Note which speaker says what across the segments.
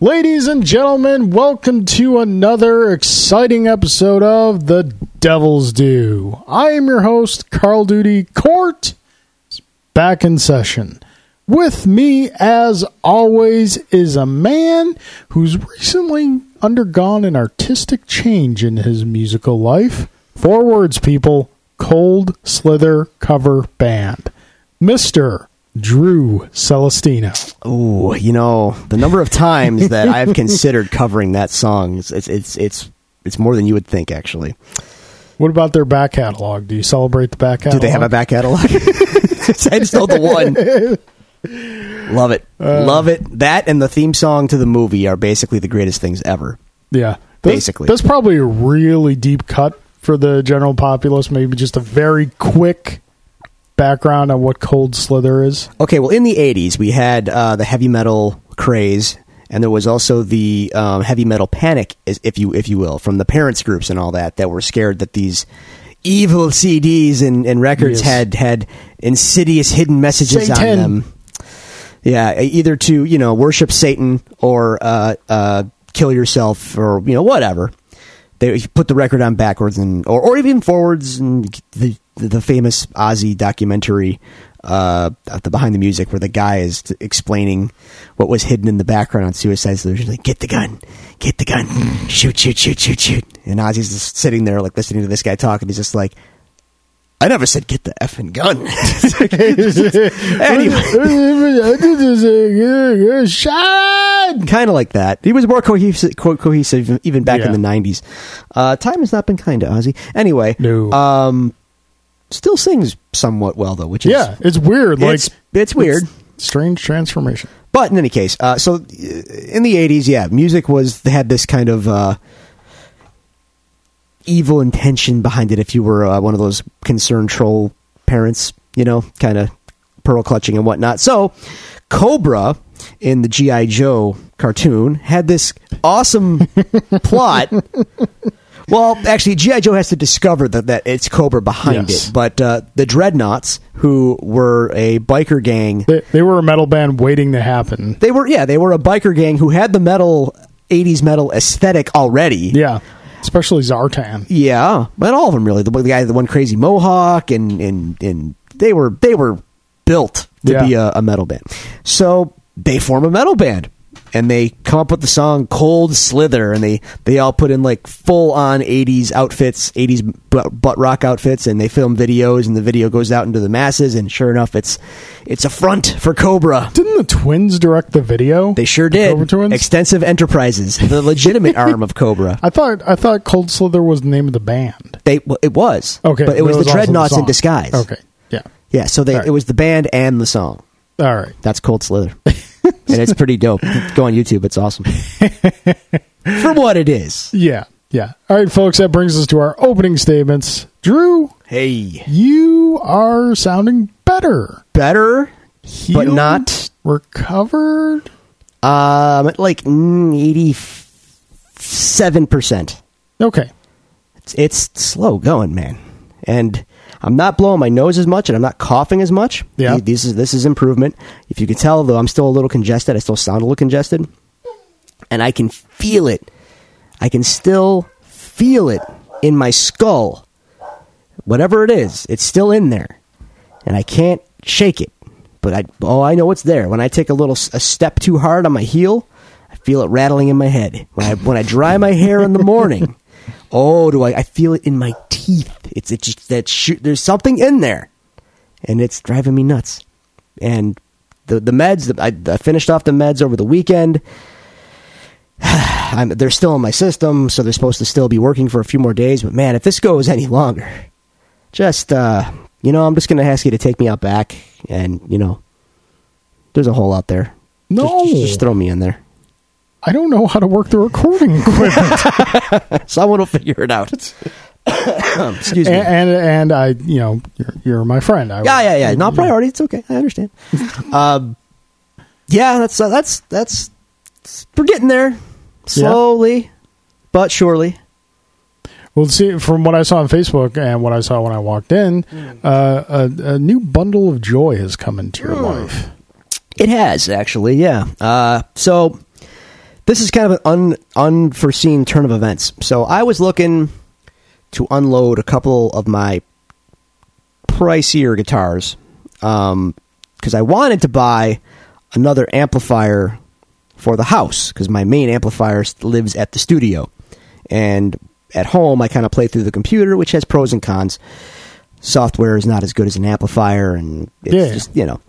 Speaker 1: Ladies and gentlemen, welcome to another exciting episode of The Devil's Do. I am your host, Carl Duty Court, is back in session. With me, as always, is a man who's recently undergone an artistic change in his musical life. Four words, people Cold Slither Cover Band. Mr. Drew Celestino.
Speaker 2: Ooh, you know the number of times that I've considered covering that song is it's it's it's it's more than you would think. Actually,
Speaker 1: What about their back catalog? Do you celebrate the back
Speaker 2: do
Speaker 1: catalog?
Speaker 2: they have a back catalog? I just know the one. Love it, love it. That and the theme song to the movie are basically the greatest things ever.
Speaker 1: Yeah,
Speaker 2: Basically.
Speaker 1: that's probably a really deep cut for the general populace. Maybe just a very quick background on what Cold Slither is.
Speaker 2: Okay, well, in the '80s we had uh, the heavy metal craze, and there was also the um, heavy metal panic, is- if you if you will, from the parents groups and all that that were scared that these evil CDs and, and records
Speaker 1: Yes.
Speaker 2: had had insidious hidden messages
Speaker 1: Satan.
Speaker 2: on them. Yeah, e- either to you know worship Satan or uh, uh, kill yourself or you know whatever. They put the record on backwards and or, or even forwards and the the famous Ozzy documentary, uh, the behind the music where the guy is t- explaining what was hidden in the background on Suicide Solution. Like, get the gun, get the gun, shoot, shoot, shoot, shoot, shoot. And Ozzy's just sitting there like listening to this guy talk, and he's just like. I never said get the effing gun. anyway,
Speaker 1: Shine!
Speaker 2: kind of like that. He was more cohesive, co- cohesive even back
Speaker 1: Yeah.
Speaker 2: in the '90s. Uh, time has not been kind to Ozzy. Anyway,
Speaker 1: No.
Speaker 2: um, still sings somewhat well though, which is
Speaker 1: Yeah, it's weird. Like
Speaker 2: it's, it's weird.
Speaker 1: strange transformation.
Speaker 2: But in any case, uh, so uh, in the '80s, yeah, music was had this kind of uh, evil intention behind it. If you were uh, one of those concerned troll parents, you know, kind of pearl clutching and whatnot. So, Cobra in the GI Joe cartoon had this awesome plot. Well, actually, GI Joe has to discover that, that it's Cobra behind
Speaker 1: Yes.
Speaker 2: it. But uh, the Dreadnoughts, who were a biker gang
Speaker 1: They, they were a metal band waiting to happen.
Speaker 2: they were yeah, they were a biker gang who had the metal '80s metal aesthetic already.
Speaker 1: Yeah, especially Zartan.
Speaker 2: yeah, but all of them really. The, the guy, with the one crazy mohawk, and and and they were they were built to
Speaker 1: Yeah.
Speaker 2: be a, a metal band. So they form a metal band, and they come up with the song "Cold Slither," and they they all put in like full on '80s outfits, '80s butt, butt rock outfits, and they film videos, and the video goes out into the masses, and sure enough, it's it's a front for Cobra.
Speaker 1: Didn't the twins direct the video?
Speaker 2: They sure
Speaker 1: The
Speaker 2: did.
Speaker 1: Cobra Twins?
Speaker 2: Extensive Enterprises, the legitimate arm of Cobra.
Speaker 1: I thought I thought Cold Slither was the name of the band.
Speaker 2: They well, it was
Speaker 1: Okay,
Speaker 2: but it was,
Speaker 1: also
Speaker 2: the Dreadnoughts in
Speaker 1: song.
Speaker 2: disguise.
Speaker 1: Okay, yeah,
Speaker 2: yeah. So they
Speaker 1: All right.
Speaker 2: it was the band and the song.
Speaker 1: all right.
Speaker 2: That's Cold Slither, and it's pretty dope. Go on YouTube; it's awesome. For what it is.
Speaker 1: Yeah, yeah. All right, folks, that brings us to our opening statements. Drew,
Speaker 2: Hey,
Speaker 1: you are sounding better.
Speaker 2: better,
Speaker 1: Healed,
Speaker 2: but not
Speaker 1: recovered.
Speaker 2: um at like eighty seven percent.
Speaker 1: Okay.
Speaker 2: It's it's slow going, man, and. I'm not blowing my nose as much, and I'm not coughing as much.
Speaker 1: Yeah.
Speaker 2: Th- this is this is improvement. If you can tell, though, I'm still a little congested. I still sound a little congested, and I can feel it. I can still feel it in my skull. Whatever it is, it's still in there, and I can't shake it. But I oh, I know it's there. When I take a little s- a step too hard on my heel, I feel it rattling in my head. When I when I dry my hair in the morning, oh, do I? I feel it in my teeth. It's it just that shoot. There's something in there and it's driving me nuts. And the the meds, I, I finished off the meds over the weekend. I'm, they're still in my system, so they're supposed to still be working for a few more days. But man, if this goes any longer, just uh, you know, I'm just gonna ask you to take me out back, and you know, there's a hole out there.
Speaker 1: No.
Speaker 2: just, just throw me in there.
Speaker 1: I don't know how to work the recording equipment,
Speaker 2: Someone will figure it out. Excuse
Speaker 1: and,
Speaker 2: me.
Speaker 1: and and I, you know, you're, you're my friend. I,
Speaker 2: Yeah, yeah, yeah. Not priority. It's okay. I understand. um, yeah, that's uh, that's that's we're getting there slowly but surely.
Speaker 1: Well, see, from what I saw on Facebook and what I saw when I walked in, uh, a, a new bundle of joy has come into your life.
Speaker 2: It has actually. Yeah. Uh, so this is kind of an un, unforeseen turn of events. So I was looking to unload a couple of my pricier guitars because I wanted to buy another amplifier for the house because my main amplifier s- lives at the studio. And at home, I kind of play through the computer, which has pros and cons. Software is not as good as an amplifier, and it's
Speaker 1: Yeah.
Speaker 2: just, you know.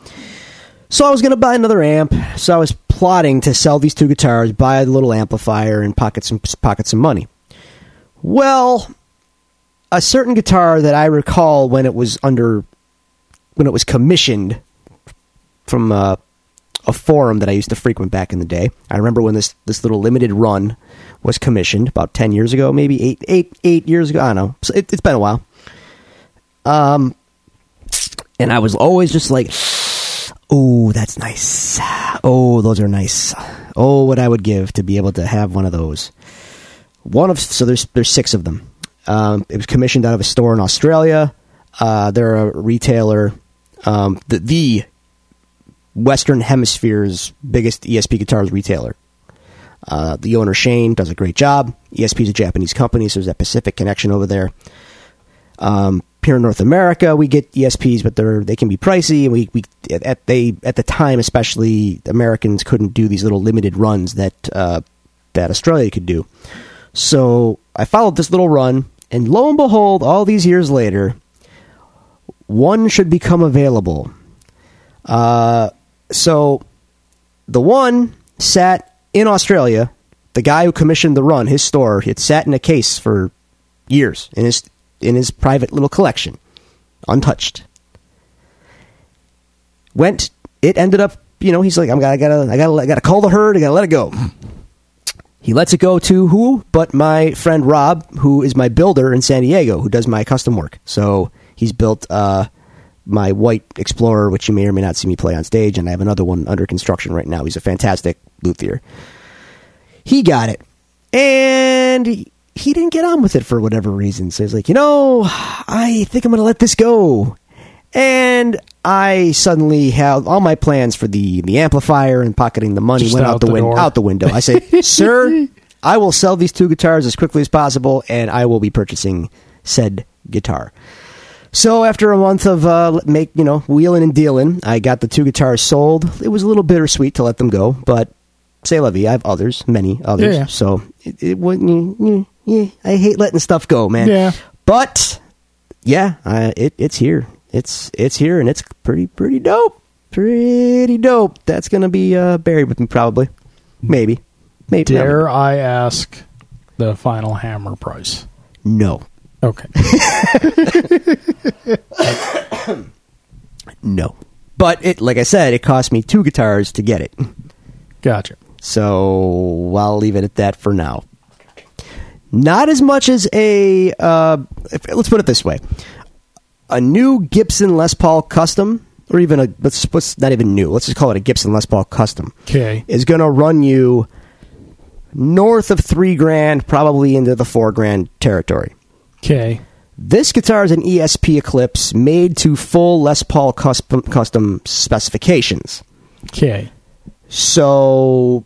Speaker 2: So I was going to buy another amp. So I was plotting to sell these two guitars, buy a little amplifier, and pocket some pocket some money. Well, a certain guitar that I recall when it was under when it was commissioned from uh, a forum that I used to frequent back in the day. I remember when this this little limited run was commissioned about ten years ago, maybe eight eight eight years ago. I don't know. So it, it's been a while. Um, and I was always just like, "Oh, that's nice. Oh, those are nice. Oh, what I would give to be able to have one of those." one of so there's there's six of them. Um, it was commissioned out of a store in Australia. Uh, they're a retailer, um, the, the Western Hemisphere's biggest ESP guitars retailer. Uh, the owner Shane does a great job. ESP is a Japanese company, so there's that Pacific connection over there. Um, here in North America, we get ESPs, but they're they can be pricey, and we, we at- at they at the time, especially Americans couldn't do these little limited runs that uh, that Australia could do. So I followed this little run, and lo and behold, all these years later, one should become available. Uh, so the one sat in Australia. The guy who commissioned the run, his store, it sat in a case for years in his in his private little collection, untouched. Went. It ended up, you know, he's like, I'm gotta, I gotta, I gotta, I gotta call the herd. I gotta let it go. He lets it go to who? But my friend Rob, who is my builder in San Diego, who does my custom work. So he's built uh, my white Explorer, which you may or may not see me play on stage, and I have another one under construction right now. He's a fantastic luthier. He got it, and he didn't get on with it for whatever reason. So he's like, you know, I think I'm going to let this go. And I suddenly have all my plans for the the amplifier and pocketing the money
Speaker 1: Just
Speaker 2: went
Speaker 1: out
Speaker 2: out the,
Speaker 1: the
Speaker 2: win-
Speaker 1: door.
Speaker 2: out the window. I say, sir, I will sell these two guitars as quickly as possible, and I will be purchasing said guitar. So after a month of uh, make you know wheeling and dealing, I got the two guitars sold. It was a little bittersweet to let them go, but say la vie, I have others, many others.
Speaker 1: Yeah.
Speaker 2: So it, it wouldn't. Yeah, yeah, I hate letting stuff go, man.
Speaker 1: Yeah.
Speaker 2: But yeah, I, it, it's here. It's it's here, and it's pretty pretty dope. Pretty dope. That's gonna be uh, buried with me probably, maybe, maybe.
Speaker 1: Dare I ask the final hammer price?
Speaker 2: No,
Speaker 1: Okay.
Speaker 2: no. But it, like I said, it cost me two guitars to get it.
Speaker 1: Gotcha.
Speaker 2: So I'll leave it at that for now. Not as much as a. Uh, if- let's put it this way: a new Gibson Les Paul Custom, or even a let's, let's not even new. Let's just call it a Gibson Les Paul Custom.
Speaker 1: Okay.
Speaker 2: is going to run you north of three grand, probably into the four grand territory.
Speaker 1: Okay.
Speaker 2: This guitar is an ESP Eclipse made to full Les Paul custom, custom specifications.
Speaker 1: Okay.
Speaker 2: So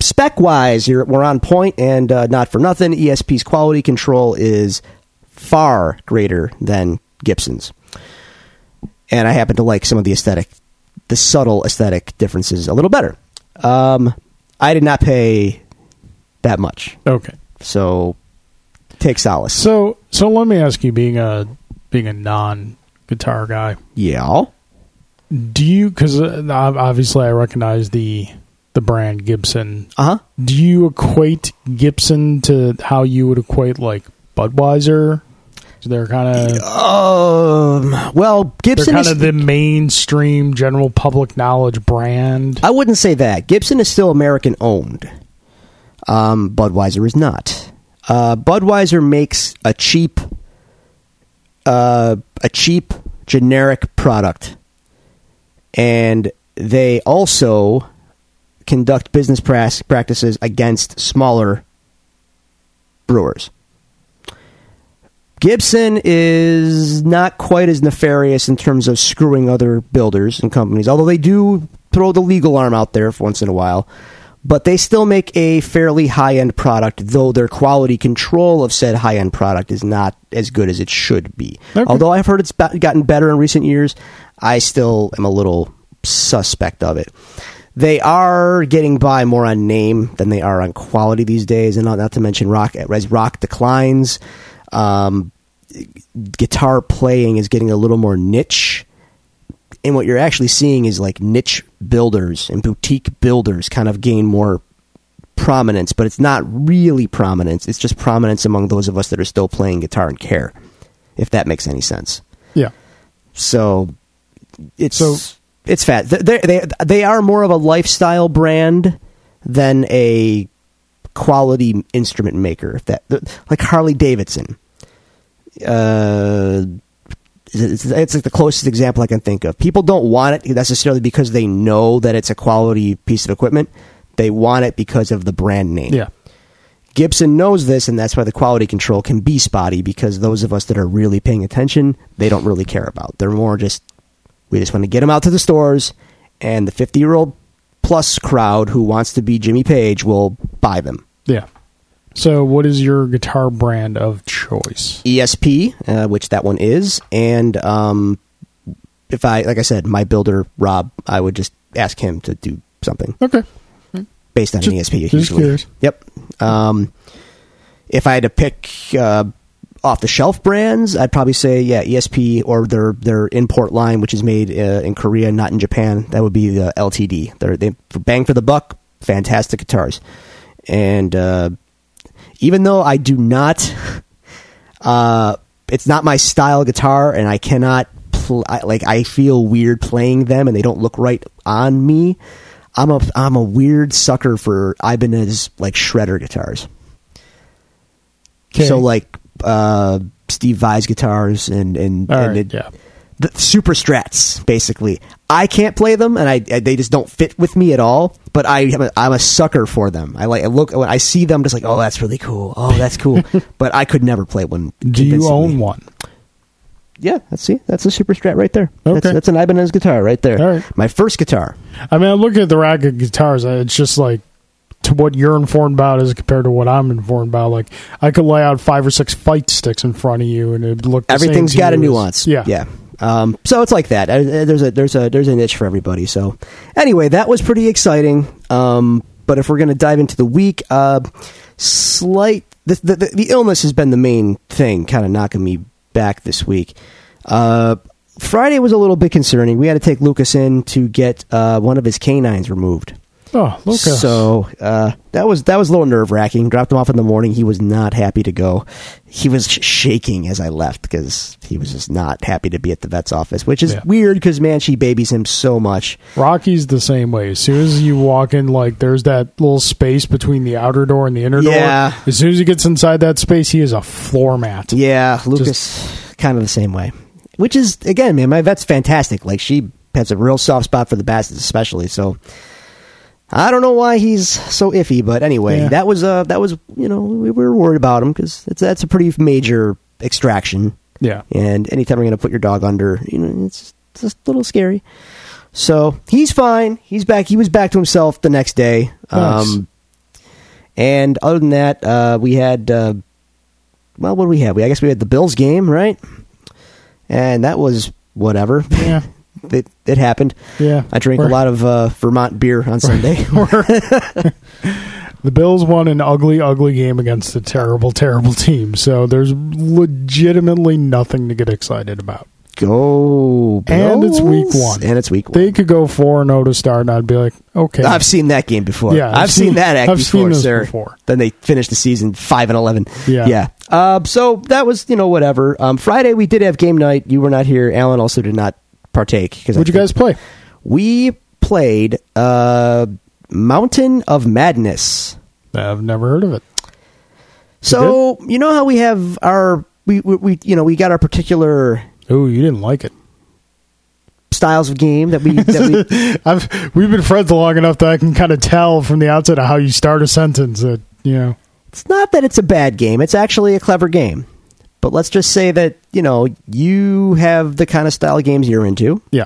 Speaker 2: spec wise, you're we're on point, and uh, not for nothing, ESP's quality control is far greater than Gibson's. And I happen to like some of the aesthetic, the subtle aesthetic differences a little better. Um, I did not pay that much,
Speaker 1: Okay.
Speaker 2: so take solace.
Speaker 1: So so let me ask you, being a being a non guitar guy,
Speaker 2: Yeah,
Speaker 1: do you? Because obviously I recognize the the brand Gibson.
Speaker 2: uh huh.
Speaker 1: Do you equate Gibson to how you would equate like Budweiser? So they're kind of
Speaker 2: Um, well,
Speaker 1: they're
Speaker 2: Gibson
Speaker 1: kind
Speaker 2: is
Speaker 1: of the mainstream general public knowledge brand.
Speaker 2: I wouldn't say that. Gibson is still American owned. Um, Budweiser is not. Uh, Budweiser makes a cheap, uh, a cheap generic product, and they also conduct business prac- practices against smaller brewers. Gibson is not quite as nefarious in terms of screwing other builders and companies, although they do throw the legal arm out there for once in a while. but they still make a fairly high end product, though their quality control of said high end product is not as good as it should be.
Speaker 1: Okay.
Speaker 2: Although I've heard it's ba- gotten better in recent years, I still am a little suspect of it. They are getting by more on name than they are on quality these days, and not, not to mention rock as rock declines. Um, guitar playing is getting a little more niche and what you're actually seeing is like niche builders and boutique builders kind of gain more prominence, but it's not really prominence. It's just prominence among those of us that are still playing guitar and care, if that makes any sense.
Speaker 1: Yeah.
Speaker 2: So it's
Speaker 1: So-
Speaker 2: it's fat. Th- They they they are more of a lifestyle brand than a quality instrument maker. If that like Harley Davidson, uh, it's, it's like the closest example I can think of. People don't want it necessarily because they know that it's a quality piece of equipment. They want it because of the brand name.
Speaker 1: Yeah.
Speaker 2: Gibson knows this, and that's why the quality control can be spotty because those of us that are really paying attention, they don't really care about. They're more just, we just want to get them out to the stores, and the 50 year old plus crowd who wants to be Jimmy Page will buy them.
Speaker 1: Yeah. So, what is your guitar brand of choice?
Speaker 2: ESP, uh, which that one is, and um, if I, like I said, my builder, Rob, I would just ask him to do something.
Speaker 1: Okay.
Speaker 2: based on
Speaker 1: Just-
Speaker 2: an ESP.
Speaker 1: just
Speaker 2: usually.
Speaker 1: curious.
Speaker 2: Yep. Um, if I had to pick uh, off the shelf brands, I'd probably say yeah, ESP or their their import line, which is made uh, in Korea, not in Japan. That would be the LTD. They're they for bang for the buck, fantastic guitars, and uh, even though I do not. Uh, it's not my style guitar, and I cannot pl- I, like. I feel weird playing them, and they don't look right on me. I'm a I'm a weird sucker for Ibanez like shredder guitars.
Speaker 1: 'Kay.
Speaker 2: So like uh, Steve Vai's guitars and and,
Speaker 1: All
Speaker 2: and
Speaker 1: right,
Speaker 2: it-
Speaker 1: yeah.
Speaker 2: the super strats basically. I can't play them, and I, I- they just don't fit with me at all. But I am a, I'm a sucker for them. I like I look when I see them, just like oh that's really cool. Oh that's cool. but I could never play one.
Speaker 1: Do you
Speaker 2: convincingly.
Speaker 1: own one?
Speaker 2: Yeah, that's see, that's a super strat right there.
Speaker 1: Okay.
Speaker 2: That's, that's an Ibanez guitar right there.
Speaker 1: All right.
Speaker 2: My first guitar.
Speaker 1: I mean, I look at the rack of guitars. I- It's just like to what you're informed about as compared to what I'm informed about. Like I could lay out five or six fight sticks in front of you, and it'd look. The
Speaker 2: Everything's
Speaker 1: same to
Speaker 2: got a
Speaker 1: you as-
Speaker 2: nuance.
Speaker 1: yeah,
Speaker 2: yeah. Um, so it's like that. Uh, uh, There's a there's a there's a niche for everybody. So anyway, that was pretty exciting. Um, but if we're gonna dive into the week, uh, slight the, the the the illness has been the main thing, kind of knocking me back this week. Uh, Friday was a little bit concerning. We had to take Lucas in to get uh, one of his canines removed.
Speaker 1: Oh, look. at us.
Speaker 2: So uh, that was that was a little nerve wracking. Dropped him off in the morning. He was not happy to go. He was sh- shaking as I left because he was just not happy to be at the vet's office, which is
Speaker 1: Yeah.
Speaker 2: weird 'cause weird because man, she babies him so much.
Speaker 1: Rocky's the same way. As soon as you walk in, like there's that little space between the outer door and the inner
Speaker 2: Yeah.
Speaker 1: door. As soon as he gets inside that space, he is a floor mat.
Speaker 2: Yeah, Lucas, kind of the same way. Which is again, man, my vet's fantastic. Like she has a real soft spot for the bastards, especially. So I don't know why he's so iffy, but anyway,
Speaker 1: Yeah.
Speaker 2: that was uh, that was you know we were worried about him because that's a pretty major extraction.
Speaker 1: Yeah.
Speaker 2: And anytime you're going to put your dog under, you know, it's just a little scary. So he's fine. He's back. He was back to himself the next day. Um,
Speaker 1: Nice.
Speaker 2: and other than that, uh, we had, uh, well, what did we have? We, I guess we had the Bills game, right? And that was whatever.
Speaker 1: Yeah.
Speaker 2: it, it happened.
Speaker 1: Yeah.
Speaker 2: I drank a
Speaker 1: We're-
Speaker 2: lot of uh, Vermont beer on Sunday.
Speaker 1: The Bills won an ugly, ugly game against a terrible, terrible team. So there's legitimately nothing to get excited about.
Speaker 2: Go Bills.
Speaker 1: And it's week one.
Speaker 2: And it's week one.
Speaker 1: They could go four and zero to start, and I'd be like, okay,
Speaker 2: I've seen that game before.
Speaker 1: Yeah,
Speaker 2: I've,
Speaker 1: I've
Speaker 2: seen,
Speaker 1: seen-
Speaker 2: that act
Speaker 1: I've
Speaker 2: before,
Speaker 1: seen this
Speaker 2: sir.
Speaker 1: before.
Speaker 2: Then they finished the season five and eleven.
Speaker 1: Yeah.
Speaker 2: yeah. Uh, so that was you know whatever. Um, Friday we did have game night. You were not here. Alan also did not partake because
Speaker 1: What'd you guys play?
Speaker 2: We played uh, Mountain of Madness.
Speaker 1: I've never heard of it.
Speaker 2: So you know how we have our we, we we you know we got our particular
Speaker 1: Oh, you didn't like it.
Speaker 2: styles of game that we that we
Speaker 1: I've we've been friends long enough that I can kind of tell from the outset of how you start a sentence that you know.
Speaker 2: it's not that it's a bad game. It's actually a clever game. But let's just say that, you know, you have the kind of style of games you're into.
Speaker 1: Yeah,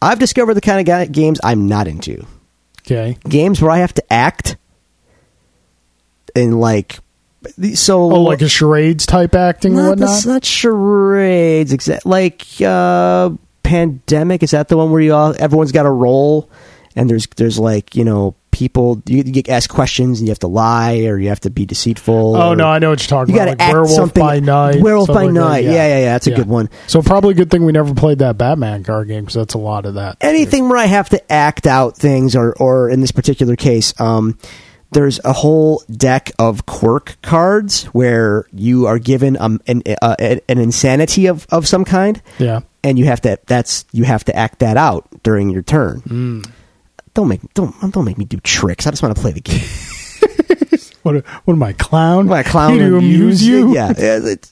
Speaker 2: I've discovered the kind of ga- games I'm not into.
Speaker 1: Okay.
Speaker 2: Games where I have to act and like so
Speaker 1: Oh, like a charades type acting and
Speaker 2: not,
Speaker 1: whatnot.
Speaker 2: that's not charades exact like uh pandemic is that the one where you all everyone's got a role and there's there's like you know people you, you get asked questions and you have to lie or you have to be deceitful
Speaker 1: Oh
Speaker 2: or-
Speaker 1: no, I know what you're talking
Speaker 2: you got
Speaker 1: about. Like
Speaker 2: to act
Speaker 1: Werewolf
Speaker 2: something
Speaker 1: by night.
Speaker 2: werewolf
Speaker 1: stuff
Speaker 2: by
Speaker 1: like that.
Speaker 2: night yeah yeah yeah that's a good one
Speaker 1: So probably good thing we never played that Batman card game because that's a lot of that.
Speaker 2: anything where I have to act out things, or or in this particular case, um, there's a whole deck of quirk cards where you are given um, an uh, an insanity of, of some kind,
Speaker 1: Yeah.
Speaker 2: and you have to that's you have to act that out during your turn.
Speaker 1: Hmm.
Speaker 2: Don't make don't don't make me do tricks. I just want to play the game.
Speaker 1: What? What am I, clown?
Speaker 2: My clown
Speaker 1: Here to amuse you?
Speaker 2: Yeah, yeah, it's,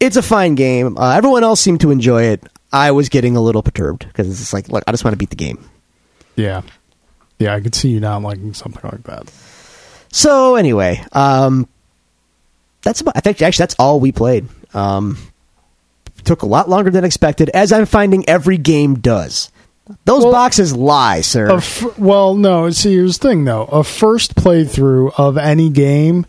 Speaker 2: it's a fine game. Uh, everyone else seemed to enjoy it. I was getting a little perturbed because it's just like, look, I just want to beat the game.
Speaker 1: Yeah. Yeah, I could see you not liking something like that.
Speaker 2: So anyway, um, that's about. I think actually that's all we played. Um, took a lot longer than expected, as I'm finding every game does. Those
Speaker 1: Well-
Speaker 2: boxes lie, sir.
Speaker 1: A f- well, no. See, here's the thing though: a first playthrough of any game,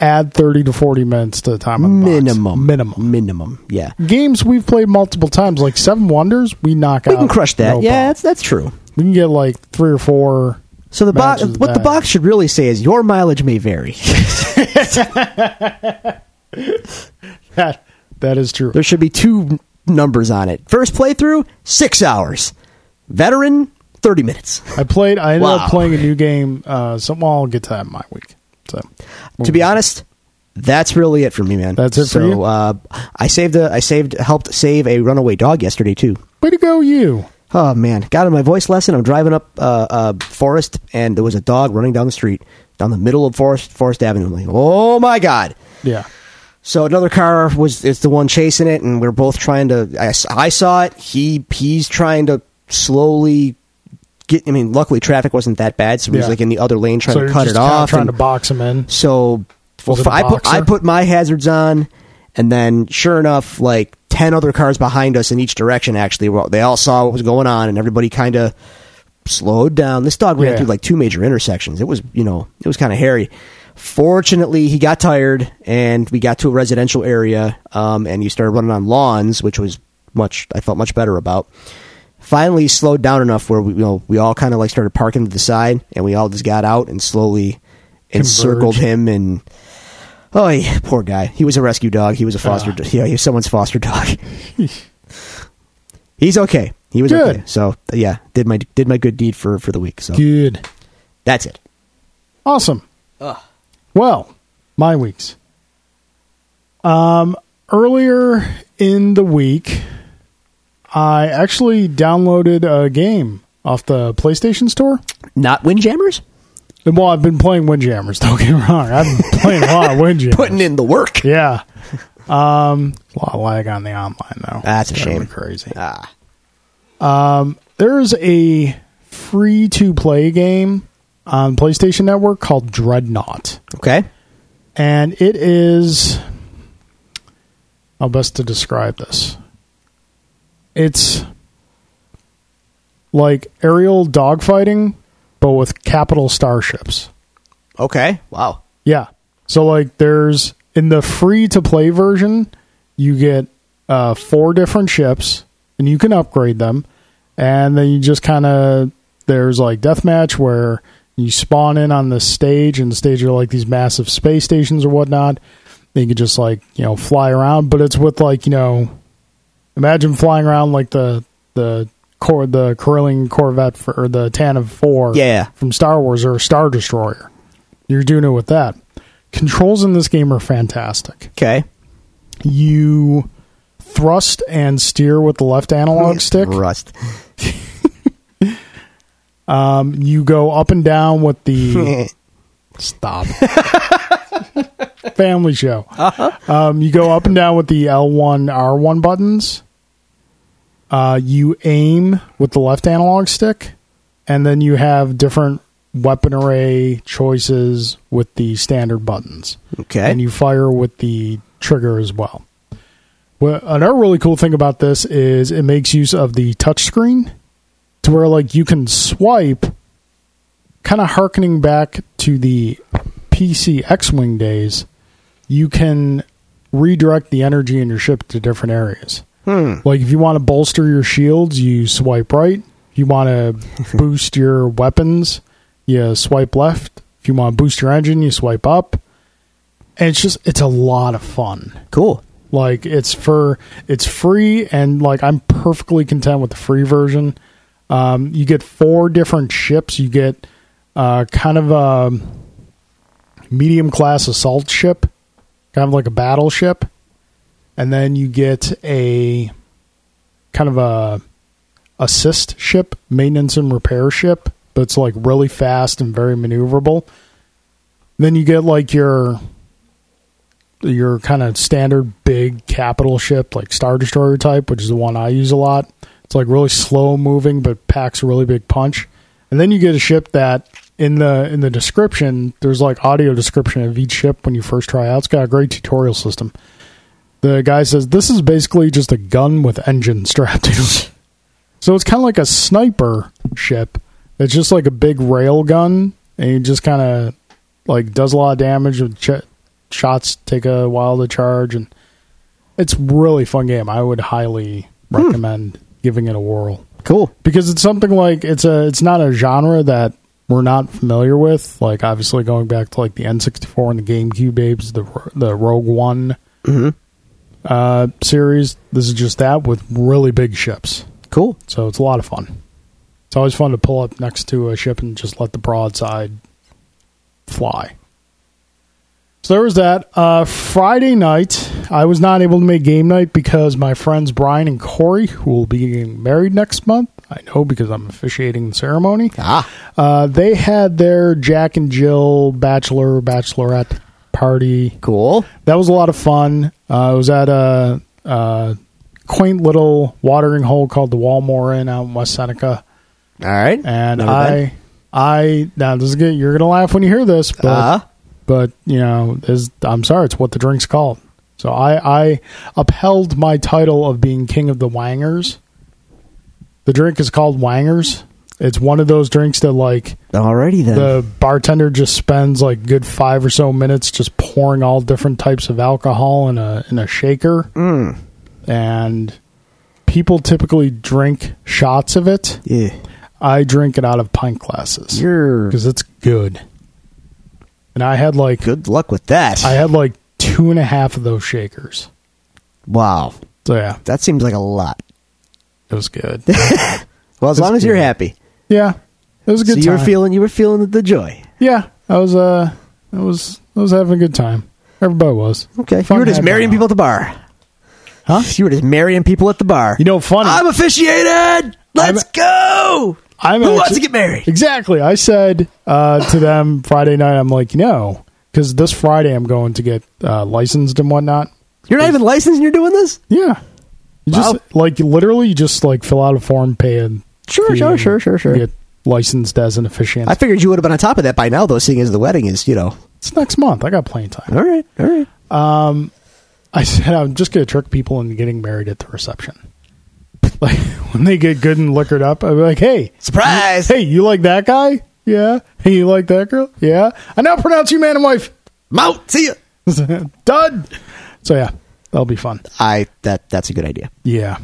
Speaker 1: add thirty to forty minutes to the time on the box.
Speaker 2: minimum,
Speaker 1: minimum.
Speaker 2: minimum. Yeah,
Speaker 1: Games we've played multiple times, like Seven Wonders, we knock
Speaker 2: we
Speaker 1: out.
Speaker 2: can crush that.
Speaker 1: Uh, no
Speaker 2: yeah,
Speaker 1: problem.
Speaker 2: that's that's true.
Speaker 1: we can get like three or four.
Speaker 2: So the box,
Speaker 1: Matches of
Speaker 2: what the
Speaker 1: that.
Speaker 2: box should really say is your mileage may vary.
Speaker 1: That that is true.
Speaker 2: there should be two n- numbers on it. First playthrough, six hours. Veteran, thirty minutes.
Speaker 1: I played. I ended
Speaker 2: Wow.
Speaker 1: up playing a new game. Uh, so well, I'll get to that in my week. So
Speaker 2: to be honest, that's really it for me, man.
Speaker 1: That's it for
Speaker 2: so,
Speaker 1: you?
Speaker 2: Uh, I saved a, I saved, helped save a runaway dog yesterday too.
Speaker 1: way to go, you.
Speaker 2: Oh man, got in my voice lesson. I'm driving up uh, uh, Forest, and there was a dog running down the street, down the middle of Forest Forest Avenue. I'm like, oh my god!
Speaker 1: Yeah,
Speaker 2: So another car was it's the one chasing it, and we're both trying to. I, s- I saw it. He he's trying to slowly get. I mean, luckily traffic wasn't that bad, so he was
Speaker 1: Yeah.
Speaker 2: like in the other lane trying
Speaker 1: so
Speaker 2: to
Speaker 1: you're
Speaker 2: cut
Speaker 1: just
Speaker 2: it
Speaker 1: kinda
Speaker 2: off.
Speaker 1: trying
Speaker 2: and-
Speaker 1: to box him in.
Speaker 2: so well,
Speaker 1: Was it a
Speaker 2: I put
Speaker 1: boxer?
Speaker 2: I put my hazards on, and then sure enough, like ten other cars behind us in each direction. Actually, well, they all saw what was going on, and everybody kind of slowed down. This dog ran
Speaker 1: Yeah.
Speaker 2: through like two major intersections. It was you know it was kind of hairy. Fortunately, he got tired, and we got to a residential area, um, and he started running on lawns, which was much I felt much better about. Finally, he slowed down enough where we you know we all kind of like started parking to the side, and we all just got out and slowly encircled
Speaker 1: Converge.
Speaker 2: him and oh yeah, poor guy he was a rescue dog he was a foster
Speaker 1: Ah.
Speaker 2: do- yeah he was someone's foster dog he's okay he was
Speaker 1: Good.
Speaker 2: okay so yeah did my did my good deed for for the week so
Speaker 1: Good,
Speaker 2: that's it
Speaker 1: awesome. Well, my weeks. Um, earlier in the week, I actually downloaded a game off the PlayStation Store.
Speaker 2: not windjammers
Speaker 1: Well, I've been playing Windjammers. Don't get me wrong. I've been playing a lot of Windjammers.
Speaker 2: putting in the work
Speaker 1: Yeah. Um, a lot of lag on the online though.
Speaker 2: That's a
Speaker 1: It's driving
Speaker 2: shame.
Speaker 1: me Crazy. Um,
Speaker 2: ah
Speaker 1: There's a free to play game on PlayStation Network called Dreadnought,
Speaker 2: okay
Speaker 1: and it is how best to describe this. It's like aerial dogfighting, but with capital starships.
Speaker 2: okay wow
Speaker 1: Yeah. So like there's in the free to play version, you get uh four different ships and you can upgrade them and then you just kind of there's like deathmatch where you spawn in on the stage and the stage are like these massive space stations or whatnot. Then you can just like, you know, fly around, but it's with like, you know, imagine flying around like the the cor- the Carillion Corvette for, or the Tantive 4
Speaker 2: Yeah.
Speaker 1: from Star Wars or Star Destroyer. You're doing it with that. Controls in this game are fantastic.
Speaker 2: okay
Speaker 1: You thrust and steer with the left analog stick.
Speaker 2: rust
Speaker 1: Um, you go up and down with the stop family show. Um, you go up and down with the L1 R1 buttons. Uh, you aim with the left analog stick, and then you have different weapon array choices with the standard buttons.
Speaker 2: okay
Speaker 1: and you fire with the trigger as well. Well, another really cool thing about this is it makes use of the touch screen to where like you can swipe kind of harkening back to the PC X Wing days, you can redirect the energy in your ship to different areas.
Speaker 2: Hmm.
Speaker 1: Like if you want to bolster your shields, you swipe right. If you want to boost your weapons, you swipe left. If you want to boost your engine, you swipe up. And it's just it's a lot of fun.
Speaker 2: Cool.
Speaker 1: Like it's for it's free and like I'm perfectly content with the free version. Um, you get four different ships. You get uh, kind of a medium class assault ship, kind of like a battleship, and then you get a kind of a assist ship, maintenance and repair ship, but it's like really fast and very maneuverable. Then you get like your your kind of standard big capital ship, like Star Destroyer type, which is the one I use a lot. It's like really slow moving, but packs a really big punch. And then you get a ship that in the in the description, there's like audio description of each ship when you first try out. It's got a great tutorial system. The guy says this is basically just a gun with engine strapped to it. So it's kind of like a sniper ship. It's just like a big rail gun, and you just kind of like does a lot of damage. With ch- shots take a while to charge, and it's really fun game. I would highly recommend giving it a whirl
Speaker 2: Cool.
Speaker 1: because it's something like it's a it's not a genre that we're not familiar with. Like obviously going back to like the N64 and the GameCube babes, the the Rogue One
Speaker 2: Mm-hmm.
Speaker 1: uh, series. This is just that with really big ships,
Speaker 2: Cool.
Speaker 1: so it's a lot of fun. It's always fun to pull up next to a ship and just let the broadside fly. So there was that. Uh, Friday night, I was not able to make game night because my friends Brian and Corey, who will be getting married next month, I know because I'm officiating the ceremony,
Speaker 2: Ah.
Speaker 1: uh, they had their Jack and Jill bachelor, bachelorette party.
Speaker 2: Cool.
Speaker 1: That was a lot of fun. Uh, I was at a, a quaint little watering hole called the Walmore Inn out in West Seneca.
Speaker 2: All right.
Speaker 1: And
Speaker 2: Never
Speaker 1: I,
Speaker 2: been.
Speaker 1: I now this is good. You're gonna laugh when you hear this, but
Speaker 2: Uh,
Speaker 1: but you know, is I'm sorry, it's what the drink's called. So I I upheld my title of being king of the wangers. The drink is called wangers. It's one of those drinks that like
Speaker 2: alrighty then.
Speaker 1: the bartender just spends like good five or so minutes just pouring all different types of alcohol in a in a shaker,
Speaker 2: mm.
Speaker 1: and people typically drink shots of it.
Speaker 2: Yeah.
Speaker 1: I drink it out of pint glasses
Speaker 2: You're
Speaker 1: because it's good. And I had like
Speaker 2: good luck with that.
Speaker 1: I had like two and a half of those shakers.
Speaker 2: wow.
Speaker 1: So yeah,
Speaker 2: That seems like a lot.
Speaker 1: it was good.
Speaker 2: Well, as
Speaker 1: That's
Speaker 2: long as you're
Speaker 1: good.
Speaker 2: happy.
Speaker 1: yeah, it was a
Speaker 2: So
Speaker 1: good.
Speaker 2: you were
Speaker 1: time.
Speaker 2: feeling you were feeling the joy.
Speaker 1: Yeah, I was. Uh, I was. I was having a good time. Everybody was.
Speaker 2: Okay.
Speaker 1: Fun
Speaker 2: you were just
Speaker 1: had
Speaker 2: marrying
Speaker 1: going
Speaker 2: people at the bar.
Speaker 1: Huh?
Speaker 2: You were just marrying people at the bar.
Speaker 1: You know, funny.
Speaker 2: I'm officiated. Let's go.
Speaker 1: I'm
Speaker 2: Who wants
Speaker 1: actually-
Speaker 2: to get married?
Speaker 1: Exactly. I said uh, to them Friday night. I'm like, you know, because this Friday I'm going to get uh, licensed and whatnot.
Speaker 2: You're not even licensed and you're doing this?
Speaker 1: Yeah. You
Speaker 2: Wow.
Speaker 1: just like literally you just like fill out a form, pay a
Speaker 2: Sure,
Speaker 1: fee,
Speaker 2: sure,
Speaker 1: and
Speaker 2: sure, sure, sure.
Speaker 1: Get licensed as an officiant.
Speaker 2: I figured you would have been on top of that by now, though, seeing as the wedding is, you know.
Speaker 1: it's next month. I got plenty of time. Um,
Speaker 2: All right, all right.
Speaker 1: I said I'm just gonna trick people into getting married at the reception. Like when they get good and liquored up, I'll be like, hey,
Speaker 2: Surprise!
Speaker 1: hey, you like that guy? Yeah. Hey, you like that girl? Yeah. I now pronounce you man and wife.
Speaker 2: I'm out. See ya.
Speaker 1: Done. So yeah, that'll be fun.
Speaker 2: I that that's a good idea.
Speaker 1: Yeah.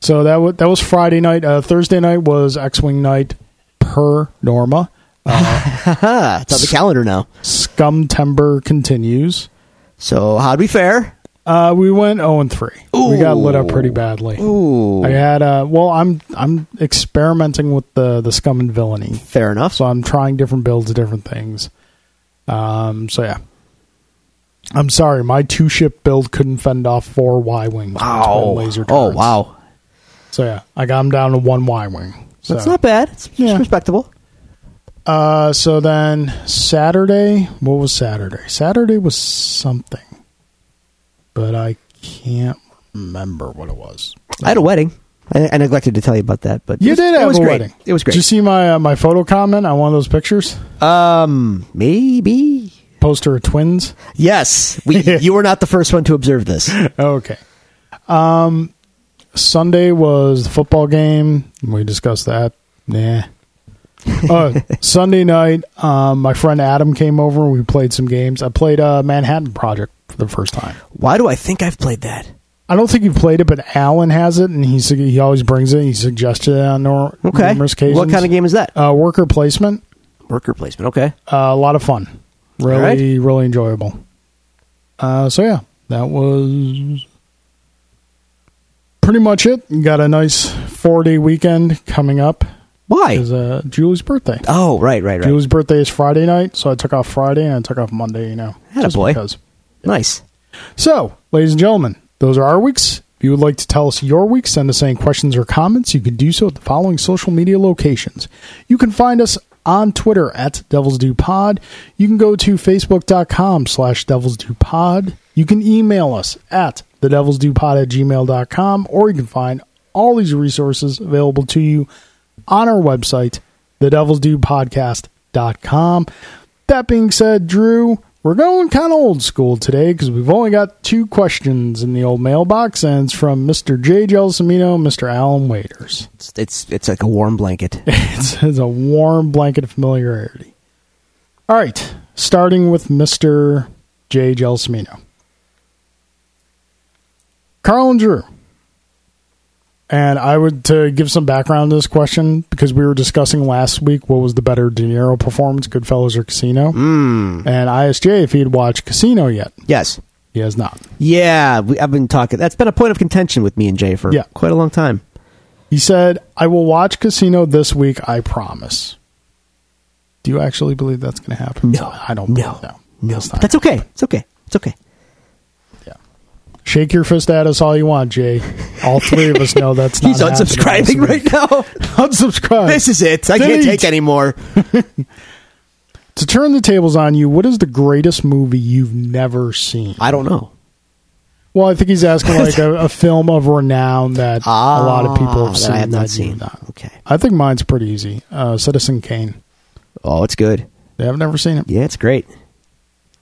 Speaker 1: So that was that was Friday night. Uh, Thursday night was X Wing night per Norma.
Speaker 2: Haha, it's on the calendar now.
Speaker 1: Scum Timber continues.
Speaker 2: So how'd we fare?
Speaker 1: Uh, we went zero and three. We got lit up pretty badly.
Speaker 2: Ooh,
Speaker 1: I had uh, well, I'm I'm experimenting with the the scum and villainy,
Speaker 2: fair enough.
Speaker 1: so I'm trying different builds, different things. Um, so yeah. I'm sorry, my two ship build couldn't fend off four Y wings. with
Speaker 2: wow.
Speaker 1: twin Laser
Speaker 2: oh
Speaker 1: turrets.
Speaker 2: wow,
Speaker 1: So yeah, I got them down to one Y wing. So.
Speaker 2: that's not bad. It's it's
Speaker 1: Yeah.
Speaker 2: respectable.
Speaker 1: Uh, so then Saturday, what was Saturday? Saturday was something, but I can't remember what it was.
Speaker 2: I had a wedding. I, I neglected to tell you about that, but
Speaker 1: You
Speaker 2: it was,
Speaker 1: did have
Speaker 2: it was
Speaker 1: a
Speaker 2: great.
Speaker 1: wedding.
Speaker 2: It was
Speaker 1: Did you
Speaker 2: great.
Speaker 1: see my uh, my photo comment on one of those pictures?
Speaker 2: Um, maybe
Speaker 1: Poster of twins.
Speaker 2: yes. We you were not the first one to observe this.
Speaker 1: Okay. Um, Sunday was the football game. We discussed that. Nah. uh, Sunday night, um, my friend Adam came over. We played some games. I played uh, Manhattan Project for the first time.
Speaker 2: Why do I think I've played that?
Speaker 1: I don't think you've played it, but Alan has it, and he su- he always brings it. He suggested it on nor-
Speaker 2: Okay.
Speaker 1: numerous occasions.
Speaker 2: What kind of game is that?
Speaker 1: Uh, worker placement.
Speaker 2: Worker placement. Okay.
Speaker 1: Uh, a lot of fun. Really,
Speaker 2: All right.
Speaker 1: really enjoyable. Uh, so yeah, that was pretty much it. Got a nice four day weekend coming up.
Speaker 2: Why?
Speaker 1: Is uh, Julie's birthday.
Speaker 2: Oh, right, right, right.
Speaker 1: Julie's birthday is Friday night, so I took off Friday and I took off Monday. You know,
Speaker 2: Attaboy.
Speaker 1: just because.
Speaker 2: Nice.
Speaker 1: So, ladies and gentlemen, those are our weeks. If you would like to tell us your week, send us any questions or comments. You can do so at the following social media locations. You can find us on Twitter at Devils Do Pod. You can go to Facebook.com slash Devils Do Pod. You can email us at the Devils Do Pod at gmail.com, or you can find all these resources available to you on our website, the Devils Do Podcast.com. That being said, Drew, we're going kind of old school today because we've only got two questions in the old mailbox, and it's from Mr. J. Gelsomino, and Mr. Alan Waiters.
Speaker 2: It's, it's it's like a warm blanket.
Speaker 1: It's, it's a warm blanket of familiarity. All right, starting with Mr. J. Gelsomino. Carl and Drew. And I would to give some background to this question because we were discussing last week what was the better De Niro performance, Goodfellas or Casino.
Speaker 2: Mm.
Speaker 1: And I asked Jay if he'd watched Casino yet.
Speaker 2: Yes.
Speaker 1: He has not.
Speaker 2: Yeah, we, I've been talking. That's been a point of contention with me and Jay for
Speaker 1: Yeah.
Speaker 2: quite a long time.
Speaker 1: He said, I will watch Casino this week, I promise. Do you actually believe that's going to happen? I don't believe
Speaker 2: No.
Speaker 1: that.
Speaker 2: No.
Speaker 1: It's not
Speaker 2: That's okay. It's okay. It's okay.
Speaker 1: Shake your fist at us all you want, Jay. All three of us know that's not
Speaker 2: He's unsubscribing right now.
Speaker 1: Unsubscribe.
Speaker 2: this is it. I
Speaker 1: Delete.
Speaker 2: can't take anymore.
Speaker 1: to turn the tables on you, what is the greatest movie you've never seen?
Speaker 2: I don't know.
Speaker 1: Well, I think he's asking like a, a film of renown that a lot of people have
Speaker 2: Ah, that
Speaker 1: seen.
Speaker 2: I have
Speaker 1: that
Speaker 2: not
Speaker 1: you've
Speaker 2: seen.
Speaker 1: not.
Speaker 2: Okay.
Speaker 1: I think mine's pretty easy. Uh, Citizen Kane.
Speaker 2: Oh, it's good.
Speaker 1: I've never seen it.
Speaker 2: Yeah, it's great.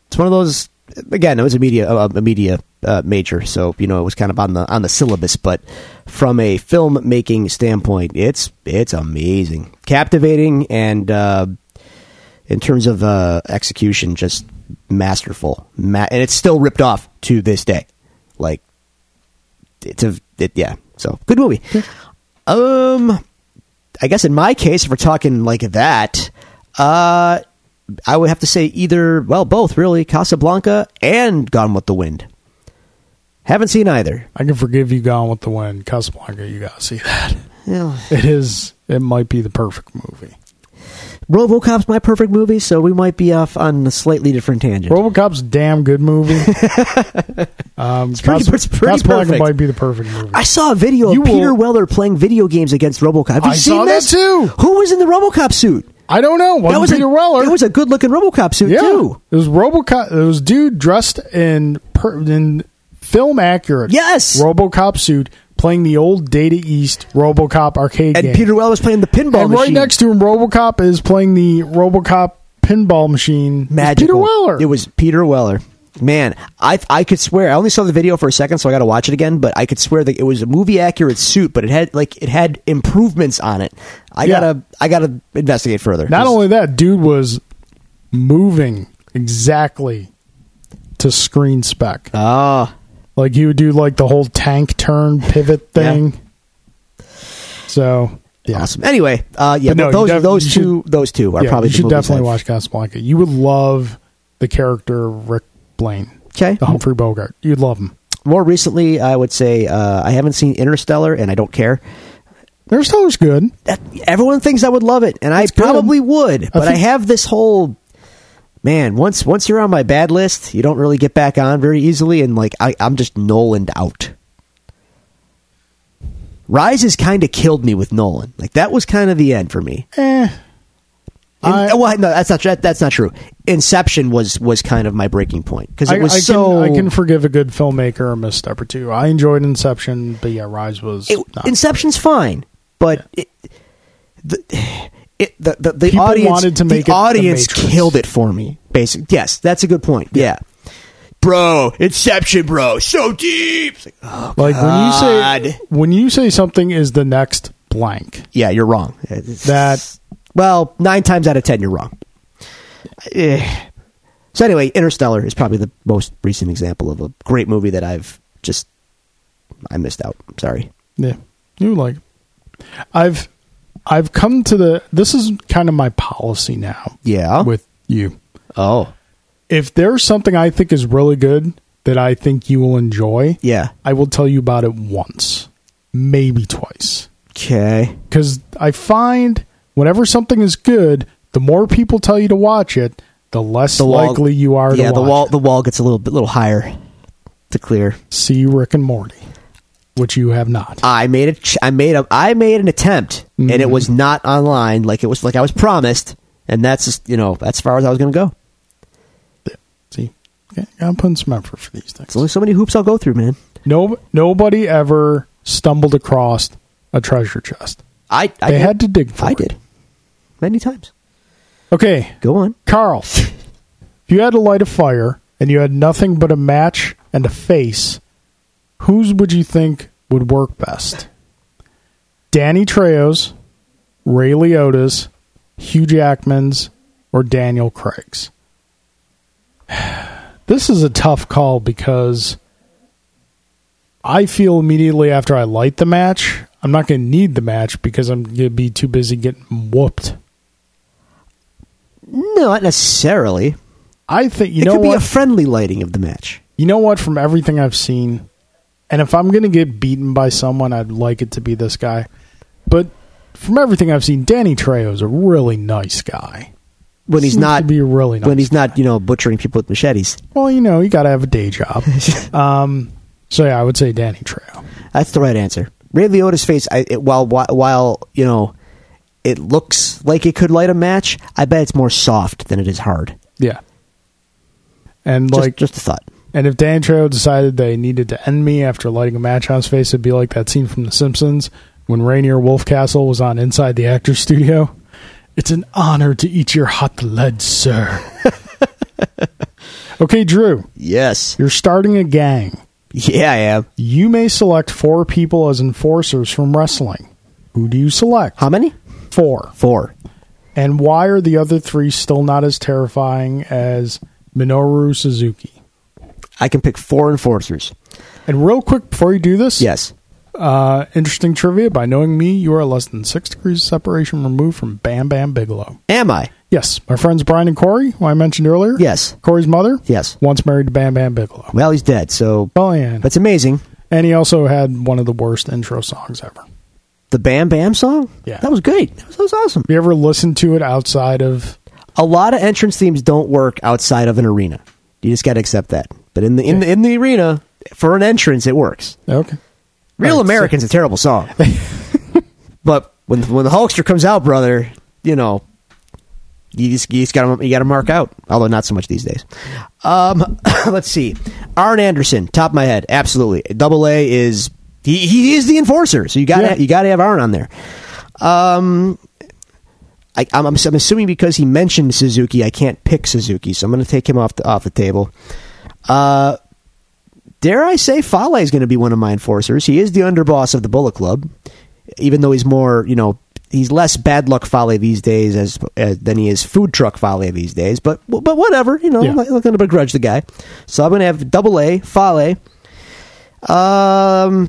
Speaker 2: It's one of those. Again, it was a media uh, a media uh, major, so you know it was kind of on the on the syllabus. But from a filmmaking standpoint, it's it's amazing, captivating, and uh, in terms of uh, execution, just masterful. Ma- and it's still ripped off to this day. Like it's a it, yeah. So good movie. Um, I guess in my case, if we're talking like that, uh, I would have to say either, well, both really, Casablanca and Gone with the Wind. Haven't seen either.
Speaker 1: I can forgive you Gone with the Wind. Casablanca, you gotta see that.
Speaker 2: Yeah.
Speaker 1: It is it might be the perfect movie.
Speaker 2: RoboCop's my perfect movie, so we might be off on a slightly different tangent.
Speaker 1: RoboCop's a damn good movie. um, it's
Speaker 2: pretty- it's pretty perfect.
Speaker 1: might be the perfect movie.
Speaker 2: I saw a video of
Speaker 1: You will-
Speaker 2: Peter Weller playing video games against RoboCop. Have you
Speaker 1: I
Speaker 2: seen
Speaker 1: saw that
Speaker 2: this?
Speaker 1: too.
Speaker 2: Who was in the RoboCop suit?
Speaker 1: I don't know. Wasn't
Speaker 2: that was
Speaker 1: Peter
Speaker 2: a,
Speaker 1: Weller.
Speaker 2: That was a good-looking RoboCop suit
Speaker 1: yeah.
Speaker 2: too.
Speaker 1: It was RoboCop. It was dude dressed in per, in film accurate.
Speaker 2: Yes.
Speaker 1: RoboCop suit playing the old Data East RoboCop arcade
Speaker 2: And
Speaker 1: game.
Speaker 2: Peter Weller was playing the pinball
Speaker 1: and right
Speaker 2: machine.
Speaker 1: next to him, RoboCop is playing the RoboCop pinball machine. It's
Speaker 2: Magical.
Speaker 1: Peter Weller.
Speaker 2: It was Peter Weller. Man, I I could swear I only saw the video for a second, so I got to watch it again. But I could swear that it was a movie accurate suit, but it had like it had improvements on it. I
Speaker 1: Yeah.
Speaker 2: gotta I gotta investigate further.
Speaker 1: Not
Speaker 2: This-
Speaker 1: only that, dude was moving exactly to screen spec.
Speaker 2: ah,
Speaker 1: Like he would do like the whole tank turn pivot
Speaker 2: Yeah.
Speaker 1: thing. So yeah,
Speaker 2: awesome. Anyway, uh, yeah,
Speaker 1: But no,
Speaker 2: but
Speaker 1: you
Speaker 2: those
Speaker 1: def- you
Speaker 2: those
Speaker 1: should-
Speaker 2: two those two are
Speaker 1: yeah
Speaker 2: probably
Speaker 1: you
Speaker 2: the
Speaker 1: should
Speaker 2: movies
Speaker 1: definitely
Speaker 2: I've-
Speaker 1: watch Casablanca. You would love the character Rick Blaine,
Speaker 2: Okay,
Speaker 1: the Humphrey Bogart. You'd love him.
Speaker 2: more recently, I would say uh, I haven't seen Interstellar, and I don't care.
Speaker 1: There's always good.
Speaker 2: that everyone thinks I would love it, and I
Speaker 1: good.
Speaker 2: probably would. But I,
Speaker 1: think-
Speaker 2: have this whole man. Once once you're on my bad list, you don't really get back on very easily, and like I, I'm just Nolan out. Rise has kind of killed me with Nolan. Like that was kind of the end for me.
Speaker 1: Eh.
Speaker 2: In-
Speaker 1: I-
Speaker 2: uh, well, no, that's not that, that's not true. Inception was was kind of my breaking point because
Speaker 1: I,
Speaker 2: it was
Speaker 1: I
Speaker 2: so.
Speaker 1: can, I can forgive a good filmmaker a misstep or two. I enjoyed Inception, but yeah, Rise was
Speaker 2: it-
Speaker 1: not.
Speaker 2: Inception's fine, but it, the, it, the the, the
Speaker 1: People
Speaker 2: audience
Speaker 1: wanted to make it
Speaker 2: the
Speaker 1: The
Speaker 2: audience
Speaker 1: Matrix.
Speaker 2: killed it for me. Basic, yes, that's a good point. Yeah. bro, Inception, bro, so deep. It's like, oh,
Speaker 1: like when you
Speaker 2: God.
Speaker 1: say when you say something is the next blank.
Speaker 2: yeah, you're wrong. It's-
Speaker 1: that
Speaker 2: Well, nine times out of ten, you're wrong. Eh. So anyway, Interstellar is probably the most recent example of a great movie that I've just I missed out. Sorry.
Speaker 1: Yeah, you would like. it. I've I've come to the. This is kind of my policy now
Speaker 2: Yeah.
Speaker 1: with you.
Speaker 2: oh.
Speaker 1: If there's something I think is really good that I think you will enjoy,
Speaker 2: Yeah.
Speaker 1: I will tell you about it once, maybe twice.
Speaker 2: Okay.
Speaker 1: Because I find whenever something is good, the more people tell you to watch it, the less
Speaker 2: wall-
Speaker 1: likely you are
Speaker 2: Yeah.
Speaker 1: to
Speaker 2: The
Speaker 1: watch
Speaker 2: wall.
Speaker 1: it.
Speaker 2: The wall gets a little bit little higher to clear.
Speaker 1: See Rick and Morty, which you have not.
Speaker 2: I made a ch- I made a I made an attempt and
Speaker 1: Mm-hmm.
Speaker 2: it was not online like it was like I was promised and that's just, you know that's as far as I was going to go.
Speaker 1: See, okay, I'm putting some effort for these
Speaker 2: There's
Speaker 1: things.
Speaker 2: only so many hoops I'll go through, man.
Speaker 1: No, nobody ever stumbled across a treasure chest.
Speaker 2: I I
Speaker 1: They
Speaker 2: did.
Speaker 1: had to dig for
Speaker 2: I
Speaker 1: it.
Speaker 2: did many times.
Speaker 1: Okay,
Speaker 2: Go on.
Speaker 1: Carl, if you had to light a fire and you had nothing but a match and a face, whose would you think would work best? Danny Trejo's, Ray Liotta's, Hugh Jackman's, or Daniel Craig's? This is a tough call because I feel immediately after I light the match, I'm not going to need the match because I'm going to be too busy getting whooped.
Speaker 2: No, not necessarily.
Speaker 1: I think you
Speaker 2: it
Speaker 1: know
Speaker 2: could be
Speaker 1: what?
Speaker 2: a friendly lighting of the match.
Speaker 1: you know what from everything i've seen and if i'm going to get beaten by someone i'd like it to be this guy but from everything i've seen danny trejo's a really nice guy
Speaker 2: When he's
Speaker 1: Seems
Speaker 2: not
Speaker 1: to be a really nice
Speaker 2: when he's not, you know, butchering people with machetes.
Speaker 1: well you know you gotta have a day job um, so yeah i would say danny trejo
Speaker 2: That's the right answer. Ray Liotta's face, I, it, while whi- while you know, it looks like it could light a match. I bet it's more soft than it is hard.
Speaker 1: yeah and
Speaker 2: Just,
Speaker 1: like
Speaker 2: just a thought.
Speaker 1: and if danny trejo decided they needed to end me after lighting a match on his face it'd be like that scene from the simpsons when rainier wolfcastle was on inside the actors studio it's an honor to eat your hot lead sir okay drew
Speaker 2: Yes.
Speaker 1: You're starting a gang.
Speaker 2: Yeah, I am.
Speaker 1: You may select four people as enforcers from wrestling. Who do you select?
Speaker 2: How many?
Speaker 1: Four.
Speaker 2: Four.
Speaker 1: And why are the other three still not as terrifying as Minoru Suzuki?
Speaker 2: I can pick four enforcers.
Speaker 1: And real quick before you do this,
Speaker 2: Yes.
Speaker 1: uh, interesting trivia. By knowing me, you are less than six degrees of separation removed from Bam Bam Bigelow.
Speaker 2: Am I?
Speaker 1: Yes, my friends Brian and Corey, who I mentioned earlier.
Speaker 2: Yes.
Speaker 1: Corey's mother.
Speaker 2: Yes.
Speaker 1: Once married to Bam Bam Bigelow.
Speaker 2: Well, he's dead, so
Speaker 1: Oh, yeah.
Speaker 2: that's amazing.
Speaker 1: And he also had one of the worst intro songs ever.
Speaker 2: The Bam Bam song?
Speaker 1: Yeah.
Speaker 2: That was great. That was, that was awesome.
Speaker 1: Have you ever listened to it outside of
Speaker 2: A lot of entrance themes don't work outside of an arena. You just got to accept that. But in the in the in the arena for an entrance, it works.
Speaker 1: Okay.
Speaker 2: Real
Speaker 1: Right,
Speaker 2: American's a terrible song. but when when the Hulkster comes out, brother, you know, you just, you just got to you got to mark out. Although not so much these days. Um, let's see, Arn Anderson, top of my head, absolutely. Double A is he, he is the enforcer, so you got to
Speaker 1: Yeah.
Speaker 2: you got to have Arn on there. Um. I, I'm, I'm assuming because he mentioned Suzuki, I can't pick Suzuki, so I'm going to take him off the off the table. Uh, dare I say, Fale is going to be one of my enforcers. He is the underboss of the Bullet Club, even though he's more, you know, he's less bad luck Fale these days as, as than he is food truck Fale these days. But but whatever, you know,
Speaker 1: Yeah.
Speaker 2: I'm not going to begrudge the guy. So I'm going to have double A Fale. Um,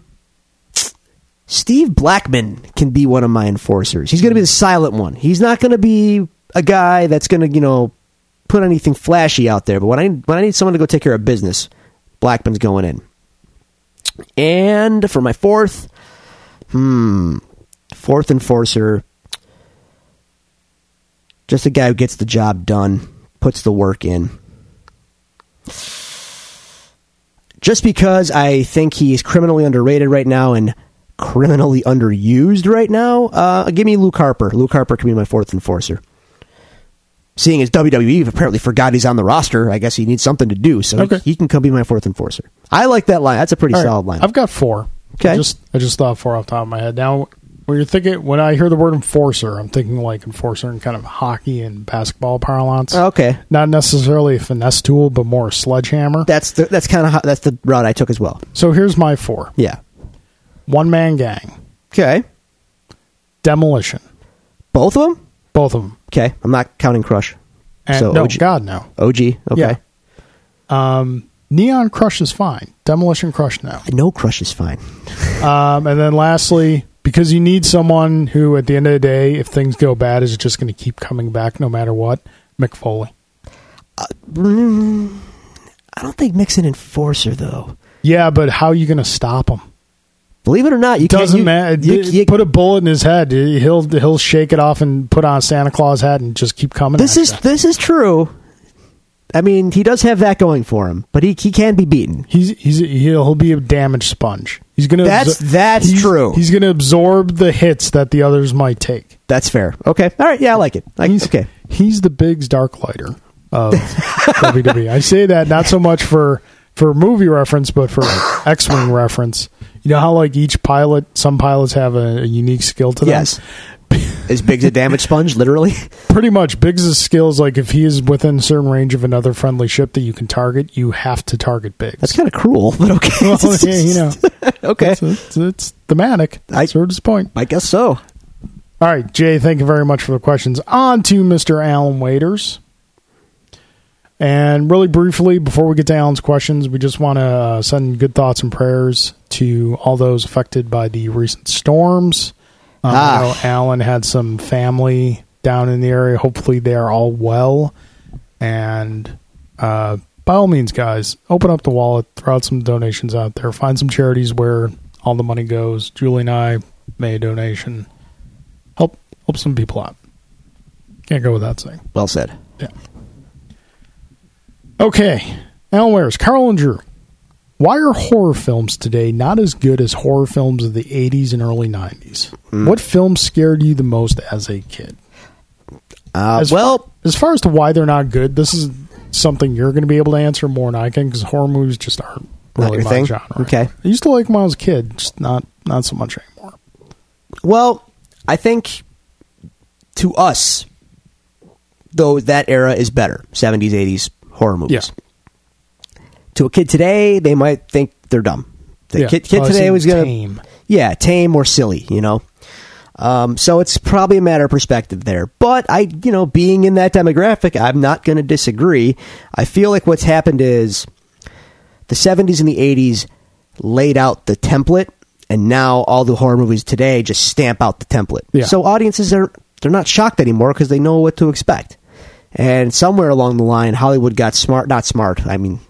Speaker 2: Steve Blackman can be one of my enforcers. He's going to be the silent one. He's not going to be a guy that's going to, you know, put anything flashy out there. But when I when I need someone to go take care of business, Blackman's going in. And for my fourth, hmm, fourth enforcer, just a guy who gets the job done, puts the work in. Just because I think he's criminally underrated right now and criminally underused right now, uh, give me Luke Harper. Luke Harper can be my fourth enforcer. Seeing as WWE apparently forgot he's on the roster, I guess he needs something to do, so he-
Speaker 1: Okay.
Speaker 2: he, can come be my fourth enforcer. I like that line. That's a pretty
Speaker 1: All right,
Speaker 2: solid line.
Speaker 1: I've got four.
Speaker 2: Okay.
Speaker 1: I just I just thought four off the top of my head. Now when you're thinking when I hear the word enforcer, I'm thinking like enforcer in kind of hockey and basketball parlance.
Speaker 2: okay,
Speaker 1: Not necessarily a finesse tool, but more a sledgehammer.
Speaker 2: that's the, that's kind of that's the route I took as well.
Speaker 1: so here's my four.
Speaker 2: Yeah.
Speaker 1: One man gang.
Speaker 2: Okay.
Speaker 1: Demolition.
Speaker 2: Both of them.
Speaker 1: Both of them.
Speaker 2: Okay, I'm not counting Crush.
Speaker 1: And
Speaker 2: So
Speaker 1: no,
Speaker 2: OG
Speaker 1: God no.
Speaker 2: OG. Okay.
Speaker 1: Yeah. Um, Neon Crush is fine. Demolition Crush now.
Speaker 2: No Crush is fine.
Speaker 1: Um, and then lastly, because you need someone who, at the end of the day, if things go bad, is just going to keep coming back no matter what. McFoley.
Speaker 2: I don't think Mick's an enforcer though.
Speaker 1: Yeah, but how are you going to stop him?
Speaker 2: Believe it or not, you
Speaker 1: Doesn't
Speaker 2: can't, you-
Speaker 1: matter.
Speaker 2: you- you-
Speaker 1: put a bullet in his head. He'll he'll shake it off and put on a Santa Claus hat and just keep coming.
Speaker 2: this
Speaker 1: at
Speaker 2: is
Speaker 1: ya.
Speaker 2: this is true. I mean, he does have that going for him, but he he can be beaten.
Speaker 1: he's he's he'll, he'll be a damage sponge. He's going to
Speaker 2: That's- that's
Speaker 1: he's,
Speaker 2: true.
Speaker 1: He's going to absorb the hits that the others might take.
Speaker 2: That's fair. Okay. All right. Yeah, I like it. I,
Speaker 1: He's,
Speaker 2: okay.
Speaker 1: He's the Biggs Dark Lighter of WWE. I say that not so much for for movie reference, but for X Wing reference. You know how like each pilot, some pilots have a, a unique skill to them.
Speaker 2: Yes. Is Biggs a damage sponge? Literally.
Speaker 1: Pretty much, Biggs' skills like if he is within a certain range of another friendly ship that you can target, you have to target Biggs.
Speaker 2: That's kind of cruel, but okay.
Speaker 1: well, yeah, you know,
Speaker 2: okay.
Speaker 1: it's, it's, it's thematic.
Speaker 2: I-
Speaker 1: That's sort of his point.
Speaker 2: I guess so.
Speaker 1: All right, Jay, thank you very much for the questions. On to Mr. Alan Waiters. And really briefly, before we get to Alan's questions, we just want to uh, send good thoughts and prayers to all those affected by the recent storms. Um,
Speaker 2: Ah.
Speaker 1: I know Alan had some family down in the area. Hopefully, they are all well. And uh, by all means, guys, open up the wallet, throw out some donations out there, find some charities where all the money goes. Julie and I made a donation help help some people out. Can't go without saying.
Speaker 2: Well said.
Speaker 1: Yeah. Okay. Alan Wares, Carl and Drew. Why are horror films today not as good as horror films of the 80s and early 90s?
Speaker 2: Hmm.
Speaker 1: What film scared you the most as a kid?
Speaker 2: Uh,
Speaker 1: As
Speaker 2: well,
Speaker 1: As far as to why they're not good, this is something you're going to be able to answer more than I can because horror movies just aren't
Speaker 2: Not
Speaker 1: really
Speaker 2: your
Speaker 1: my
Speaker 2: thing?
Speaker 1: genre.
Speaker 2: Okay.
Speaker 1: I used to like them when I was a kid, just not not so much anymore.
Speaker 2: well, I think to us, though, that era is better. 70s, 80s horror
Speaker 1: Yeah.
Speaker 2: movies. To a kid today, they might think they're dumb. The
Speaker 1: Yeah.
Speaker 2: kid, kid
Speaker 1: Well, it
Speaker 2: today was
Speaker 1: seemed
Speaker 2: going to.
Speaker 1: tame.
Speaker 2: yeah, tame or silly, you know. Um, so it's probably a matter of perspective there. But I, you know, being in that demographic, I'm not going to disagree. I feel like what's happened is the 70s and the 80s laid out the template, and now all the horror movies today just stamp out the template.
Speaker 1: Yeah.
Speaker 2: So audiences are they're not shocked anymore because they know what to expect. And somewhere along the line, Hollywood got smart. Not smart. I mean,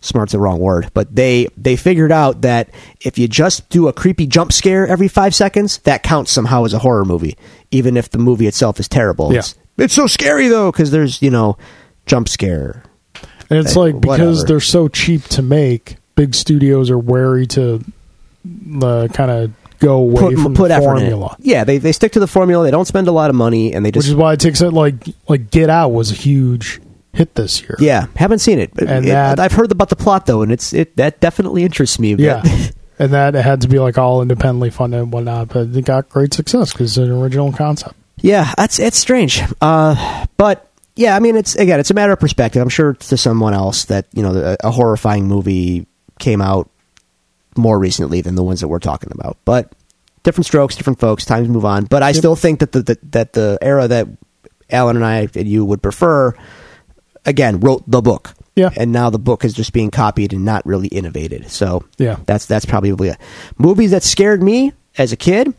Speaker 2: smart's the wrong word. But they they figured out that if you just do a creepy jump scare every five seconds, that counts somehow as a horror movie, even if the movie itself is terrible.
Speaker 1: Yeah.
Speaker 2: It's, it's so scary though because there's you know jump scare.
Speaker 1: And it's
Speaker 2: Uh,
Speaker 1: like because
Speaker 2: whatever.
Speaker 1: they're so cheap to make, big studios are wary to uh, kind of go away from the
Speaker 2: effort in it.
Speaker 1: formula,
Speaker 2: Yeah, they, they stick to the formula. They don't spend a lot of money, and they
Speaker 1: which
Speaker 2: just
Speaker 1: is why it takes it like like Get Out was a huge hit this year.
Speaker 2: yeah haven't seen it.
Speaker 1: And
Speaker 2: It-
Speaker 1: that-
Speaker 2: I've heard about the plot though, and it's it that definitely interests me.
Speaker 1: yeah.
Speaker 2: That-
Speaker 1: and that had to be like all independently funded and whatnot, but it got great success because it's an original concept.
Speaker 2: Yeah, that's it's strange. Uh, but yeah, I mean, it's again, it's a matter of perspective. I'm sure to someone else that you know, a, a horrifying movie came out more recently than the ones that we're talking about. But different strokes, different folks. Times move on. But I still think that the, the that the era that Alan and I and you would prefer again wrote the book.
Speaker 1: Yeah.
Speaker 2: and now the book is just being copied and not really innovated. So
Speaker 1: Yeah.
Speaker 2: that's that's probably it. Movies that scared me as a kid.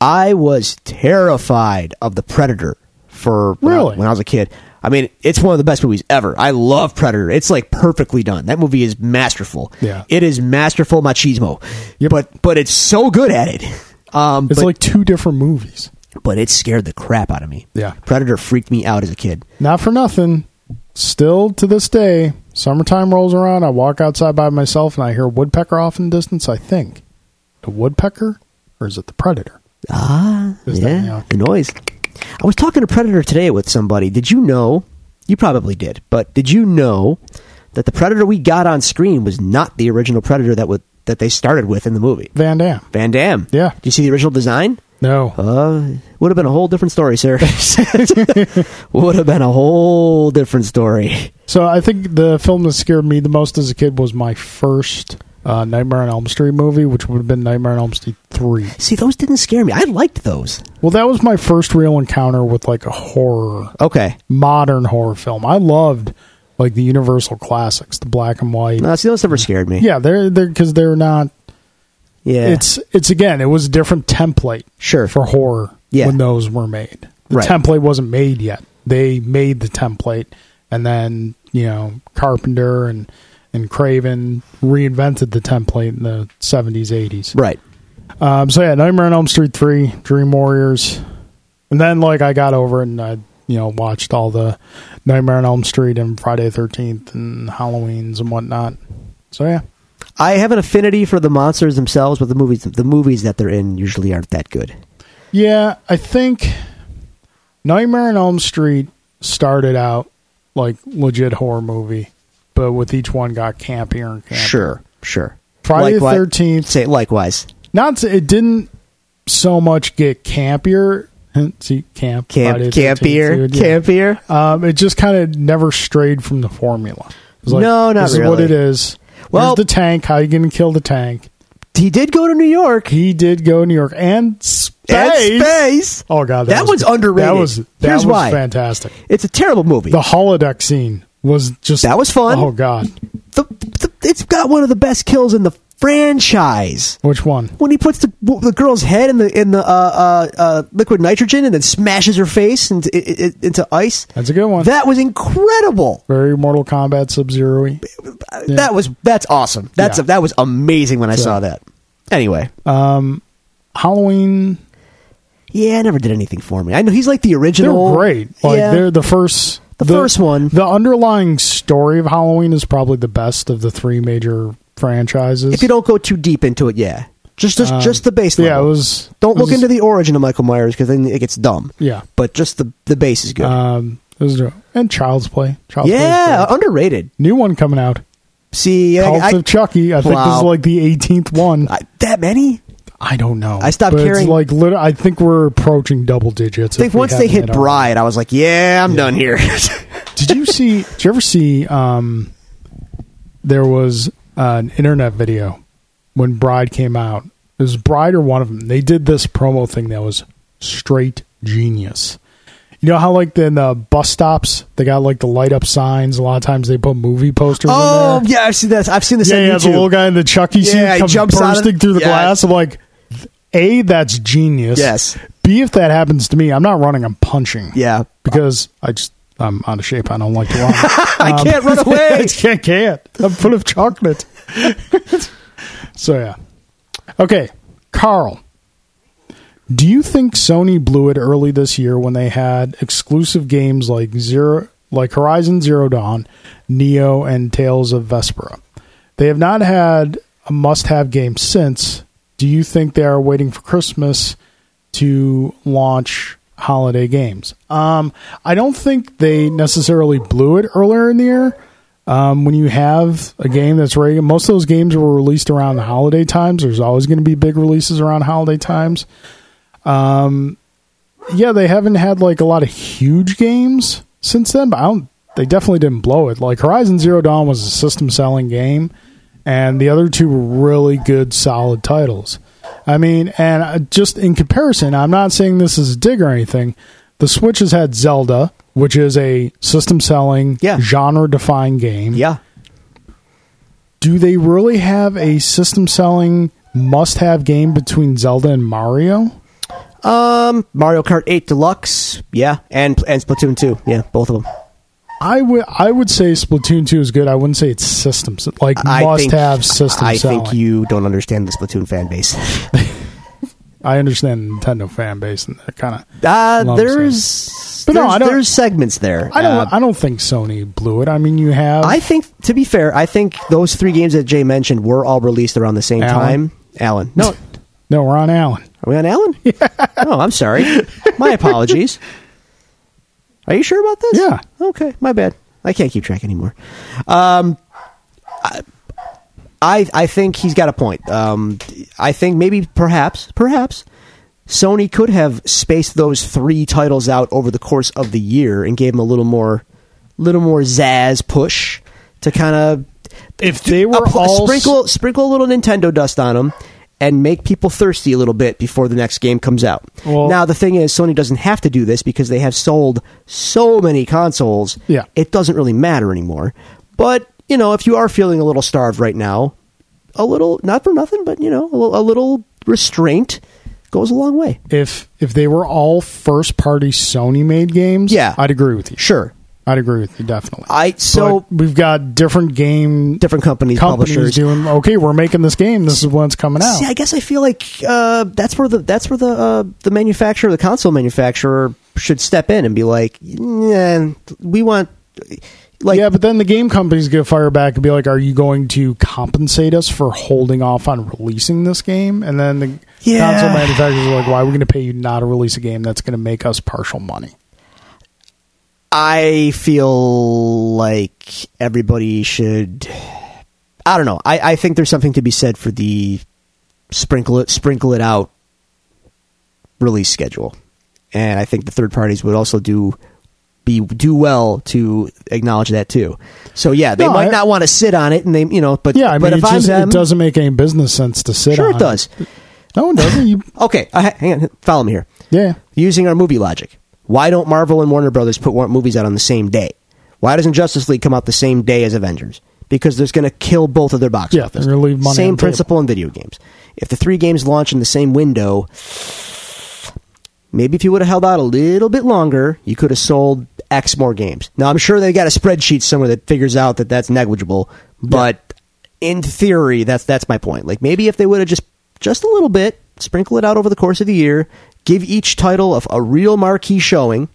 Speaker 2: I was terrified of the Predator for when I-
Speaker 1: Really?
Speaker 2: when I was a kid. I mean, it's one of the best movies ever. I love Predator. It's like perfectly done. That movie is masterful.
Speaker 1: Yeah.
Speaker 2: it is masterful machismo.
Speaker 1: Yep.
Speaker 2: But but it's so good at it. Um,
Speaker 1: It's
Speaker 2: but,
Speaker 1: like two different movies.
Speaker 2: but it scared the crap out of me.
Speaker 1: Yeah.
Speaker 2: Predator freaked me out as a kid.
Speaker 1: Not for nothing. Still to this day, summertime rolls around. I walk outside by myself and I hear a woodpecker off in the distance. I think, the woodpecker or is it the predator?
Speaker 2: Ah,
Speaker 1: Is that- yeah.
Speaker 2: yeah, the noise. I was talking to Predator today with somebody. Did you know? You probably did, but did you know that the Predator we got on screen was not the original Predator that would that they started with in the movie?
Speaker 1: Van Dam.
Speaker 2: Van Damme.
Speaker 1: Yeah.
Speaker 2: Do you see the original design?
Speaker 1: No.
Speaker 2: Uh, would have been a whole different story, sir. would have been a whole different story.
Speaker 1: So I think the film that scared me the most as a kid was my first uh, Nightmare on Elm Street movie, which would have been Nightmare on Elm Street 3.
Speaker 2: See, those didn't scare me. I liked those.
Speaker 1: Well, that was my first real encounter with like a horror,
Speaker 2: Okay.
Speaker 1: modern horror film. I loved like the Universal classics, the black and white.
Speaker 2: No, Uh, see, those never scared me.
Speaker 1: Yeah, they're they're because they're not.
Speaker 2: Yeah.
Speaker 1: It's it's again, it was a different template
Speaker 2: sure.
Speaker 1: for horror
Speaker 2: Yeah.
Speaker 1: when those were made. The
Speaker 2: Right.
Speaker 1: template wasn't made yet. They made the template, and then you know Carpenter and and Craven reinvented the template in the seventies, eighties.
Speaker 2: right.
Speaker 1: Um, so yeah, Nightmare on Elm Street three, Dream Warriors, and then like I got over it and I you know watched all the Nightmare on Elm Street and Friday Thirteenth and Halloween's and whatnot. So yeah,
Speaker 2: I have an affinity for the monsters themselves, but the movies the movies that they're in usually aren't that good.
Speaker 1: yeah, I think Nightmare on Elm Street started out like legit horror movie, but with each one got campier and campier.
Speaker 2: Sure. Sure.
Speaker 1: Friday the
Speaker 2: Likewise-
Speaker 1: 13th.
Speaker 2: Say likewise.
Speaker 1: Not to- it didn't so much get campier. See, camp,
Speaker 2: Camp
Speaker 1: Friday the 13th,
Speaker 2: campier.
Speaker 1: dude, yeah.
Speaker 2: Campier.
Speaker 1: Um, it just kind of never strayed from the formula. It was
Speaker 2: No, not
Speaker 1: this is what
Speaker 2: really.
Speaker 1: it is.
Speaker 2: Well-
Speaker 1: Well, Here's the tank. How you going to kill the tank?
Speaker 2: He did go to New York.
Speaker 1: He did go to New York and space.
Speaker 2: And space.
Speaker 1: Oh god,
Speaker 2: That
Speaker 1: was,
Speaker 2: one's underrated.
Speaker 1: That was that
Speaker 2: Here's
Speaker 1: was
Speaker 2: why.
Speaker 1: fantastic.
Speaker 2: It's a terrible movie.
Speaker 1: The holodeck scene was just
Speaker 2: That was fun.
Speaker 1: Oh god,
Speaker 2: the, the, it's got one of the best kills in the franchise.
Speaker 1: which one?
Speaker 2: When he puts the, the girl's head in the in the uh, uh, uh, liquid nitrogen and then smashes her face into, i- i- into ice,
Speaker 1: That's a good one.
Speaker 2: that was incredible.
Speaker 1: Very Mortal Kombat Sub Zero.
Speaker 2: That was that's awesome. That's
Speaker 1: Yeah. Uh,
Speaker 2: that was amazing when I
Speaker 1: So-
Speaker 2: saw that. Anyway,
Speaker 1: Um, Halloween.
Speaker 2: yeah, it never did anything for me. I know he's like the
Speaker 1: They're
Speaker 2: original.
Speaker 1: great. Like
Speaker 2: yeah,
Speaker 1: they're the first.
Speaker 2: The first one.
Speaker 1: The underlying story of Halloween is probably the best of the three major franchises. Um,
Speaker 2: if you don't go too deep into it, yeah, just just, just the base.
Speaker 1: yeah, it
Speaker 2: level.
Speaker 1: was.
Speaker 2: Don't
Speaker 1: it
Speaker 2: look
Speaker 1: was-
Speaker 2: into the origin of Michael Myers because then it gets dumb.
Speaker 1: Yeah.
Speaker 2: But just the the base is good.
Speaker 1: Um, it was, and Child's Play. Child's Play
Speaker 2: yeah,
Speaker 1: is great.
Speaker 2: underrated.
Speaker 1: new one coming out.
Speaker 2: See, I,
Speaker 1: Cult
Speaker 2: I-
Speaker 1: of Chucky. I think this
Speaker 2: Wow.
Speaker 1: is like the 18th one. I,
Speaker 2: I- that many.
Speaker 1: don't know.
Speaker 2: I stopped
Speaker 1: but it's
Speaker 2: caring-
Speaker 1: Like, lit- I think we're approaching double digits.
Speaker 2: I think
Speaker 1: if we
Speaker 2: once they
Speaker 1: haven't
Speaker 2: hit
Speaker 1: already.
Speaker 2: Bride, I was like, yeah, I'm done here.
Speaker 1: Did you see? Did you ever see? Um, there was an internet video when Bride came out. It was Bride or one of them. They did this promo thing that was straight genius. You know how like in the bus stops they got like the light up signs. A lot of times they put movie posters.
Speaker 2: oh
Speaker 1: in there.
Speaker 2: yeah, I've seen this. I've seen this
Speaker 1: yeah,
Speaker 2: on
Speaker 1: yeah. The
Speaker 2: YouTube.
Speaker 1: little guy in the Chucky suit
Speaker 2: Yeah, he
Speaker 1: comes
Speaker 2: jumps out of-
Speaker 1: bursting through the
Speaker 2: Yeah.
Speaker 1: glass. I'm like, a that's genius.
Speaker 2: Yes.
Speaker 1: B if that happens to me, I'm not running. I'm punching
Speaker 2: yeah,
Speaker 1: because I just I'm out of shape. I don't like to run. Um,
Speaker 2: I can't run away.
Speaker 1: I can't, can't. I'm full of chocolate. so yeah. Okay, Carl. Do you think Sony blew it early this year when they had exclusive games like Zero, like Horizon Zero Dawn, Neo, and Tales of Vespera? They have not had a must-have game since. Do you think they are waiting for Christmas to launch holiday games? Um, I don't think they necessarily blew it earlier in the year. Um, when you have a game that's ready, most of those games were released around the holiday times. There's always going to be big releases around holiday times. Um, yeah, they haven't had like a lot of huge games since then, but I don't, they definitely didn't blow it. Like Horizon Zero Dawn was a system selling game, and the other two were really good, solid titles. I mean, and uh, just in comparison, I'm not saying this is a dig or anything. The Switch has had Zelda, which is a system selling,
Speaker 2: Yeah.
Speaker 1: genre defying game
Speaker 2: yeah.
Speaker 1: do they really have a system selling must have game between Zelda and Mario?
Speaker 2: Um, Mario Kart 8 Deluxe, yeah, and and Splatoon 2, yeah, both of them.
Speaker 1: I would I would say Splatoon 2 is good. I wouldn't say it's systems like
Speaker 2: I
Speaker 1: must
Speaker 2: think,
Speaker 1: have system
Speaker 2: I
Speaker 1: selling.
Speaker 2: think you don't understand the Splatoon fan base.
Speaker 1: I understand the Nintendo fan base and that kind of
Speaker 2: Uh,
Speaker 1: Love
Speaker 2: there's
Speaker 1: But no,
Speaker 2: there's,
Speaker 1: I don't-
Speaker 2: there's segments there.
Speaker 1: I don't
Speaker 2: Uh,
Speaker 1: I don't think Sony blew it. I mean, you have
Speaker 2: I think, to be fair, I think those three games that Jay mentioned were all released around the same
Speaker 1: Alan?
Speaker 2: time. Alan, no, are
Speaker 1: No, Ron Allen.
Speaker 2: we on Alan? Oh, I'm sorry. My apologies. Are you sure about this?
Speaker 1: Yeah.
Speaker 2: Okay, my bad. I can't keep track anymore. Um, I, I I think he's got a point. Um, I think maybe perhaps perhaps Sony could have spaced those three titles out over the course of the year and gave them a little more little more zazz push to kind of
Speaker 1: If they were
Speaker 2: Apply-
Speaker 1: all s-
Speaker 2: sprinkle sprinkle a little Nintendo dust on them and make people thirsty a little bit before the next game comes out.
Speaker 1: Well-
Speaker 2: now the thing is Sony doesn't have to do this because they have sold so many consoles.
Speaker 1: Yeah.
Speaker 2: It doesn't really matter anymore. But, you know, if you are feeling a little starved right now, a little not for nothing, but you know, a little, a little restraint goes a long way.
Speaker 1: if if they were all first party Sony made games,
Speaker 2: Yeah.
Speaker 1: I'd agree with you.
Speaker 2: Sure.
Speaker 1: I'd agree with you definitely.
Speaker 2: I so
Speaker 1: But we've got different game
Speaker 2: different companies,
Speaker 1: companies
Speaker 2: publishers
Speaker 1: doing okay. We're making this game. This is when it's coming out.
Speaker 2: See, I guess I feel like uh, that's where the that's where the uh, the manufacturer, the console manufacturer, should step in and be like, yeah, we want like
Speaker 1: yeah, but then the game companies get fired back and be like, "Are you going to compensate us for holding off on releasing this game?" And then the
Speaker 2: Yeah.
Speaker 1: console manufacturers are like, "Why are we going to pay you not to release a game that's going to make us partial money?"
Speaker 2: I feel like everybody should. I don't know. I, I think there's something to be said for the sprinkle it sprinkle it out release schedule, and I think the third parties would also do be do well to acknowledge that too. So yeah, they
Speaker 1: No,
Speaker 2: might
Speaker 1: I-
Speaker 2: not want to sit on it, and they you know, but
Speaker 1: Yeah, I
Speaker 2: but
Speaker 1: mean,
Speaker 2: if
Speaker 1: it,
Speaker 2: I'm
Speaker 1: just,
Speaker 2: them,
Speaker 1: it doesn't make any business sense to sit
Speaker 2: sure
Speaker 1: on.
Speaker 2: it does.
Speaker 1: No, it doesn't. You,
Speaker 2: Okay, I, hang on, follow me here
Speaker 1: yeah,
Speaker 2: using our movie logic. Why don't Marvel and Warner Brothers put war- movies out on the same day? Why doesn't Justice League come out the same day as Avengers? Because there's going to kill both of their box
Speaker 1: Yeah,
Speaker 2: office.
Speaker 1: they're gonna leave money
Speaker 2: same
Speaker 1: on the table.
Speaker 2: principle in video games. If the three games launch in the same window, maybe if you would have held out a little bit longer, you could have sold X more games. Now I'm sure they got a spreadsheet somewhere that figures out that that's negligible, but in theory, that's that's my point. Like maybe if they would have just just a little bit, sprinkle it out over the course of the year, give each title a, a real marquee showing.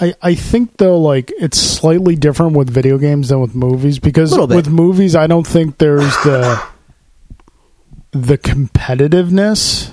Speaker 1: I, I think though, like it's slightly different with video games than with movies because
Speaker 2: Little bit.
Speaker 1: with movies, I don't think there's the the competitiveness.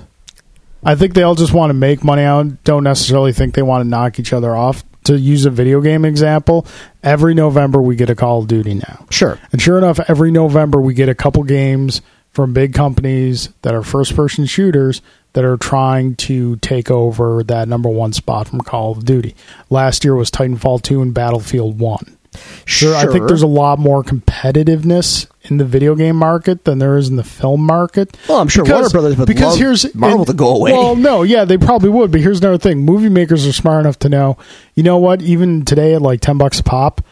Speaker 1: I think they all just want to make money out. Don't necessarily think they want to knock each other off. To use a video game example, every November we get a Call of Duty now.
Speaker 2: Sure.
Speaker 1: And sure enough, every November we get a couple games from big companies that are first person shooters that are trying to take over that number one spot from Call of Duty. Last year was Titanfall 2 and Battlefield 1. Sure, I think there's a lot more competitiveness in the video game market than there is in the film market.
Speaker 2: Well, I'm sure Warner Brothers would love Marvel to go away.
Speaker 1: Well, no, yeah, they probably would. But here's another thing: movie makers are smart enough to know. You know what? Even today, at like ten bucks a pop,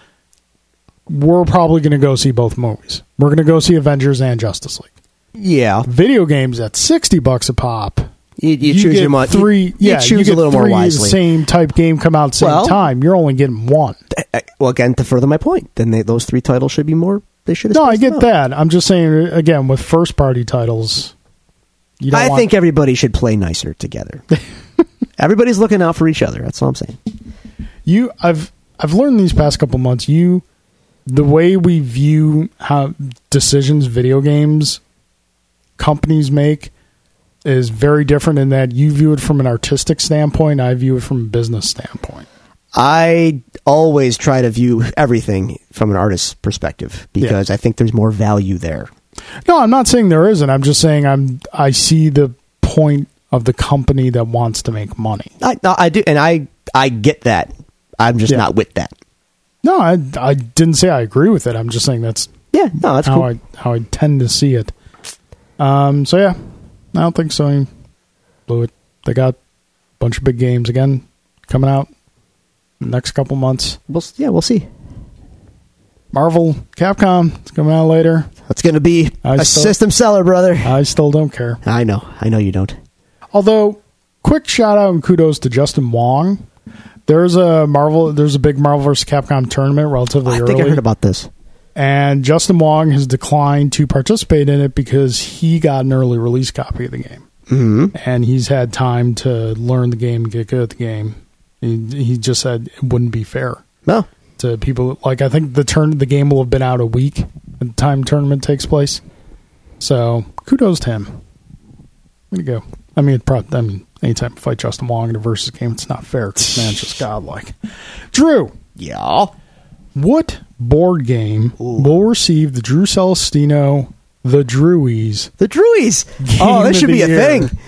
Speaker 1: we're probably going to go see both movies. We're going to go see Avengers and Justice League.
Speaker 2: yeah.
Speaker 1: Video games at sixty bucks a pop.
Speaker 2: You, you, choose
Speaker 1: get
Speaker 2: your month.
Speaker 1: Three, yeah,
Speaker 2: you choose
Speaker 1: get
Speaker 2: a little more
Speaker 1: three
Speaker 2: wisely.
Speaker 1: Same type game come out same
Speaker 2: Well-
Speaker 1: time. You're only getting one.
Speaker 2: I- eh, well, again, to further my point, then they, those three titles should be more. They should. have
Speaker 1: No, I
Speaker 2: spaced them
Speaker 1: get
Speaker 2: out.
Speaker 1: that. I'm just saying again with first party titles. You don't
Speaker 2: I
Speaker 1: want-
Speaker 2: think everybody should play nicer together. Everybody's looking out for each other. That's all I'm saying.
Speaker 1: you i've i've learned these past couple months you the way we view how decisions video games companies make is very different in that you view it from an artistic standpoint i view it from a business standpoint
Speaker 2: I always try to view everything from an artist's perspective because I think there's more value there.
Speaker 1: no i'm not saying there isn't i'm just saying i'm i see the point of the company that wants to make money
Speaker 2: I, no, I do, and I I get that. I'm just
Speaker 1: Yeah.
Speaker 2: not with that.
Speaker 1: no i i didn't say i agree with it i'm just saying that's
Speaker 2: Yeah, no, that's
Speaker 1: how
Speaker 2: cool.
Speaker 1: i how i tend to see it um so yeah i don't think Sony blew it they got a bunch of big games again coming out next couple months
Speaker 2: we'll, s- yeah, we'll see.
Speaker 1: marvel capcom it's coming out later
Speaker 2: That's going to be a
Speaker 1: I still-
Speaker 2: system seller, brother.
Speaker 1: i still don't care
Speaker 2: I know, I know you don't.
Speaker 1: although quick shout out and kudos to justin wong there's a marvel there's a big marvel vs capcom tournament relatively
Speaker 2: I
Speaker 1: early
Speaker 2: think I heard about this.
Speaker 1: and justin wong has declined to participate in it because he got an early release copy of the game
Speaker 2: hmm
Speaker 1: and he's had time to learn the game, get good at the game. He, he just said it wouldn't be fair
Speaker 2: No,
Speaker 1: to people. Like I think the turn the game will have been out a week at the time tournament takes place. So kudos to him. Way to go. I mean, probably, I mean, anytime you fight Justin Wong in a versus game, it's not fair. 'cause man's just godlike. Drew,
Speaker 2: yeah.
Speaker 1: what board game will receive the Drew Celestino, the Drewies
Speaker 2: The Druids. oh,
Speaker 1: Game of
Speaker 2: this should
Speaker 1: the
Speaker 2: be a
Speaker 1: year.
Speaker 2: thing.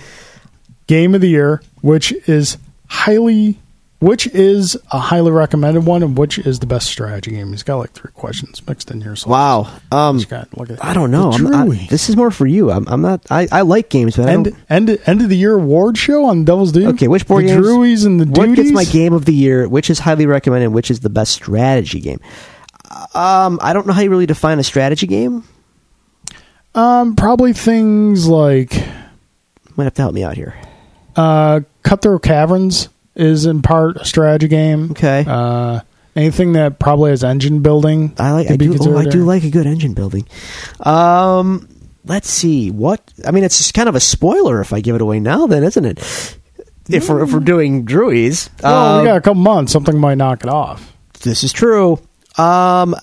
Speaker 1: game of the year, which is highly which is a highly recommended one, and which is the best strategy game. He's got like three questions mixed in here. So
Speaker 2: Wow. Um,
Speaker 1: he's got- look at
Speaker 2: I don't know. I'm, I,
Speaker 1: Drewy.
Speaker 2: this is more for you. I'm, I'm not. I, I like games, but I
Speaker 1: End,
Speaker 2: don't.
Speaker 1: end end of the year award show on Devil's Due.
Speaker 2: Okay, which board
Speaker 1: the
Speaker 2: games?
Speaker 1: Druies and the
Speaker 2: what
Speaker 1: Duties.
Speaker 2: gets my game of the year? Which is highly recommended? Which is the best strategy game? Um, I don't know how you really define a strategy game.
Speaker 1: Um, probably things like
Speaker 2: Might have to help me out here.
Speaker 1: uh, Cutthroat Caverns is in part a strategy game.
Speaker 2: Okay.
Speaker 1: Uh, anything that probably has engine building.
Speaker 2: I like.
Speaker 1: could
Speaker 2: I
Speaker 1: be
Speaker 2: do. Oh, I
Speaker 1: considered
Speaker 2: do
Speaker 1: a-
Speaker 2: like a good engine building. Um, let's see what. I mean, it's just kind of a spoiler if I give it away now, then, isn't it? If we're, if we're doing Druids,
Speaker 1: Well,
Speaker 2: um,
Speaker 1: we got a couple months. Something might knock it off.
Speaker 2: this is true. Um,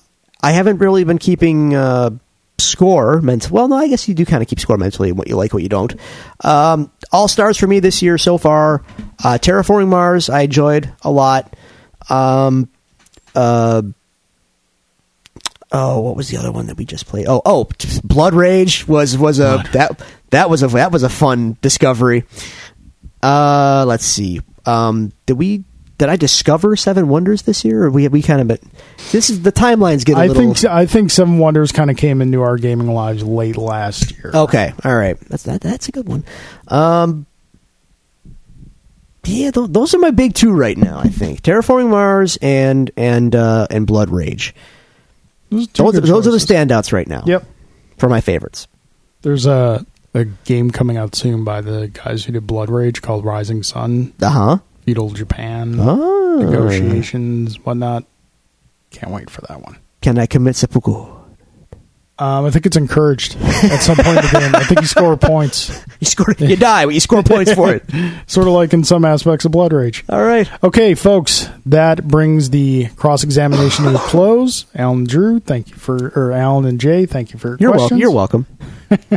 Speaker 2: I haven't really been keeping uh, score mentally. Well, no, I guess you do kind of keep score mentally. What you like, what you don't. Um, all stars for me this year so far. Uh, Terraforming Mars, I enjoyed a lot. Um, uh, oh, what was the other one that we just played? Oh, oh, just Blood Rage was was a that that was a that was a fun discovery. Uh, let's see. Um, did we? Did I discover Seven Wonders this year? Or we we kind of but this is the timelines get a
Speaker 1: I
Speaker 2: little.
Speaker 1: think I think Seven Wonders kind of came into our gaming lives late last year.
Speaker 2: Okay, all right. That's that, that's a good one. Um, yeah, th- those are my big two right now. I think Terraforming Mars and and uh, and Blood Rage.
Speaker 1: Those, are two
Speaker 2: Those,
Speaker 1: good
Speaker 2: those are the
Speaker 1: choices.
Speaker 2: standouts right now.
Speaker 1: Yep.
Speaker 2: for my favorites.
Speaker 1: There's a a game coming out soon by the guys who did Blood Rage called Rising Sun,
Speaker 2: Uh huh.
Speaker 1: Feudal Japan,
Speaker 2: Oh.
Speaker 1: negotiations, whatnot. Can't wait for that one.
Speaker 2: Can I commit seppuku?
Speaker 1: Um, I think it's encouraged at some point in the game. I think you score points,
Speaker 2: You score. You die. but You score points for it.
Speaker 1: sort of like in some aspects of Blood Rage.
Speaker 2: All right.
Speaker 1: Okay, folks, that brings the cross examination to a close. Alan, Drew, thank you for, or Alan and Jay, thank you for your
Speaker 2: You're
Speaker 1: questions.
Speaker 2: welcome. You're welcome.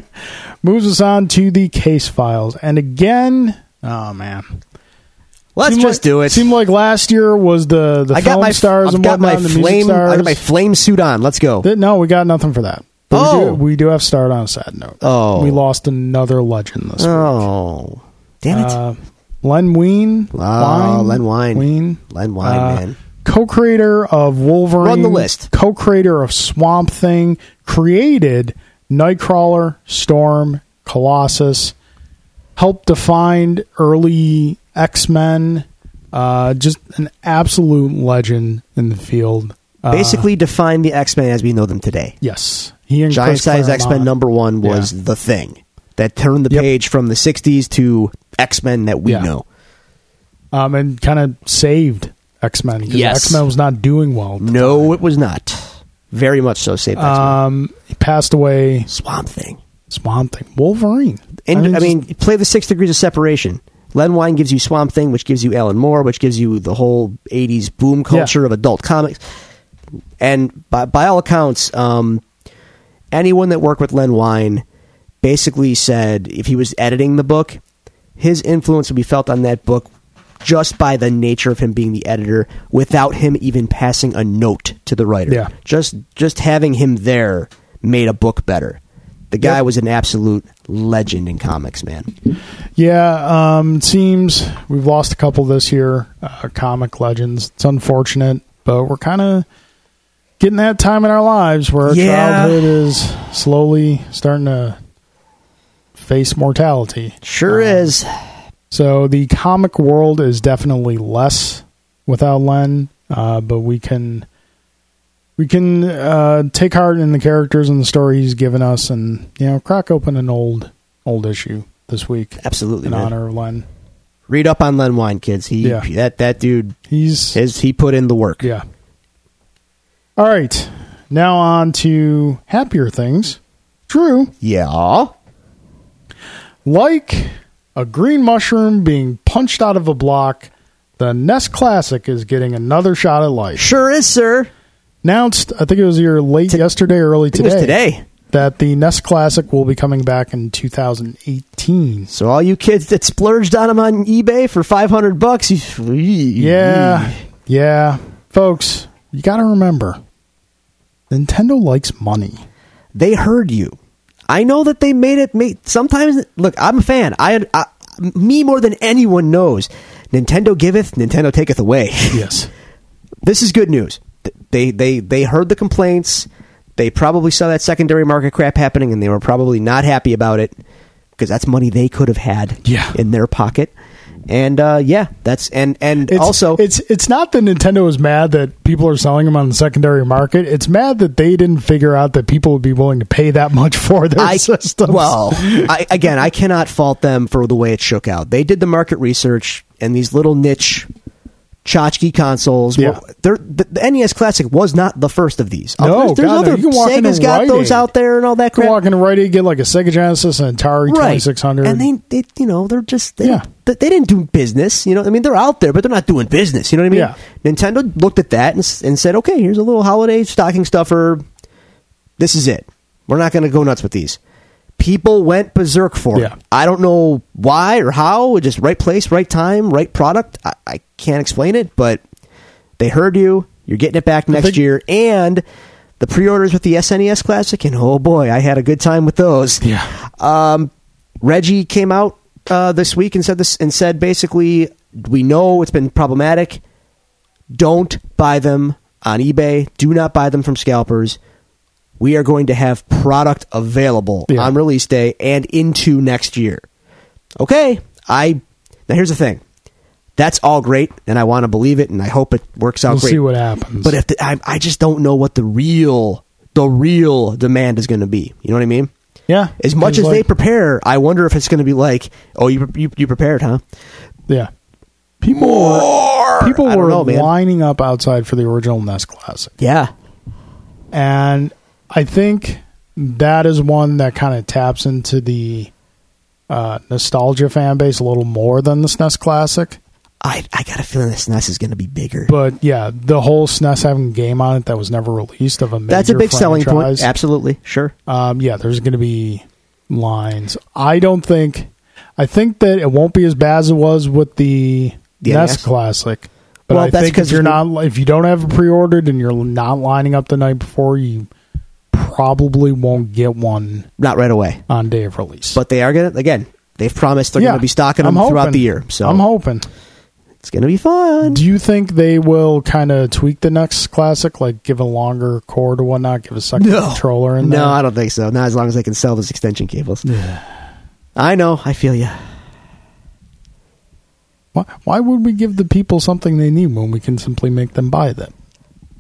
Speaker 1: Moves us on to the case files, and again, oh man,
Speaker 2: Let's
Speaker 1: Seemed
Speaker 2: just
Speaker 1: like-
Speaker 2: do it.
Speaker 1: Seemed like last year was the the
Speaker 2: I got
Speaker 1: film
Speaker 2: my
Speaker 1: stars
Speaker 2: I've
Speaker 1: and
Speaker 2: got
Speaker 1: whatnot,
Speaker 2: my
Speaker 1: and the music
Speaker 2: flame.
Speaker 1: stars.
Speaker 2: I got my flame suit on. Let's go.
Speaker 1: Th- no, we got nothing for that. But we,
Speaker 2: Oh.
Speaker 1: do, we do have started on a sad note.
Speaker 2: Oh.
Speaker 1: we lost another legend this week.
Speaker 2: oh, damn it.
Speaker 1: Uh, Len Wein,
Speaker 2: Ah, Len Wein.
Speaker 1: Wein,
Speaker 2: Len Wein,
Speaker 1: uh,
Speaker 2: man.
Speaker 1: co-creator of Wolverine,
Speaker 2: Run the list.
Speaker 1: co-creator of Swamp Thing, created Nightcrawler, Storm, Colossus, helped define early X Men. Uh, just an absolute legend in the field. Uh,
Speaker 2: Basically, define the X Men as we know them today.
Speaker 1: yes, he and
Speaker 2: Giant
Speaker 1: Chris
Speaker 2: size
Speaker 1: Claremont.
Speaker 2: X Men number one was
Speaker 1: Yeah.
Speaker 2: the thing that turned the
Speaker 1: Yep.
Speaker 2: page from the '60s to X Men that we
Speaker 1: Yeah.
Speaker 2: know.
Speaker 1: um, and kind of saved X Men.
Speaker 2: Yes.
Speaker 1: X Men was not doing well.
Speaker 2: No, it was not. Very much so. Saved X Men.
Speaker 1: Um, he passed away.
Speaker 2: Swamp Thing.
Speaker 1: Swamp Thing, Wolverine.
Speaker 2: And I mean,
Speaker 1: just-
Speaker 2: play the six degrees of separation. Len Wein gives you Swamp Thing, which gives you Alan Moore, which gives you the whole '80s boom culture of adult comics. And by, by all accounts, um, anyone that worked with Len Wein basically said if he was editing the book, his influence would be felt on that book just by the nature of him being the editor, without him even passing a note to the writer.
Speaker 1: Yeah.
Speaker 2: Just just having him there made a book better. The guy
Speaker 1: Yep.
Speaker 2: was an absolute legend in comics, man.
Speaker 1: Yeah, um, it seems we've lost a couple this year, uh, comic legends. It's unfortunate, but we're kind of getting that time in our lives where our
Speaker 2: Yeah.
Speaker 1: childhood is slowly starting to face mortality.
Speaker 2: Sure is.
Speaker 1: So the comic world is definitely less without Len, uh, but we can we can uh, take heart in the characters and the story he's given us, and you know, crack open an old old issue this week
Speaker 2: Absolutely,
Speaker 1: in
Speaker 2: man.
Speaker 1: honor of Len.
Speaker 2: Read up on Len Wein, kids. He
Speaker 1: Yeah.
Speaker 2: that that dude
Speaker 1: He's
Speaker 2: his he put in the work.
Speaker 1: yeah. All right, now on to happier things. Drew,
Speaker 2: Yeah.
Speaker 1: like a green mushroom being punched out of a block, the Nest Classic is getting another shot at life.
Speaker 2: Sure is, sir.
Speaker 1: Announced, I think it was either late yesterday or early
Speaker 2: It was
Speaker 1: today,
Speaker 2: today.
Speaker 1: that the Nest Classic will be coming back in 2018.
Speaker 2: So all you kids that splurged on him on eBay for five hundred bucks, you
Speaker 1: Yeah, yeah, folks, you got to remember, Nintendo likes money.
Speaker 2: they heard you. I know that they made it. Make, sometimes, look, I'm a fan. I, I, me more than anyone knows. Nintendo giveth, Nintendo taketh away.
Speaker 1: Yes.
Speaker 2: this is good news. Th- They they they heard the complaints. They probably saw that secondary market crap happening, and they were probably not happy about it because that's money they could have had
Speaker 1: Yeah.
Speaker 2: in their pocket. And uh, yeah, that's and and
Speaker 1: It's,
Speaker 2: also
Speaker 1: it's it's not that Nintendo is mad that people are selling them on the secondary market. It's mad that they didn't figure out that people would be willing to pay that much for their
Speaker 2: I,
Speaker 1: systems.
Speaker 2: Well, I, again, I cannot fault them for the way it shook out. They did the market research, and these little niche tchotchke consoles.
Speaker 1: Yeah.
Speaker 2: Were, they're- the, the NES Classic was not the first of these.
Speaker 1: No,
Speaker 2: Others- there's
Speaker 1: God, no.
Speaker 2: other
Speaker 1: You can walk into
Speaker 2: Sega's got
Speaker 1: Rite
Speaker 2: those
Speaker 1: Aid.
Speaker 2: out there and all that
Speaker 1: Go
Speaker 2: crap.
Speaker 1: walk into Rite Aid, get like a Sega Genesis, an Atari
Speaker 2: Right,
Speaker 1: 2600.
Speaker 2: and they, they, you know, they're just they,
Speaker 1: Yeah.
Speaker 2: they, they didn't do business. You know, I mean, they're out there, but they're not doing business. You know what I mean?
Speaker 1: Yeah.
Speaker 2: Nintendo looked at that and, s- and said, "Okay, here's a little holiday stocking stuffer. This is it. We're not going to go nuts with these." People went berserk for
Speaker 1: Yeah.
Speaker 2: it. I don't know why or how. Just right place, right time, right product. I, I can't explain it, but they heard you. You're getting it back next
Speaker 1: think-
Speaker 2: year, and the pre-orders with the SNES Classic, and oh boy, I had a good time with those.
Speaker 1: yeah.
Speaker 2: Um, Reggie came out uh, this week and said this and said basically, we know it's been problematic. Don't buy them on eBay. Do not buy them from scalpers. We are going to have product available
Speaker 1: Yeah.
Speaker 2: on release day and into next year. Okay, I now here's the thing. That's all great, and I want to believe it, and I hope it works out
Speaker 1: We'll
Speaker 2: great.
Speaker 1: see what happens.
Speaker 2: But if the, I, I just don't know what the real the real demand is going to be. You know what I mean?
Speaker 1: yeah,
Speaker 2: As much as
Speaker 1: There's
Speaker 2: they
Speaker 1: like-
Speaker 2: prepare, I wonder if it's going to be like, oh, you you, you prepared, huh?
Speaker 1: yeah, people were people
Speaker 2: I don't
Speaker 1: were
Speaker 2: know, man.
Speaker 1: lining up outside for the original NES Classic.
Speaker 2: Yeah,
Speaker 1: And I think that is one that kind of taps into the uh, nostalgia fan base a little more than the SNES Classic.
Speaker 2: I I got a feeling this NES is going to be bigger.
Speaker 1: But yeah, the whole SNES having a game on it that was never released of a major
Speaker 2: That's a big selling
Speaker 1: franchise,
Speaker 2: point. Absolutely, sure.
Speaker 1: Um, yeah, there's going to be lines. I don't think. I think that it won't be as bad as it was with the
Speaker 2: The
Speaker 1: NES
Speaker 2: NES?
Speaker 1: Classic. But
Speaker 2: Well,
Speaker 1: I
Speaker 2: that's
Speaker 1: think
Speaker 2: 'cause
Speaker 1: if you're
Speaker 2: we-
Speaker 1: not if you don't have it pre-ordered and you're not lining up the night before, you probably won't get one
Speaker 2: Not right away,
Speaker 1: on day of release.
Speaker 2: but they are going to again. They've promised they're going to be stocking them
Speaker 1: I'm
Speaker 2: throughout
Speaker 1: hoping.
Speaker 2: the year, so
Speaker 1: I'm hoping.
Speaker 2: it's going to be fun.
Speaker 1: Do you think they will kind of tweak the next classic, like give a longer cord or whatnot, give a second controller in there?
Speaker 2: No, I don't think so. Not as long as they can sell those extension cables. I know. I feel you.
Speaker 1: Why, why would we give the people something they need when we can simply make them buy them?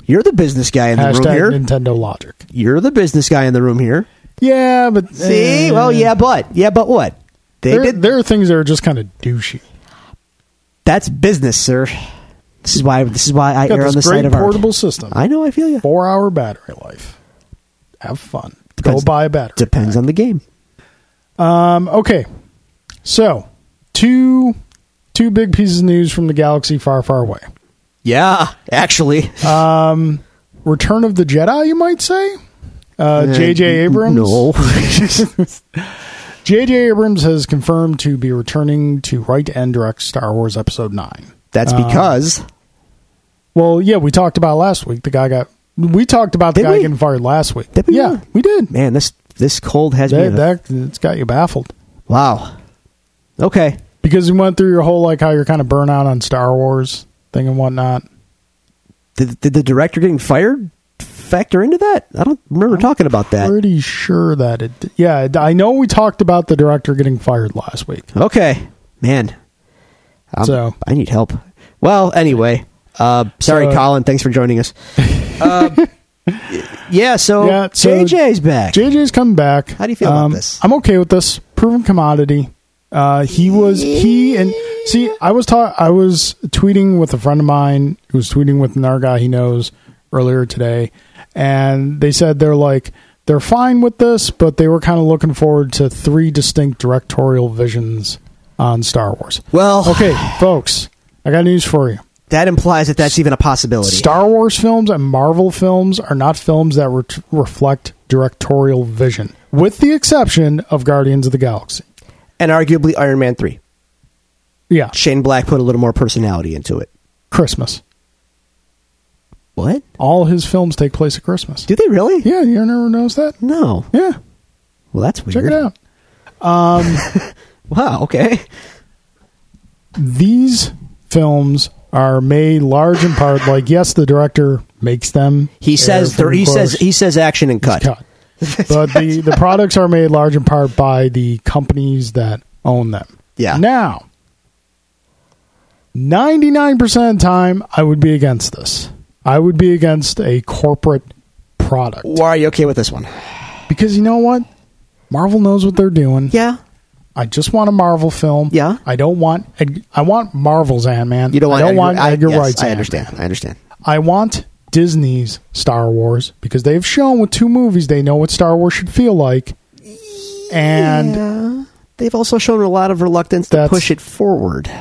Speaker 2: You're the business guy in the room here.
Speaker 1: Hashtag Nintendo logic.
Speaker 2: You're the business guy in the room here.
Speaker 1: Yeah, but
Speaker 2: See?
Speaker 1: eh,
Speaker 2: well, yeah, but yeah, but what? They
Speaker 1: there,
Speaker 2: did.
Speaker 1: there are things that are just kind of douchey.
Speaker 2: That's business, sir. This is why. This is why I
Speaker 1: Got
Speaker 2: err on
Speaker 1: this
Speaker 2: the
Speaker 1: great
Speaker 2: side of art.
Speaker 1: portable system,
Speaker 2: I know. I feel you.
Speaker 1: four hour battery life. Have fun.
Speaker 2: Depends-
Speaker 1: Go buy a battery.
Speaker 2: Depends on the game.
Speaker 1: Um, okay, so two two big pieces of news from the galaxy far, far away. Um,
Speaker 2: Yeah, actually,
Speaker 1: Uh, Return of the Jedi, you might say. Uh,
Speaker 2: Uh,
Speaker 1: J.J. Abrams.
Speaker 2: No,
Speaker 1: J.J. Abrams has confirmed to be returning to write and direct Star Wars Episode Nine.
Speaker 2: that's
Speaker 1: Uh,
Speaker 2: because
Speaker 1: Well, yeah, we talked about last week. The guy got. We talked about the
Speaker 2: Did
Speaker 1: guy
Speaker 2: we?
Speaker 1: getting fired last week.
Speaker 2: Did we
Speaker 1: yeah,
Speaker 2: really?
Speaker 1: we did.
Speaker 2: man, this this cold has
Speaker 1: That,
Speaker 2: been
Speaker 1: that it's got you baffled
Speaker 2: wow. Okay,
Speaker 1: because you went through your whole like how you're kind of burnout on Star Wars thing and whatnot.
Speaker 2: did, did the director getting fired factor into that? I don't remember talking about that.
Speaker 1: Pretty sure that it. Yeah, I know we talked about the director getting fired last week.
Speaker 2: Okay, man, I'm-
Speaker 1: So-
Speaker 2: I need help. Well, anyway, uh, sorry,
Speaker 1: So-
Speaker 2: Colin. Thanks for joining us. Uh, yeah, so,
Speaker 1: Yeah, so-
Speaker 2: JJ's back.
Speaker 1: JJ's coming back. Um,
Speaker 2: How do you feel about this?
Speaker 1: I'm okay with this. Proven commodity. Uh, he was he and see. I was ta- I was tweeting with a friend of mine who was tweeting with another guy he knows earlier today, and they said they're like they're fine with this, but they were kind of looking forward to three distinct directorial visions on Star Wars.
Speaker 2: well,
Speaker 1: Okay, folks, I got news for you.
Speaker 2: that implies that that's even a possibility.
Speaker 1: Star Wars films and Marvel films are not films that re- reflect directorial vision, with the exception of Guardians of the Galaxy.
Speaker 2: and arguably Iron Man 3.
Speaker 1: Yeah,
Speaker 2: Shane Black put a little more personality into it.
Speaker 1: Christmas.
Speaker 2: What?
Speaker 1: All his films take place at Christmas.
Speaker 2: Do they really?
Speaker 1: Yeah, you never knows that.
Speaker 2: No.
Speaker 1: Yeah,
Speaker 2: Well, that's
Speaker 1: check
Speaker 2: weird.
Speaker 1: it out. Um,
Speaker 2: Wow, okay.
Speaker 1: These films are made large in part like yes, the director makes them.
Speaker 2: He says
Speaker 1: Air
Speaker 2: he
Speaker 1: quotes,
Speaker 2: says he says action and cut.
Speaker 1: cut. But the the products are made large in part by the companies that own them.
Speaker 2: Yeah.
Speaker 1: Now, 99% of the time, I would be against this. I would be against a corporate product.
Speaker 2: Why are you okay with this one?
Speaker 1: Because you know what? Marvel knows what they're doing.
Speaker 2: Yeah.
Speaker 1: I just want a Marvel film.
Speaker 2: Yeah.
Speaker 1: I don't want. Ed- I want Marvel's Ant Man.
Speaker 2: You don't want
Speaker 1: I don't
Speaker 2: Edgar,
Speaker 1: want Edgar
Speaker 2: I, yes,
Speaker 1: Wright's
Speaker 2: I
Speaker 1: Ant-Man.
Speaker 2: understand. I understand.
Speaker 1: I want Disney's Star Wars because they've shown with two movies they know what Star Wars should feel like. And
Speaker 2: yeah. they've also shown a lot of reluctance to
Speaker 1: That's-
Speaker 2: push it forward.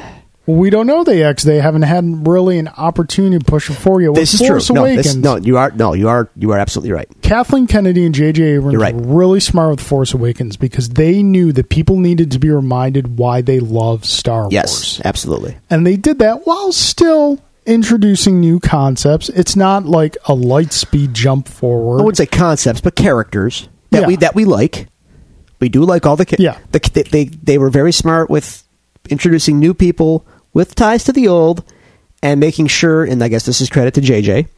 Speaker 1: we don't know they actually they haven't had really an opportunity to push it for you.
Speaker 2: This is
Speaker 1: with
Speaker 2: true.
Speaker 1: Force
Speaker 2: No,
Speaker 1: Awakens,
Speaker 2: this, no, you are no, you are you are absolutely right.
Speaker 1: Kathleen Kennedy and J.J. Abrams
Speaker 2: You're right.
Speaker 1: were really smart with Force Awakens because they knew that people needed to be reminded why they love Star Wars.
Speaker 2: Yes, absolutely.
Speaker 1: And they did that while still introducing new concepts. It's not like a light speed jump forward.
Speaker 2: I wouldn't say concepts, but characters that
Speaker 1: Yeah.
Speaker 2: we that we like. We do like all the ca-
Speaker 1: Yeah.
Speaker 2: The, they, they they were very smart with introducing new people with ties to the old, and making sure. And I guess this is credit to JJ,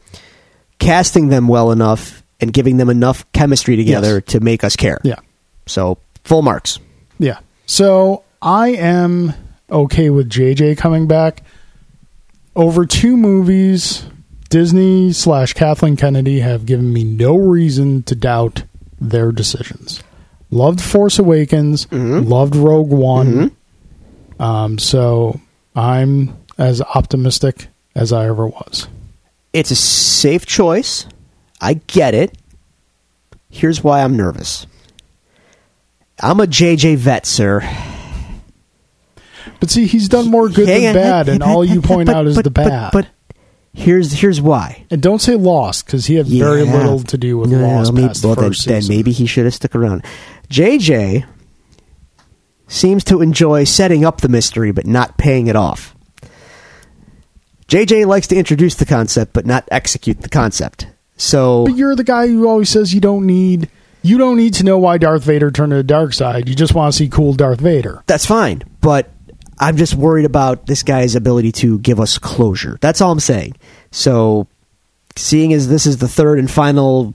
Speaker 2: casting them well enough and giving them enough chemistry together to make us care.
Speaker 1: Yeah.
Speaker 2: So full marks.
Speaker 1: Yeah. So I am okay with JJ coming back. Over two movies, Disney slash Kathleen Kennedy have given me no reason to doubt their decisions. Loved Force Awakens,
Speaker 2: Mm-hmm.
Speaker 1: loved Rogue One. Um, so I'm as optimistic as I ever was.
Speaker 2: It's a safe choice. I get it. Here's why I'm nervous. I'm a JJ vet, sir.
Speaker 1: But see, he's done more good
Speaker 2: Yeah, yeah,
Speaker 1: than bad,
Speaker 2: yeah,
Speaker 1: and
Speaker 2: yeah,
Speaker 1: all you
Speaker 2: yeah,
Speaker 1: point
Speaker 2: but-
Speaker 1: out is
Speaker 2: but-
Speaker 1: the
Speaker 2: but-
Speaker 1: bad.
Speaker 2: But, here's here's why.
Speaker 1: and don't say lost because he had very
Speaker 2: Yeah.
Speaker 1: little to do with
Speaker 2: No, no, no,
Speaker 1: lost
Speaker 2: maybe-
Speaker 1: past
Speaker 2: well,
Speaker 1: the
Speaker 2: then,
Speaker 1: first
Speaker 2: then
Speaker 1: season.
Speaker 2: maybe he should have stuck around. JJ seems to enjoy setting up the mystery but not paying it off. JJ likes to introduce the concept but not execute the concept. So
Speaker 1: But you're the guy who always says you don't need you don't need to know why Darth Vader turned to the dark side. You just want to see cool Darth Vader.
Speaker 2: that's fine. But I'm just worried about this guy's ability to give us closure. That's all I'm saying. So, seeing as this is the third and final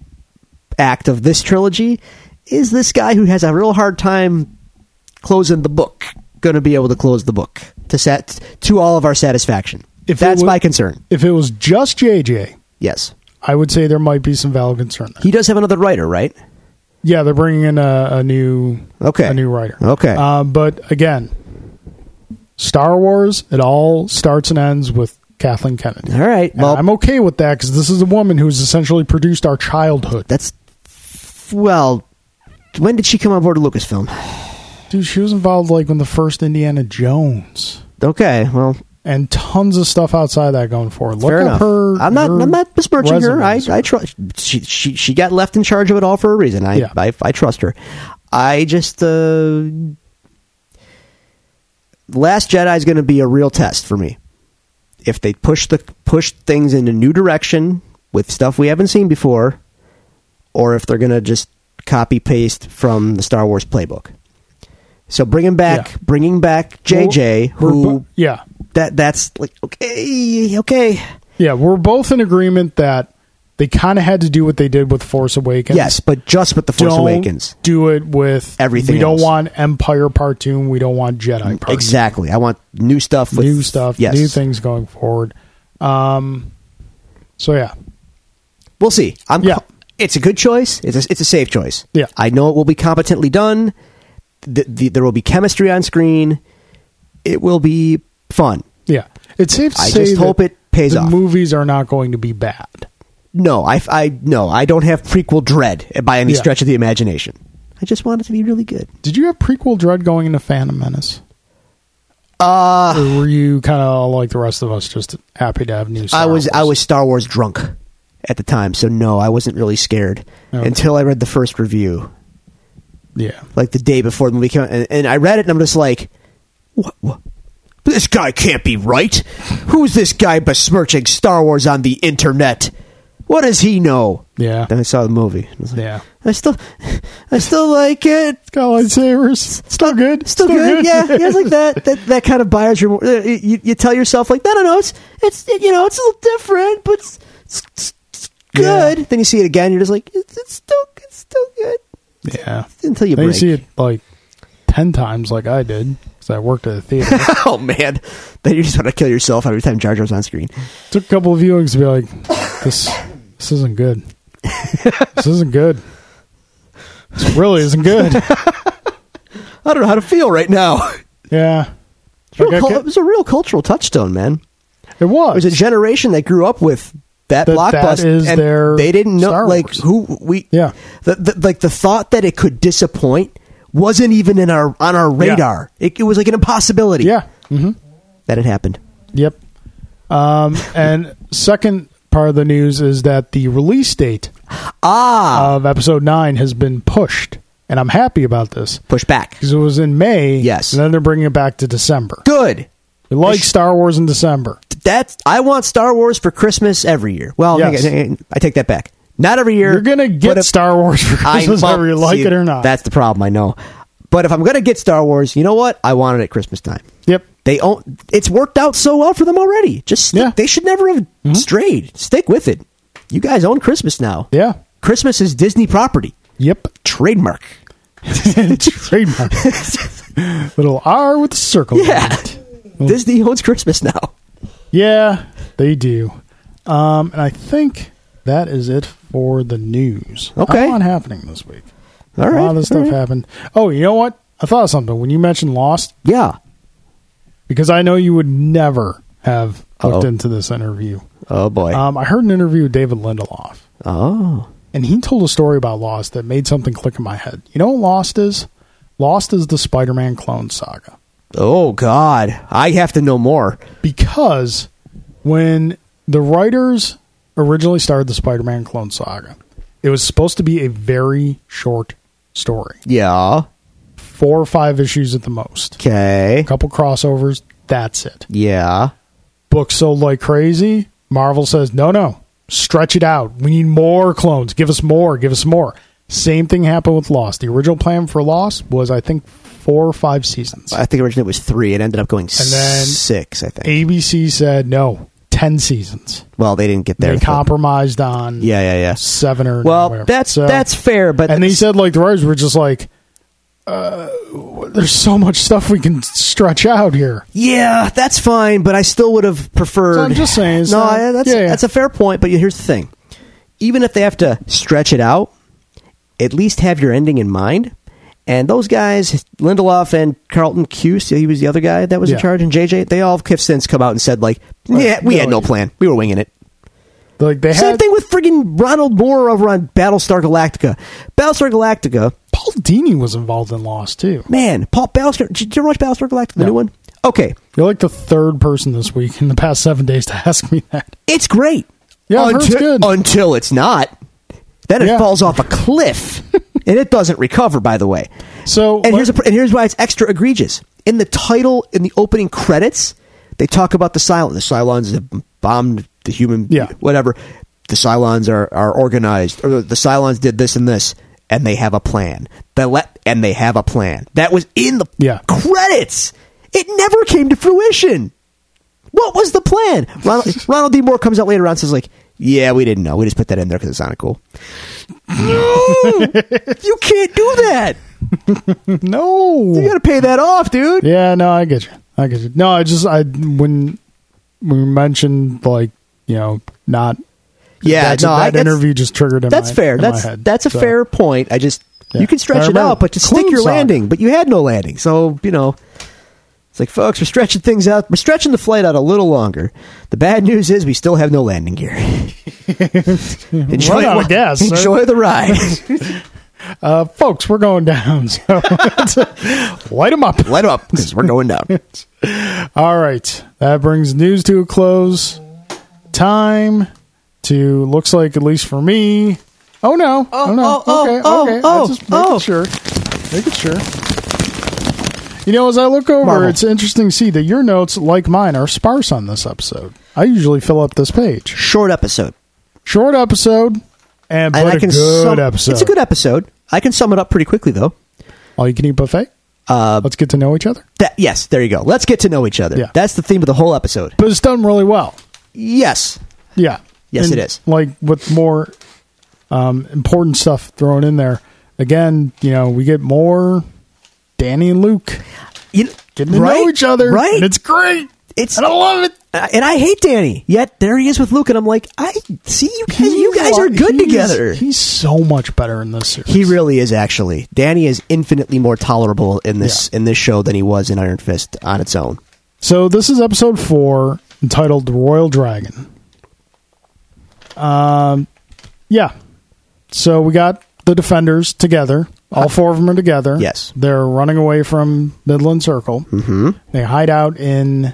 Speaker 2: act of this trilogy, is this guy who has a real hard time closing the book going to be able to close the book to sat to all of our satisfaction?
Speaker 1: If it
Speaker 2: that's
Speaker 1: would-
Speaker 2: my concern.
Speaker 1: If it was just JJ,
Speaker 2: Yes,
Speaker 1: I would say there might be some valid concern. There.
Speaker 2: he does have another writer, right?
Speaker 1: Yeah, they're bringing in a, a new
Speaker 2: Okay.
Speaker 1: a new writer.
Speaker 2: Okay.
Speaker 1: uh, but again, Star Wars it all starts and ends with Kathleen Kennedy.
Speaker 2: All right.
Speaker 1: And
Speaker 2: Well,
Speaker 1: I'm okay with that because this is a woman who's essentially produced our childhood.
Speaker 2: that's well. When did she come on board to Lucasfilm?
Speaker 1: Dude, she was involved like when the first Indiana Jones.
Speaker 2: Okay. Well,
Speaker 1: and tons of stuff outside of that going forward. Look
Speaker 2: Fair
Speaker 1: up
Speaker 2: enough.
Speaker 1: her.
Speaker 2: I'm not.
Speaker 1: her
Speaker 2: I'm not besmirching her. I.
Speaker 1: resumes.
Speaker 2: I trust. She, she. She got left in charge of it all for a reason. I.
Speaker 1: Yeah.
Speaker 2: I, I trust her. I just. Uh, Last Jedi is going to be a real test for me. If they push the push things in a new direction with stuff we haven't seen before, or if they're going to just copy paste from the Star Wars playbook. So bringing back,
Speaker 1: Yeah.
Speaker 2: bringing back JJ,
Speaker 1: We're
Speaker 2: who
Speaker 1: bo- yeah,
Speaker 2: that that's like okay, okay.
Speaker 1: yeah, we're both in agreement that they kind of had to do what they did with Force Awakens.
Speaker 2: Yes, but just with the Force
Speaker 1: Don't
Speaker 2: Awakens.
Speaker 1: do it with
Speaker 2: Everything
Speaker 1: We don't
Speaker 2: else.
Speaker 1: want Empire Part Two. and We don't want Jedi Part.
Speaker 2: Exactly. I want new stuff.
Speaker 1: Two.
Speaker 2: With,
Speaker 1: New stuff.
Speaker 2: Yes.
Speaker 1: New things going forward. Um. So yeah,
Speaker 2: We'll see. I'm.
Speaker 1: Yeah.
Speaker 2: It's a good choice. It's a, it's a safe choice.
Speaker 1: Yeah.
Speaker 2: I know it will be competently done. The, the, there will be chemistry on screen. It will be fun.
Speaker 1: yeah. It's safe to
Speaker 2: I
Speaker 1: say
Speaker 2: just
Speaker 1: that
Speaker 2: hope it pays
Speaker 1: the
Speaker 2: off.
Speaker 1: movies are not going to be bad.
Speaker 2: No, I, I no, I don't have prequel dread by any
Speaker 1: Yeah.
Speaker 2: stretch of the imagination. I just want it to be really good.
Speaker 1: Did you have prequel dread going into Phantom Menace?
Speaker 2: Uh,
Speaker 1: Or were you kind of like the rest of us, just happy to have new? Star
Speaker 2: I was
Speaker 1: Wars?
Speaker 2: I was Star Wars drunk at the time, so no, I wasn't really scared
Speaker 1: Okay.
Speaker 2: until I read the first review
Speaker 1: Yeah.
Speaker 2: like the day before the movie came out, and, and I read it, and I'm just like, what, what? This guy can't be right. Who's this guy besmirching Star Wars on the internet? What does he know?
Speaker 1: Yeah.
Speaker 2: Then I saw the movie. I, was like,
Speaker 1: Yeah.
Speaker 2: I still, I still like it.
Speaker 1: Got lightsabers. Still good.
Speaker 2: Still, good. Yeah, yeah, it's like that. That that kind of buyer's reward. uh, You, you tell yourself like, no, no, no. It's it's you know, it's a little different, but it's, it's, it's- it's good. Then you see it again. You're just like, it's, it's still it's still good
Speaker 1: Yeah.
Speaker 2: until you
Speaker 1: They
Speaker 2: break.
Speaker 1: see it like 10 times like I did because I worked at a theater.
Speaker 2: oh man, then you just want to kill yourself every time Jar Jar's on screen.
Speaker 1: Took a couple of viewings to be like, this, this isn't good. This isn't good. This really isn't good.
Speaker 2: I don't know how to feel right now.
Speaker 1: Yeah.
Speaker 2: It's a real
Speaker 1: Like, I
Speaker 2: cul-
Speaker 1: ca-
Speaker 2: it was a real cultural touchstone, man.
Speaker 1: it was.
Speaker 2: It was a generation that grew up with that,
Speaker 1: That-
Speaker 2: blockbuster.
Speaker 1: that is
Speaker 2: and
Speaker 1: their
Speaker 2: they didn't know,
Speaker 1: Star
Speaker 2: like
Speaker 1: Wars.
Speaker 2: who we.
Speaker 1: Yeah.
Speaker 2: The, the, like the thought that it could disappoint wasn't even in our on our radar. It, it was like an impossibility.
Speaker 1: yeah. hmm
Speaker 2: that it happened.
Speaker 1: Yep. Um, and second part of the news is that the release date
Speaker 2: Ah,
Speaker 1: of episode 9 has been pushed. And I'm happy about this
Speaker 2: push back.
Speaker 1: because it was in May.
Speaker 2: Yes.
Speaker 1: And then they're bringing it back to December.
Speaker 2: Good.
Speaker 1: We like Star Wars in December.
Speaker 2: That's I want Star Wars for Christmas every year. Well, hang
Speaker 1: Yes.
Speaker 2: on, hang on. I take that back. Not every year.
Speaker 1: You're gonna
Speaker 2: but
Speaker 1: get
Speaker 2: if-
Speaker 1: Star Wars for
Speaker 2: I-
Speaker 1: Christmas,
Speaker 2: well,
Speaker 1: whether you like
Speaker 2: see,
Speaker 1: it or not.
Speaker 2: That's the problem. I know. But if I'm gonna get Star Wars, you know what? I want it at Christmas time.
Speaker 1: yep.
Speaker 2: They own. It's worked out so well for them already. Just stick,
Speaker 1: Yeah. Mm-hmm.
Speaker 2: they should never have strayed. Stick with it. You guys own Christmas now.
Speaker 1: Yeah.
Speaker 2: Christmas is Disney property,
Speaker 1: Yep.
Speaker 2: trademark.
Speaker 1: Trademark. Little R with a circle. on
Speaker 2: Yeah,
Speaker 1: it.
Speaker 2: Disney owns Christmas now.
Speaker 1: Yeah, they do. Um, and I think that is it for the news.
Speaker 2: Okay.
Speaker 1: A lot happening this week.
Speaker 2: All
Speaker 1: a
Speaker 2: right,
Speaker 1: lot of this
Speaker 2: all
Speaker 1: stuff
Speaker 2: right.
Speaker 1: happened. Oh, you know what? I thought of something when you mentioned Lost,
Speaker 2: Yeah.
Speaker 1: because I know you would never have looked
Speaker 2: Uh-oh.
Speaker 1: into this interview.
Speaker 2: Oh boy.
Speaker 1: Um, I heard an interview with David Lindelof,
Speaker 2: oh.
Speaker 1: and he told a story about Lost that made something click in my head. You know what Lost is? Lost is the Spider Man clone saga.
Speaker 2: Oh God. I have to know more.
Speaker 1: because when the writers originally started the Spider-Man clone saga, it was supposed to be a very short story,
Speaker 2: Yeah.
Speaker 1: four or five issues at the most,
Speaker 2: Okay.
Speaker 1: a couple crossovers. That's it.
Speaker 2: Yeah.
Speaker 1: Book sold like crazy. Marvel says, no, no, stretch it out. We need more clones. Give us more. Give us more. Same thing happened with Lost. The original plan for Lost was, I think, four or five seasons.
Speaker 2: I think originally it was three. It ended up going
Speaker 1: then-
Speaker 2: Uh, six. I think.
Speaker 1: ABC said, no, 10 seasons.
Speaker 2: Well, they didn't get there.
Speaker 1: They compromised on
Speaker 2: yeah. Yeah. Yeah.
Speaker 1: seven or
Speaker 2: Well,
Speaker 1: whatever.
Speaker 2: that's
Speaker 1: So-
Speaker 2: that's fair, but
Speaker 1: and they said like the writers were just like, uh, there's so much stuff we can stretch out here.
Speaker 2: Yeah, that's fine, but I still would have preferred.
Speaker 1: So I'm just saying, it's
Speaker 2: no,
Speaker 1: not-
Speaker 2: I, that's
Speaker 1: yeah, yeah.
Speaker 2: that's a fair point. But here's the thing: even if they have to stretch it out, at least have your ending in mind. And those guys, Lindelof and Carlton Cuse, he was the other guy that was in
Speaker 1: Yeah.
Speaker 2: charge, and JJ, they all have since come out and said like,
Speaker 1: Right.
Speaker 2: yeah, we
Speaker 1: No,
Speaker 2: had no
Speaker 1: you-
Speaker 2: plan, we were winging it.
Speaker 1: Like they
Speaker 2: Same
Speaker 1: had
Speaker 2: thing with friggin' Ronald Moore over on Battlestar Galactica. Battlestar Galactica
Speaker 1: Paul Dini was involved in Lost too.
Speaker 2: Man, Paul Battlestar. Did you ever watch Battlestar Galactica? The
Speaker 1: No.
Speaker 2: new one. Okay,
Speaker 1: You're like the third person this week in the past seven days to ask me that.
Speaker 2: it's great.
Speaker 1: Yeah, I've heard it's
Speaker 2: Until-
Speaker 1: good.
Speaker 2: Until it's not. Then it
Speaker 1: Yeah.
Speaker 2: falls off a cliff, and it doesn't recover. By the way,
Speaker 1: So
Speaker 2: and
Speaker 1: let-
Speaker 2: here's a, pr- and here's why it's extra egregious. In the title, in the opening credits, they talk about the Cylons. The Cylons have bombed the human,
Speaker 1: Yeah.
Speaker 2: whatever. The Cylons are, are organized, or the Cylons did this and this, and they have a plan. The le- and they have a plan that was in the
Speaker 1: Yeah.
Speaker 2: credits. It never came to fruition. What was the plan? Ronald, Ronald D. Moore comes out later on and says, like, yeah, we didn't know. We just put that in there because it sounded cool. No! you can't do that. You
Speaker 1: no,
Speaker 2: got to pay that off, dude.
Speaker 1: yeah, no, I get you. I get you. No, I just I when when we mentioned like you know not
Speaker 2: Yeah,
Speaker 1: that,
Speaker 2: no,
Speaker 1: that
Speaker 2: I- that's-
Speaker 1: interview just triggered. In
Speaker 2: That's
Speaker 1: my-
Speaker 2: fair.
Speaker 1: in
Speaker 2: That's
Speaker 1: my head.
Speaker 2: that's a
Speaker 1: So,
Speaker 2: fair point. I just
Speaker 1: Yeah.
Speaker 2: you can
Speaker 1: I
Speaker 2: stretch it
Speaker 1: remember.
Speaker 2: out, but just
Speaker 1: Clone
Speaker 2: stick your
Speaker 1: saga.
Speaker 2: landing. But you had no landing, so you know. It's like, folks, we're stretching things out. We're stretching the flight out a little longer. The bad news is we still have no landing gear. enjoy,
Speaker 1: Run out of
Speaker 2: wh-
Speaker 1: gas, sir.
Speaker 2: Enjoy the ride.
Speaker 1: uh, folks. We're going down. So light them up.
Speaker 2: Light up because we're going down.
Speaker 1: All right, that brings news to a close. Time to looks like at least for me. Oh no! Oh, no!
Speaker 2: oh, oh,
Speaker 1: okay,
Speaker 2: oh,
Speaker 1: okay.
Speaker 2: oh,
Speaker 1: I just making
Speaker 2: oh.
Speaker 1: sure, making sure. You know, as I look over,
Speaker 2: Marvel.
Speaker 1: it's interesting to see that your notes, like mine, are sparse on this episode. I usually fill up this page.
Speaker 2: Short episode.
Speaker 1: Short episode, And,
Speaker 2: and
Speaker 1: but
Speaker 2: I
Speaker 1: a
Speaker 2: can
Speaker 1: good
Speaker 2: sum-
Speaker 1: episode.
Speaker 2: It's a good episode. I can sum it up pretty quickly though.
Speaker 1: All you can eat buffet. Uh, Let's get to know each other.
Speaker 2: That, yes, there you go. Let's get to know each other.
Speaker 1: Yeah.
Speaker 2: That's the theme of the whole episode.
Speaker 1: But it's done really well.
Speaker 2: Yes.
Speaker 1: Yeah.
Speaker 2: Yes, it is.
Speaker 1: Like with more um, important stuff thrown in there. Again, you know, we get more Danny and Luke
Speaker 2: You kn-
Speaker 1: getting to
Speaker 2: right?
Speaker 1: know each other.
Speaker 2: Right.
Speaker 1: And it's great.
Speaker 2: It's-
Speaker 1: and I love it.
Speaker 2: Uh, and I hate Danny. Yet there he is with Luke, and I'm like, I see you guys. You
Speaker 1: He's
Speaker 2: guys
Speaker 1: a-
Speaker 2: are good
Speaker 1: he's-
Speaker 2: together.
Speaker 1: He's so much better in this series.
Speaker 2: He really is actually. Danny is infinitely more tolerable in this
Speaker 1: Yeah.
Speaker 2: in this show than he was in Iron Fist on its own.
Speaker 1: So this is episode four, entitled "Royal Dragon." Um, yeah. So we got the defenders together. All four of them are together.
Speaker 2: Yes.
Speaker 1: they're running away from Midland Circle. Mm-hmm. They hide out in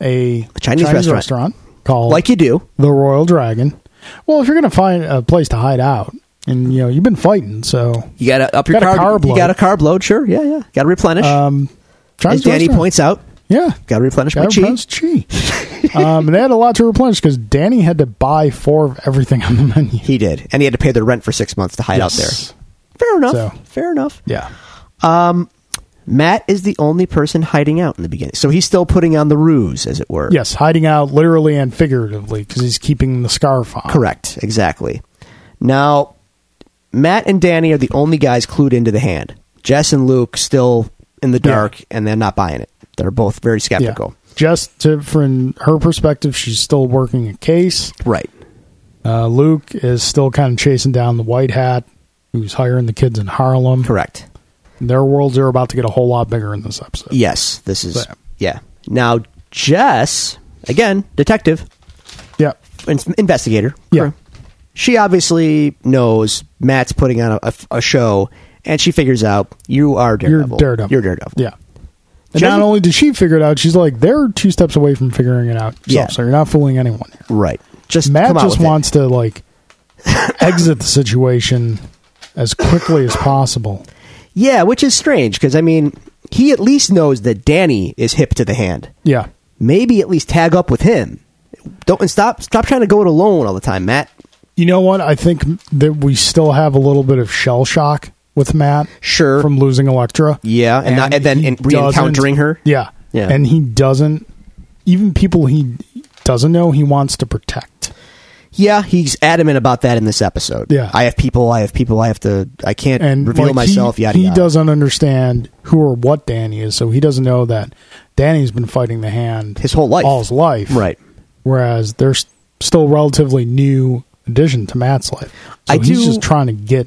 Speaker 1: a
Speaker 2: Chinese restaurant.
Speaker 1: restaurant called
Speaker 2: Like you do.
Speaker 1: the Royal Dragon. Well, if you're going to find a place to hide out, and you know you've been fighting, so
Speaker 2: You got to up your
Speaker 1: Got a carb
Speaker 2: You
Speaker 1: load.
Speaker 2: got a carb load, sure. Yeah, yeah. Got to replenish.
Speaker 1: um,
Speaker 2: As
Speaker 1: Chinese
Speaker 2: Danny
Speaker 1: restaurant.
Speaker 2: points out,
Speaker 1: Yeah,
Speaker 2: got to replenish my
Speaker 1: That
Speaker 2: chi.
Speaker 1: replenish chi. um, and they had a lot to replenish because Danny had to buy four of everything on the menu.
Speaker 2: He did, and he had to pay the rent for six months to hide
Speaker 1: Yes.
Speaker 2: out there. Fair enough.
Speaker 1: So-
Speaker 2: Fair enough.
Speaker 1: Yeah.
Speaker 2: Um, Matt is the only person hiding out in the beginning, so he's still putting on the ruse, as it were.
Speaker 1: Yes, hiding out literally and figuratively because he's keeping the scarf on.
Speaker 2: Correct. Exactly. Now, Matt and Danny are the only guys clued into the hand. Jess and Luke still in the
Speaker 1: Yeah.
Speaker 2: dark, and they're not buying it. They're both very
Speaker 1: Yeah.
Speaker 2: skeptical.
Speaker 1: Just to, from her perspective, she's still working a case.
Speaker 2: Right.
Speaker 1: Uh, Luke is still kind of chasing down the white hat, who's hiring the kids in Harlem.
Speaker 2: Correct.
Speaker 1: Their worlds are about to get a whole lot bigger in this episode.
Speaker 2: Yes. This is
Speaker 1: Yeah.
Speaker 2: yeah. Now, Jess again, detective,
Speaker 1: Yeah.
Speaker 2: in- investigator.
Speaker 1: Yeah.
Speaker 2: She obviously knows Matt's putting on a, a f- a show, and she figures out you are
Speaker 1: You're
Speaker 2: Daredevil.
Speaker 1: Daredevil.
Speaker 2: You're Daredevil.
Speaker 1: Yeah. And
Speaker 2: Jen-
Speaker 1: not only did she figure it out, she's like, they're two steps away from figuring it out.
Speaker 2: Yeah.
Speaker 1: So you're not fooling anyone here.
Speaker 2: Right. Just
Speaker 1: Matt
Speaker 2: come out
Speaker 1: just
Speaker 2: with it.
Speaker 1: wants to like exit the situation as quickly as possible.
Speaker 2: Yeah, which is strange because I mean, he at least knows that Danny is hip to the hand.
Speaker 1: Yeah.
Speaker 2: Maybe at least tag up with him. Don't and stop stop trying to go it alone all the time, Matt.
Speaker 1: You know what? I think that we still have a little bit of shell shock with Matt.
Speaker 2: Sure.
Speaker 1: From losing Electra.
Speaker 2: Yeah, and not- and then
Speaker 1: he
Speaker 2: in-
Speaker 1: doesn't-
Speaker 2: re-encountering her?
Speaker 1: Yeah.
Speaker 2: Yeah.
Speaker 1: And he doesn't even people he doesn't know he wants to protect.
Speaker 2: Yeah, he's adamant about that in this episode.
Speaker 1: Yeah.
Speaker 2: I have people. I have people. I have to. I can't
Speaker 1: And
Speaker 2: reveal
Speaker 1: like,
Speaker 2: myself.
Speaker 1: He,
Speaker 2: yada
Speaker 1: he
Speaker 2: yada.
Speaker 1: doesn't understand who or what Danny is, so he doesn't know that Danny's been fighting the hand
Speaker 2: His whole life.
Speaker 1: all his life,
Speaker 2: Right.
Speaker 1: whereas they're s- still relatively new addition to Matt's life. So
Speaker 2: I
Speaker 1: he's
Speaker 2: do-
Speaker 1: just trying to get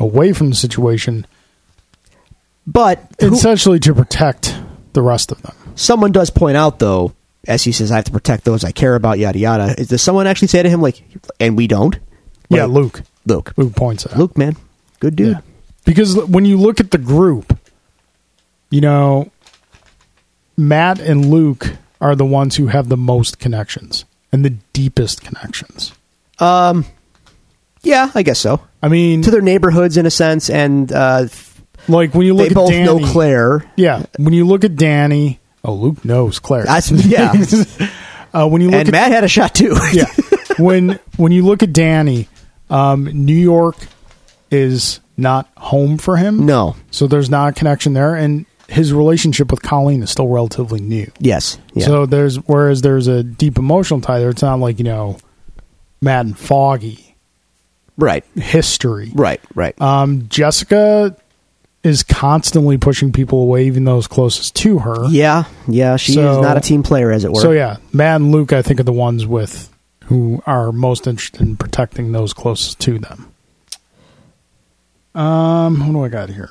Speaker 1: away from the situation,
Speaker 2: But who-
Speaker 1: essentially to protect the rest of them.
Speaker 2: someone does point out though, as he says, I have to protect those I care about. Yada yada. Is- Does someone actually say to him like, and we don't?
Speaker 1: yeah,
Speaker 2: Like,
Speaker 1: Luke.
Speaker 2: Luke.
Speaker 1: Luke points it out.
Speaker 2: Luke, man, good dude.
Speaker 1: Yeah. Because l- when you look at the group, you know, Matt and Luke are the ones who have the most connections and the deepest connections.
Speaker 2: Um, yeah, I guess so.
Speaker 1: I mean,
Speaker 2: to their neighborhoods in a sense, and uh, f-
Speaker 1: like when you look
Speaker 2: they
Speaker 1: at
Speaker 2: both
Speaker 1: Danny,
Speaker 2: know Claire.
Speaker 1: Yeah, when you look at Danny, oh, Luke knows Claire.
Speaker 2: That's yeah.
Speaker 1: uh, when you look
Speaker 2: and
Speaker 1: at
Speaker 2: Matt had a shot too.
Speaker 1: yeah. when when you look at Danny, um, New York is not home for him.
Speaker 2: No.
Speaker 1: So there's not a connection there, and his relationship with Colleen is still relatively new.
Speaker 2: yes. Yeah.
Speaker 1: So there's whereas there's a deep emotional tie there. It's not like you know, Matt and Foggy
Speaker 2: right.
Speaker 1: history.
Speaker 2: Right. Right.
Speaker 1: Um, Jessica is constantly pushing people away, even those closest to her.
Speaker 2: yeah. Yeah. She is
Speaker 1: so-
Speaker 2: not a team player, as it were.
Speaker 1: So yeah, Matt and Luke, I think, are the ones with who are most interested in protecting those closest to them. Um, what do I got here?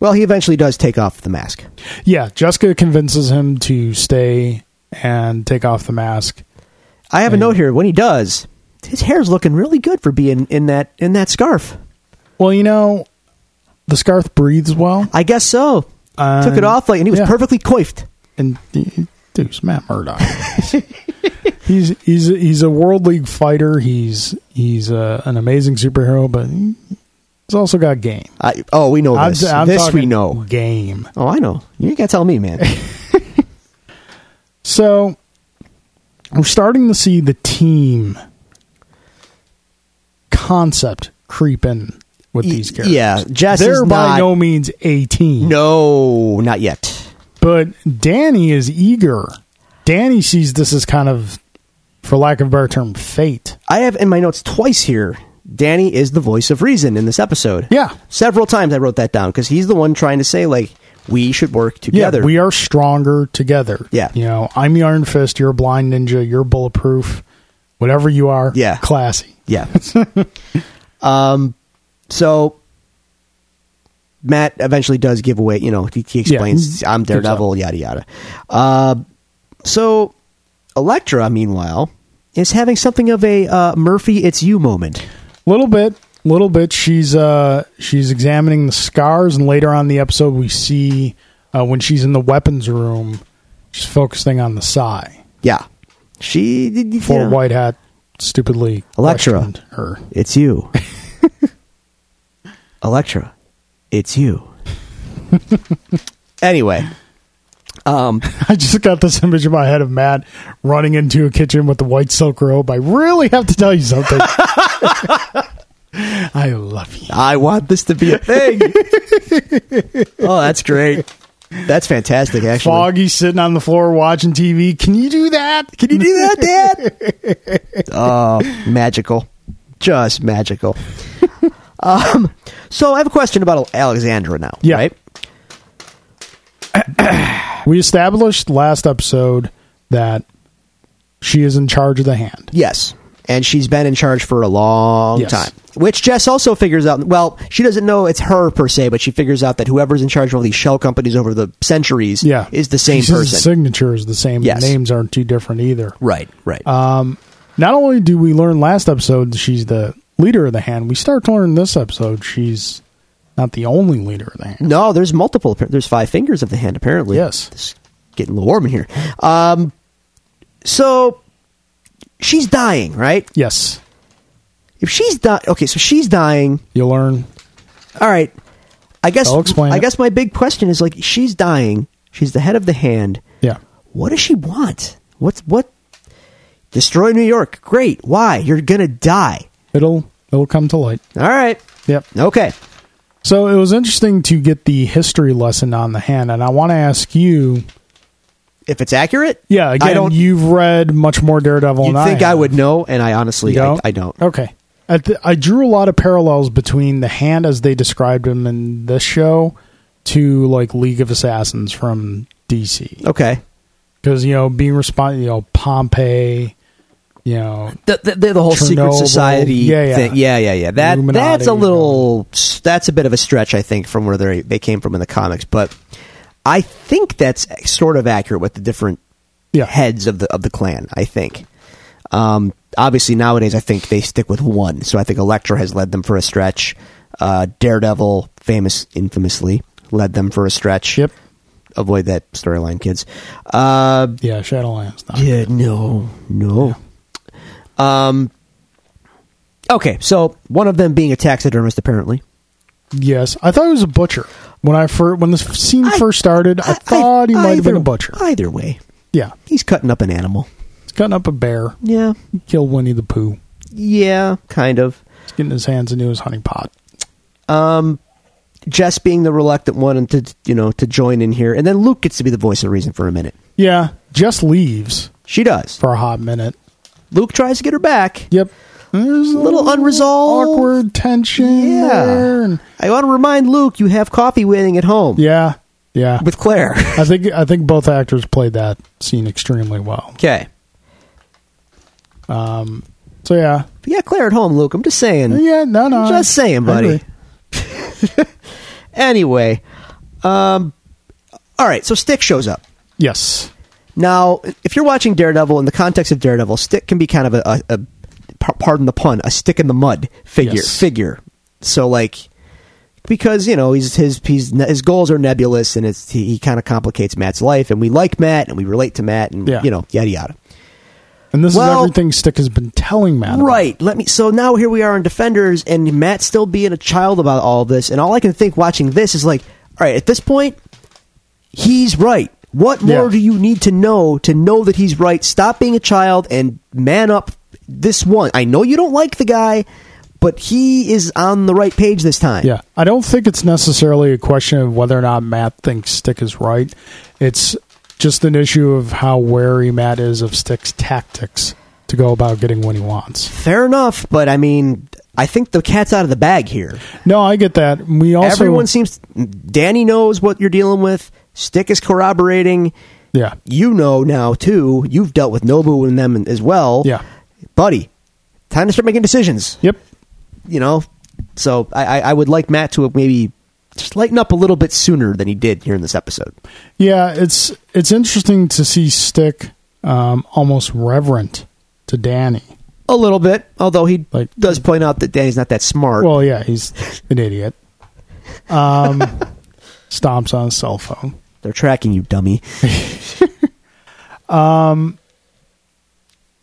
Speaker 2: Well, he eventually does take off the mask.
Speaker 1: Yeah, Jessica convinces him to stay and take off the mask.
Speaker 2: I
Speaker 1: Hmm.
Speaker 2: have a note here. When he does, his hair's looking really good for being in that in that scarf.
Speaker 1: Well, you know, the scarf breathes well,
Speaker 2: I guess so.
Speaker 1: Um,
Speaker 2: Took it off like, and he was
Speaker 1: yeah.
Speaker 2: perfectly coiffed.
Speaker 1: and dude's Matt Murdock. he's he's he's a world league fighter. He's he's uh, an amazing superhero, but he's also got game.
Speaker 2: I, oh, we know this. this we
Speaker 1: talking
Speaker 2: know.
Speaker 1: game.
Speaker 2: Oh, I know. You ain't gotta tell me, man.
Speaker 1: So we're starting to see the team concept creeping with these characters.
Speaker 2: Yeah, Jess
Speaker 1: They're
Speaker 2: is
Speaker 1: by
Speaker 2: not-
Speaker 1: no means 18.
Speaker 2: No, not yet.
Speaker 1: But Danny is eager. Danny sees this as kind of, for lack of a better term, fate.
Speaker 2: I have in my notes twice here. Danny is the voice of reason in this episode.
Speaker 1: Yeah.
Speaker 2: several times I wrote that down because he's the one trying to say like we should work together.
Speaker 1: Yeah, we are stronger together.
Speaker 2: Yeah.
Speaker 1: You know, I'm the Iron Fist, you're a blind ninja, you're bulletproof, whatever you are.
Speaker 2: Yeah.
Speaker 1: Classy.
Speaker 2: Yeah. um, so Matt eventually does give away, you know, he, he explains,
Speaker 1: Yeah.
Speaker 2: I'm Daredevil, yada, yada. Uh, so Elektra, meanwhile, is having something of a uh, Murphy, it's you moment.
Speaker 1: Little bit, little bit. She's uh she's examining the scars, and later on in the episode, we see uh, when she's in the weapons room, she's focusing on the Psy.
Speaker 2: Yeah. She, you
Speaker 1: Fort
Speaker 2: know,
Speaker 1: White Hat stupidly
Speaker 2: Elektra.
Speaker 1: questioned her.
Speaker 2: it's you. Elektra, it's you. anyway. Um,
Speaker 1: I just got this image in my head of Matt running into a kitchen with the white silk robe. I really have to tell you something. I love you.
Speaker 2: I want this to be a thing. oh, that's great. That's fantastic, actually.
Speaker 1: Foggy sitting on the floor watching TV. Can you do that? Can
Speaker 2: Did you do that, Dad? oh, magical. Just magical. um, so I have a question about Alexandra now.
Speaker 1: Yeah.
Speaker 2: Right?
Speaker 1: We established last episode that she is in charge of the hand.
Speaker 2: Yes. And she's been in charge for a long
Speaker 1: Yes.
Speaker 2: time. Which Jess also figures out. Well, she doesn't know it's her per se, but she figures out that whoever's in charge of all these shell companies over the centuries
Speaker 1: Yeah,
Speaker 2: is the same
Speaker 1: She says
Speaker 2: person.
Speaker 1: The signature is the same.
Speaker 2: Yes.
Speaker 1: The names aren't too different either.
Speaker 2: right, right.
Speaker 1: Uh, Not only do we learn last episode that she's the leader of the hand, we start to learn this episode she's not the only leader of the hand.
Speaker 2: No, there's multiple. appar- There's five fingers of the hand, apparently.
Speaker 1: Yes.
Speaker 2: It's getting a little warm in here. Um, so she's dying, right?
Speaker 1: Yes,
Speaker 2: If she's dying, okay, so she's dying.
Speaker 1: you learn.
Speaker 2: All right. I guess
Speaker 1: I'll explain
Speaker 2: I
Speaker 1: it.
Speaker 2: guess my big question is like, she's dying. She's the head of the hand.
Speaker 1: Yeah,
Speaker 2: What does she want? What's what? Destroy New York. Great. Why? You're gonna die.
Speaker 1: it'll it'll come to light.
Speaker 2: All right.
Speaker 1: Yep.
Speaker 2: Okay.
Speaker 1: So it was interesting to get the history lesson on the hand, and I want to ask you.
Speaker 2: If it's accurate,
Speaker 1: Yeah, again,
Speaker 2: I don't.
Speaker 1: you've read much more Daredevil.
Speaker 2: You'd
Speaker 1: than
Speaker 2: think I,
Speaker 1: have.
Speaker 2: would know, and I honestly,
Speaker 1: You
Speaker 2: I, I don't.
Speaker 1: Okay. At the, I drew a lot of parallels between the hand as they described him in this show to like League of Assassins from DC
Speaker 2: Okay.
Speaker 1: because you know being responsible, you know Pompeii, you know
Speaker 2: the, the, the whole secret
Speaker 1: Chernobyl.
Speaker 2: society
Speaker 1: Yeah, yeah.
Speaker 2: thing. Yeah, yeah, yeah. That
Speaker 1: Illuminati,
Speaker 2: that's a little that's a bit of a stretch, I think, from where they they came from in the comics. But I think that's sort of accurate with the different
Speaker 1: Yeah.
Speaker 2: heads of the of the clan. I think. Um, obviously, nowadays I think they stick with one. So I think Elektra has led them for a stretch. Uh, Daredevil, famous infamously, led them for a stretch.
Speaker 1: Yep.
Speaker 2: Avoid that storyline, kids. Uh,
Speaker 1: yeah Shadowlands. Not,
Speaker 2: yeah, no, no. Um. Okay, so one of them being a taxidermist, apparently.
Speaker 1: Yes, I thought he was a butcher when I first when this scene first started. I, thought he might have been
Speaker 2: either-
Speaker 1: a butcher.
Speaker 2: Either way,
Speaker 1: yeah,
Speaker 2: he's cutting up an animal.
Speaker 1: he's cutting up a bear,
Speaker 2: Yeah,
Speaker 1: killed Winnie the Pooh.
Speaker 2: yeah, kind of. Um,
Speaker 1: He's getting his hands into his honey pot.
Speaker 2: Jess being the reluctant one, and to you know to join in here, and then Luke gets to be the voice of reason for a minute.
Speaker 1: Yeah, just leaves
Speaker 2: She does.
Speaker 1: for a hot minute.
Speaker 2: Luke tries to get her back.
Speaker 1: Yep. There's a
Speaker 2: Little unresolved.
Speaker 1: awkward tension.
Speaker 2: Yeah.
Speaker 1: there, and-
Speaker 2: I want to remind Luke you have coffee waiting at home
Speaker 1: yeah. Yeah.
Speaker 2: with Claire.
Speaker 1: I think I think both actors played that scene extremely well.
Speaker 2: okay.
Speaker 1: So yeah.
Speaker 2: Yeah, Claire at home, Luke. I'm just saying.
Speaker 1: Yeah, no no.
Speaker 2: Hmm. Just saying, buddy.
Speaker 1: I agree.
Speaker 2: Anyway, um, all right. So Stick shows up.
Speaker 1: Yes.
Speaker 2: Now, if you're watching Daredevil in the context of Daredevil, Stick can be kind of a, a, a par- pardon the pun, a stick in the mud figure.
Speaker 1: Yes.
Speaker 2: Figure. So like, because you know he's his he's, his goals are nebulous, and it's he, he kind of complicates Matt's life, and we like Matt, and we relate to Matt, and
Speaker 1: Yeah.
Speaker 2: you know yada yada.
Speaker 1: And this
Speaker 2: Well-
Speaker 1: is everything Stick has been telling Matt. about.
Speaker 2: Right. Let me. So now here we are in Defenders, and Matt still being a child about all this, and all I can think watching this is like, all right, at this point, he's right. What more
Speaker 1: Yeah.
Speaker 2: do you need to know to know that he's right? Stop being a child and man up. This one, I know you don't like the guy, but he is on the right page this time.
Speaker 1: Yeah, I don't think it's necessarily a question of whether or not Matt thinks Stick is right. It's just an issue of how wary Matt is of Stick's tactics to go about getting what he wants.
Speaker 2: Fair enough, but I mean, I think the cat's out of the bag here.
Speaker 1: No, I get that. We also
Speaker 2: Everyone seems. Danny knows what you're dealing with. Stick is corroborating.
Speaker 1: yeah,
Speaker 2: You know now too. You've dealt with Nobu and them as well.
Speaker 1: Yeah.
Speaker 2: buddy. Time to start making decisions.
Speaker 1: yep,
Speaker 2: You know. So I, I, I would like Matt to have maybe just lighten up a little bit sooner than he did here in this episode.
Speaker 1: yeah. It's it's interesting to see Stick um, almost reverent to Danny.
Speaker 2: A little bit, although he
Speaker 1: Like-
Speaker 2: does point out that Danny's not that smart.
Speaker 1: Well, yeah, he's an idiot. Um, stomps on his cell phone.
Speaker 2: They're tracking you, dummy.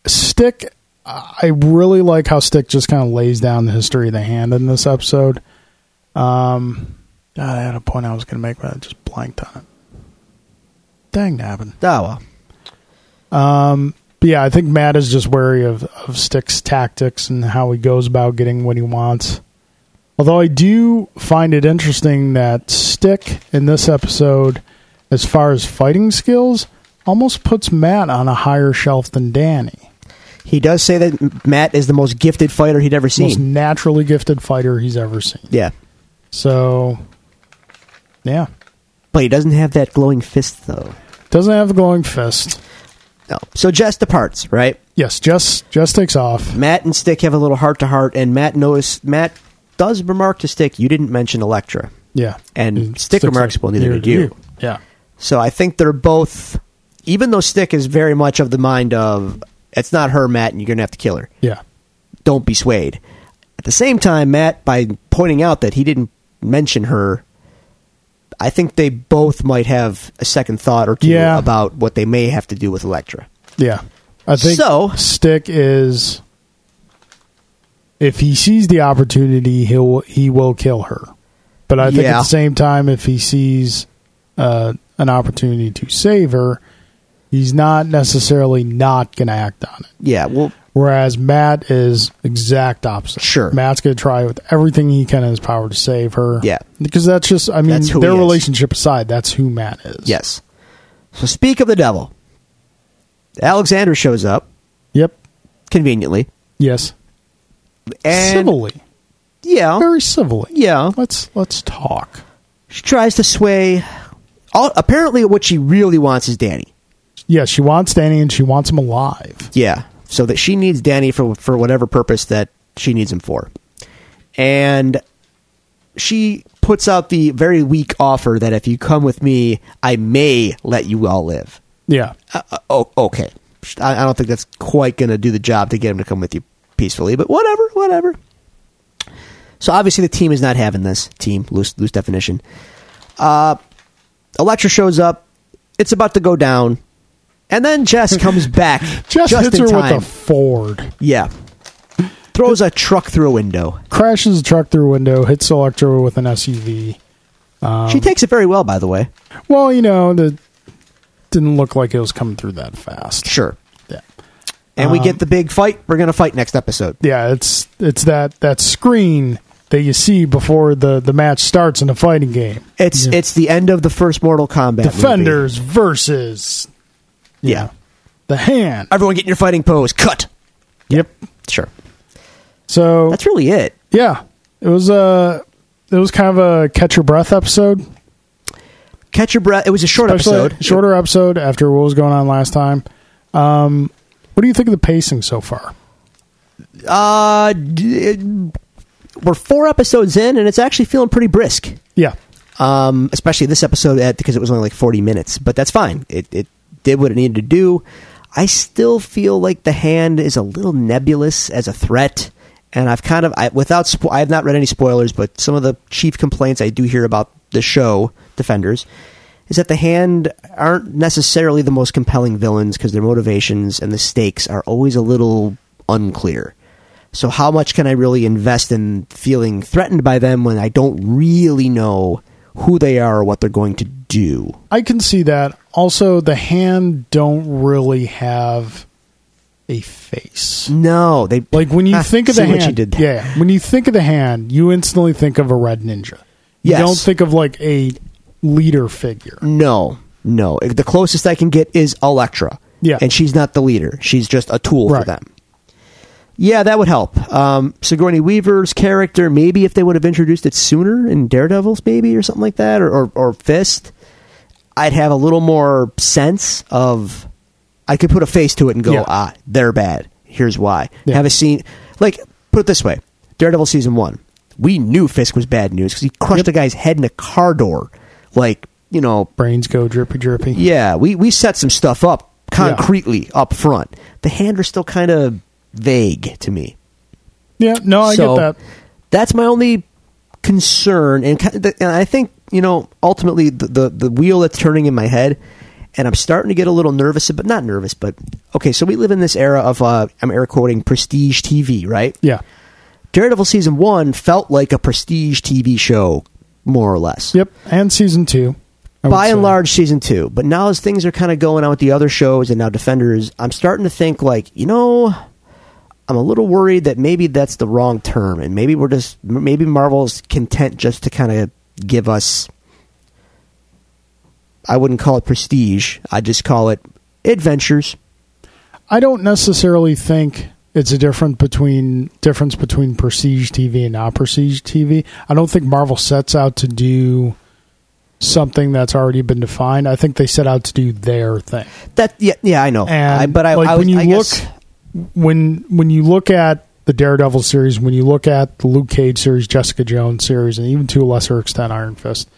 Speaker 1: Stick, I really like how Stick just kind of lays down the history of the hand in this episode. Um, God, I had a point I was going to make, but I just blanked on it. Dang nabbin.
Speaker 2: Ah, well.
Speaker 1: But yeah, I think Matt is just wary of, of Stick's tactics and how he goes about getting what he wants. Although I do find it interesting that Stick in this episode, as far as fighting skills, almost puts Matt on a higher shelf than Danny.
Speaker 2: He does say that Matt is the most gifted fighter he'd ever
Speaker 1: Most
Speaker 2: seen.
Speaker 1: naturally gifted fighter he's ever seen.
Speaker 2: yeah.
Speaker 1: So, yeah,
Speaker 2: But he doesn't have that glowing fist, though.
Speaker 1: doesn't have a glowing fist.
Speaker 2: No. So Jess departs, right?
Speaker 1: Yes, Jess Jess takes off.
Speaker 2: Matt and Stick have a little heart to heart, and Matt knows. Matt does remark to Stick, "You didn't mention Electra."
Speaker 1: Yeah,
Speaker 2: And
Speaker 1: He
Speaker 2: Stick
Speaker 1: sticks
Speaker 2: remarks,
Speaker 1: up
Speaker 2: "Well, neither
Speaker 1: near
Speaker 2: did
Speaker 1: to
Speaker 2: you."
Speaker 1: Yeah,
Speaker 2: So I think they're both, even though Stick is very much of the mind of, "It's not her, Matt, and you're gonna have to kill her."
Speaker 1: yeah,
Speaker 2: Don't be swayed. At the same time, Matt, by pointing out that he didn't mention her, I think they both might have a second thought or two
Speaker 1: Yeah.
Speaker 2: about what they may have to do with Electra.
Speaker 1: yeah. I think
Speaker 2: So-
Speaker 1: Stick is. If he sees the opportunity, he'll he will kill her. But I think at
Speaker 2: Yeah.
Speaker 1: the same time, if he sees uh, an opportunity to save her, he's not necessarily not going to act on it.
Speaker 2: Yeah. Well.
Speaker 1: Whereas Matt is exact opposite.
Speaker 2: Sure.
Speaker 1: Matt's gonna try with everything he can in his power to save her.
Speaker 2: Yeah.
Speaker 1: Because that's just I mean,
Speaker 2: That's who
Speaker 1: their
Speaker 2: he is.
Speaker 1: relationship aside, that's who Matt is.
Speaker 2: Yes. So speak of the devil. Alexander shows up
Speaker 1: Yep.
Speaker 2: conveniently.
Speaker 1: Yes.
Speaker 2: And
Speaker 1: civilly.
Speaker 2: Yeah.
Speaker 1: Very civilly.
Speaker 2: Yeah.
Speaker 1: Let's let's talk.
Speaker 2: She tries to sway. All, apparently, what she really wants is Danny.
Speaker 1: Yeah, she wants Danny and she wants him alive.
Speaker 2: Yeah. So that she needs Danny for for whatever purpose that she needs him for, and she puts out the very weak offer that if you come with me, I may let you all live.
Speaker 1: Yeah.
Speaker 2: uh, uh, oh, okay. I, I don't think that's quite going to do the job to get him to come with you peacefully, but whatever, whatever. So obviously the team is not having this team loose loose definition. Uh, Electra shows up. It's about to go down, and then Jess comes back
Speaker 1: Just,
Speaker 2: just,
Speaker 1: hits
Speaker 2: in
Speaker 1: her
Speaker 2: time.
Speaker 1: with a Ford.
Speaker 2: yeah, throws a truck through a window.
Speaker 1: Crashes the truck through a window, hits Electra with an SUV.
Speaker 2: she takes it very well, by the way.
Speaker 1: Well, you know, the didn't look like it was coming through that fast.
Speaker 2: Sure.
Speaker 1: Yeah.
Speaker 2: And we get the big fight. We're gonna fight next episode.
Speaker 1: yeah, it's it's that that screen that you see before the the match starts in a fighting game.
Speaker 2: It's
Speaker 1: Yeah.
Speaker 2: it's the end of the first Mortal Kombat. movie.
Speaker 1: defenders versus
Speaker 2: Yeah.
Speaker 1: the hand.
Speaker 2: Everyone get in your fighting pose. Cut.
Speaker 1: Yep.
Speaker 2: Sure.
Speaker 1: So
Speaker 2: That's really it.
Speaker 1: yeah, it was a it was kind of a catch your breath episode,
Speaker 2: Catch your breath. It was a short
Speaker 1: Especially-
Speaker 2: episode.
Speaker 1: shorter episode after what was going on last time. Um, what do you think of the pacing so far?
Speaker 2: Uh, d- it- we're four episodes in, and it's actually feeling pretty brisk.
Speaker 1: Yeah,
Speaker 2: Um, especially this episode at, because it was only like forty minutes, but that's fine. It it did what it needed to do. I still feel like the hand is a little nebulous as a threat, and I've kind of I, without spo- I have not read any spoilers, but some of the chief complaints I do hear about the show Defenders is that the hand aren't necessarily the most compelling villains because their motivations and the stakes are always a little unclear. So how much can I really invest in feeling threatened by them when I don't really know who they are or what they're going to do?
Speaker 1: I can see that. Also, the hand don't really have a a face.
Speaker 2: No, they
Speaker 1: Like when you
Speaker 2: Ah,
Speaker 1: think of
Speaker 2: see
Speaker 1: the hand,
Speaker 2: what you did there.
Speaker 1: yeah. When you think of the hand, you instantly think of a red ninja.
Speaker 2: Yes. Mm.
Speaker 1: You don't think of like a leader figure.
Speaker 2: No, no. The closest I can get is Electra.
Speaker 1: Yeah.
Speaker 2: And she's not the leader. She's just a tool
Speaker 1: Right.
Speaker 2: for them. Yeah, that would help. Um, Sigourney Weaver's character, maybe if they would have introduced it sooner in Daredevils, maybe, or something like that, or, or, or Fist, I'd have a little more sense of. I could put a face to it and go,
Speaker 1: Yeah.
Speaker 2: ah, they're bad. Here's why.
Speaker 1: Yeah.
Speaker 2: Have a scene. Like, put it this way Daredevil season one. We knew Fisk was bad news because he crushed a guy's head in a car door. Like, you know,
Speaker 1: Brains go drippy drippy.
Speaker 2: yeah, we, we set some stuff up concretely up front. The hand are still kind of vague to me.
Speaker 1: Yeah, no, I
Speaker 2: so
Speaker 1: get that.
Speaker 2: That's my only concern, and ki- the- and I think you know ultimately the, the the wheel that's turning in my head, and I'm starting to get a little nervous, but not nervous, but okay. So we live in this era of uh, I'm air quoting prestige TV, right?
Speaker 1: Yeah.
Speaker 2: Daredevil season one felt like a prestige TV show, more or less
Speaker 1: Yep. And season two. I would
Speaker 2: by and
Speaker 1: say.
Speaker 2: large season two but now as things are kind of going on with the other shows and now defenders i'm starting to think like you know i'm a little worried that maybe that's the wrong term and maybe we're just m- maybe marvel's content just to kind of give us i wouldn't call it prestige i just call it adventures
Speaker 1: I don't necessarily think it's a difference between difference between prestige TV and not prestige TV. I don't think Marvel sets out to do something that's already been defined. I think they set out to do their thing.
Speaker 2: that yeah yeah i know
Speaker 1: And
Speaker 2: I, but i,
Speaker 1: like
Speaker 2: I
Speaker 1: when you
Speaker 2: I
Speaker 1: look
Speaker 2: guess-
Speaker 1: when when you look at the Daredevil series, when you look at the Luke Cage series, Jessica Jones series, and even to a lesser extent Iron Fist,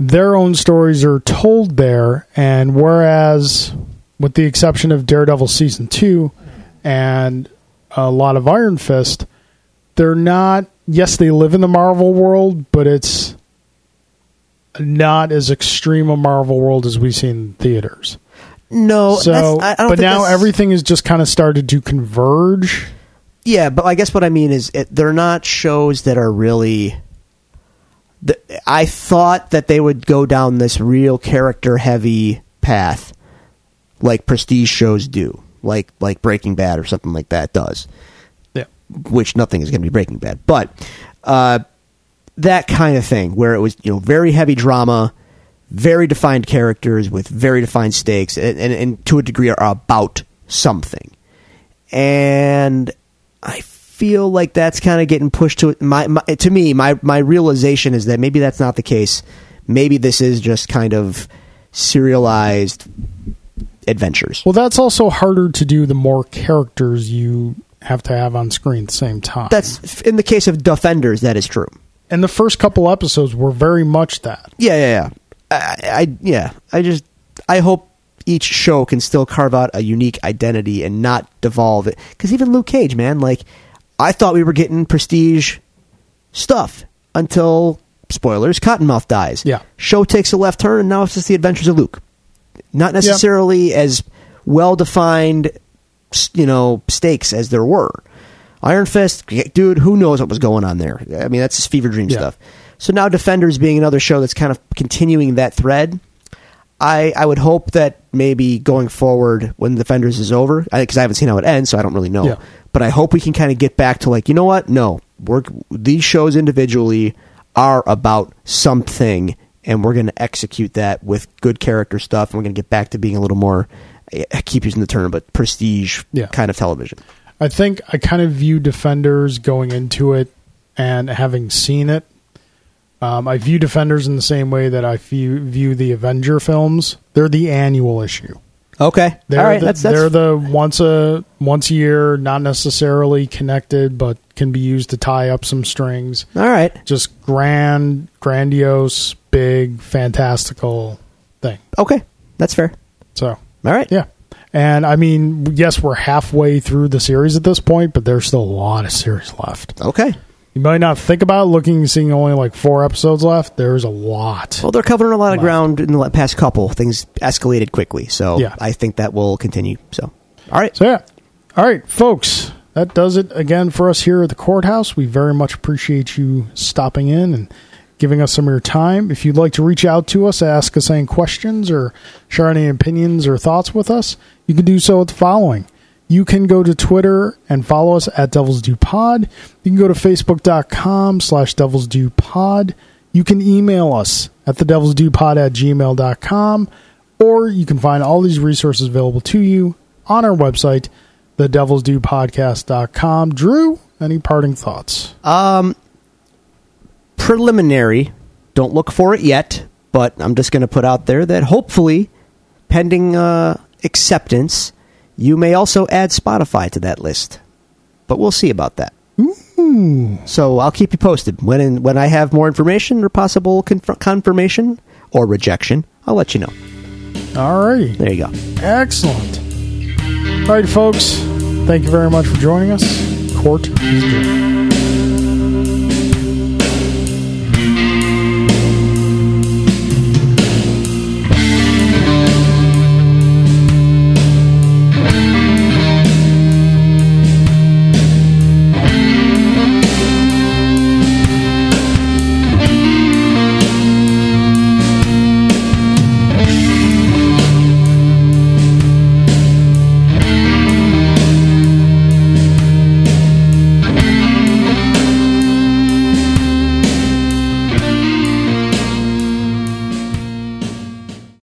Speaker 1: their own stories are told there, and whereas with the exception of Daredevil season two and a lot of Iron Fist, they're not yes, they live in the Marvel world, but it's not as extreme a Marvel world as we see in theaters.
Speaker 2: no
Speaker 1: So,
Speaker 2: Oh, that's, I, I don't
Speaker 1: but
Speaker 2: think
Speaker 1: now
Speaker 2: that's-
Speaker 1: everything has just kind of started to converge.
Speaker 2: Yeah, but I guess what I mean is it, they're not shows that are really. th I thought that they would go down this real character heavy path, like prestige shows do, like like Breaking Bad or something like that does,
Speaker 1: Yeah.
Speaker 2: which nothing is going to be Breaking Bad, but uh, that kind of thing where it was you know very heavy drama, very defined characters with very defined stakes, and and, and to a degree are about something and I feel like that's kind of getting pushed to my, my to me my my realization is that maybe that's not the case. Maybe this is just kind of serialized adventures.
Speaker 1: Well, that's also harder to do the more characters you have to have on screen at the same time.
Speaker 2: That's in the case of Defenders. That is true.
Speaker 1: and the first couple episodes were very much that.
Speaker 2: Yeah, yeah, yeah. I, I yeah. I just I hope each show can still carve out a unique identity and not devolve it. Because even Luke Cage, man, like I thought we were getting prestige stuff until spoilers. Cottonmouth dies.
Speaker 1: Yeah.
Speaker 2: Show takes a left turn, and now it's just the Adventures of Luke. Not necessarily as well defined, you know, stakes as there were. Iron Fist, dude, who knows what was going on there? I mean, that's just fever dream
Speaker 1: Yeah.
Speaker 2: stuff. So now Defenders being another show that's kind of continuing that thread. I, I would hope that maybe going forward when Defenders is over, because I, haven't seen how it ends, so I don't really know.
Speaker 1: Yeah.
Speaker 2: But I hope we can kind of get back to like, you know what? No, we're, these shows individually are about something, and we're going to execute that with good character stuff, and we're going to get back to being a little more. I I keep using the term, but prestige
Speaker 1: Yeah.
Speaker 2: kind of television.
Speaker 1: I think I kind of view Defenders going into it and having seen it. Um, I view Defenders in the same way that I view, view the Avenger films. They're the annual issue.
Speaker 2: Okay,
Speaker 1: They're
Speaker 2: all right,
Speaker 1: the,
Speaker 2: that's, that's
Speaker 1: they're the once a once a year, not necessarily connected, but can be used to tie up some strings.
Speaker 2: all right.
Speaker 1: Just grand, grandiose, big, fantastical thing.
Speaker 2: Okay, that's fair.
Speaker 1: So
Speaker 2: All right.
Speaker 1: yeah, and I mean, yes, we're halfway through the series at this point, but there's still a lot of series left.
Speaker 2: Okay.
Speaker 1: You might not think about it, looking, seeing only like four episodes left. There's a lot.
Speaker 2: Well, they're covering a lot of
Speaker 1: Left.
Speaker 2: ground in the past couple. Things escalated quickly, so
Speaker 1: Yeah.
Speaker 2: I think that will continue. So, all right.
Speaker 1: So yeah. All right, folks. That does it again for us here at the courthouse. We very much appreciate you stopping in and giving us some of your time. If you'd like to reach out to us, ask us any questions, or share any opinions or thoughts with us, you can do so at the following. You can go to Twitter and follow us at Devils Do Pod. You can go to Facebook.com slash Devils Do Pod. You can email us at the Devils Do Pod at gmail.com, or you can find all these resources available to you on our website, the Devils Do Podcast.com. Drew, any parting thoughts?
Speaker 2: preliminary. Don't look for it yet, but I'm just going to put out there that hopefully, pending uh, acceptance, you may also add Spotify to that list. But we'll see about that. So I'll keep you posted when when I have more information or possible conf- confirmation or rejection. I'll let you know.
Speaker 1: All righty.
Speaker 2: There you go.
Speaker 1: Excellent. All right, folks. Thank you very much for joining us. Court is adjourned.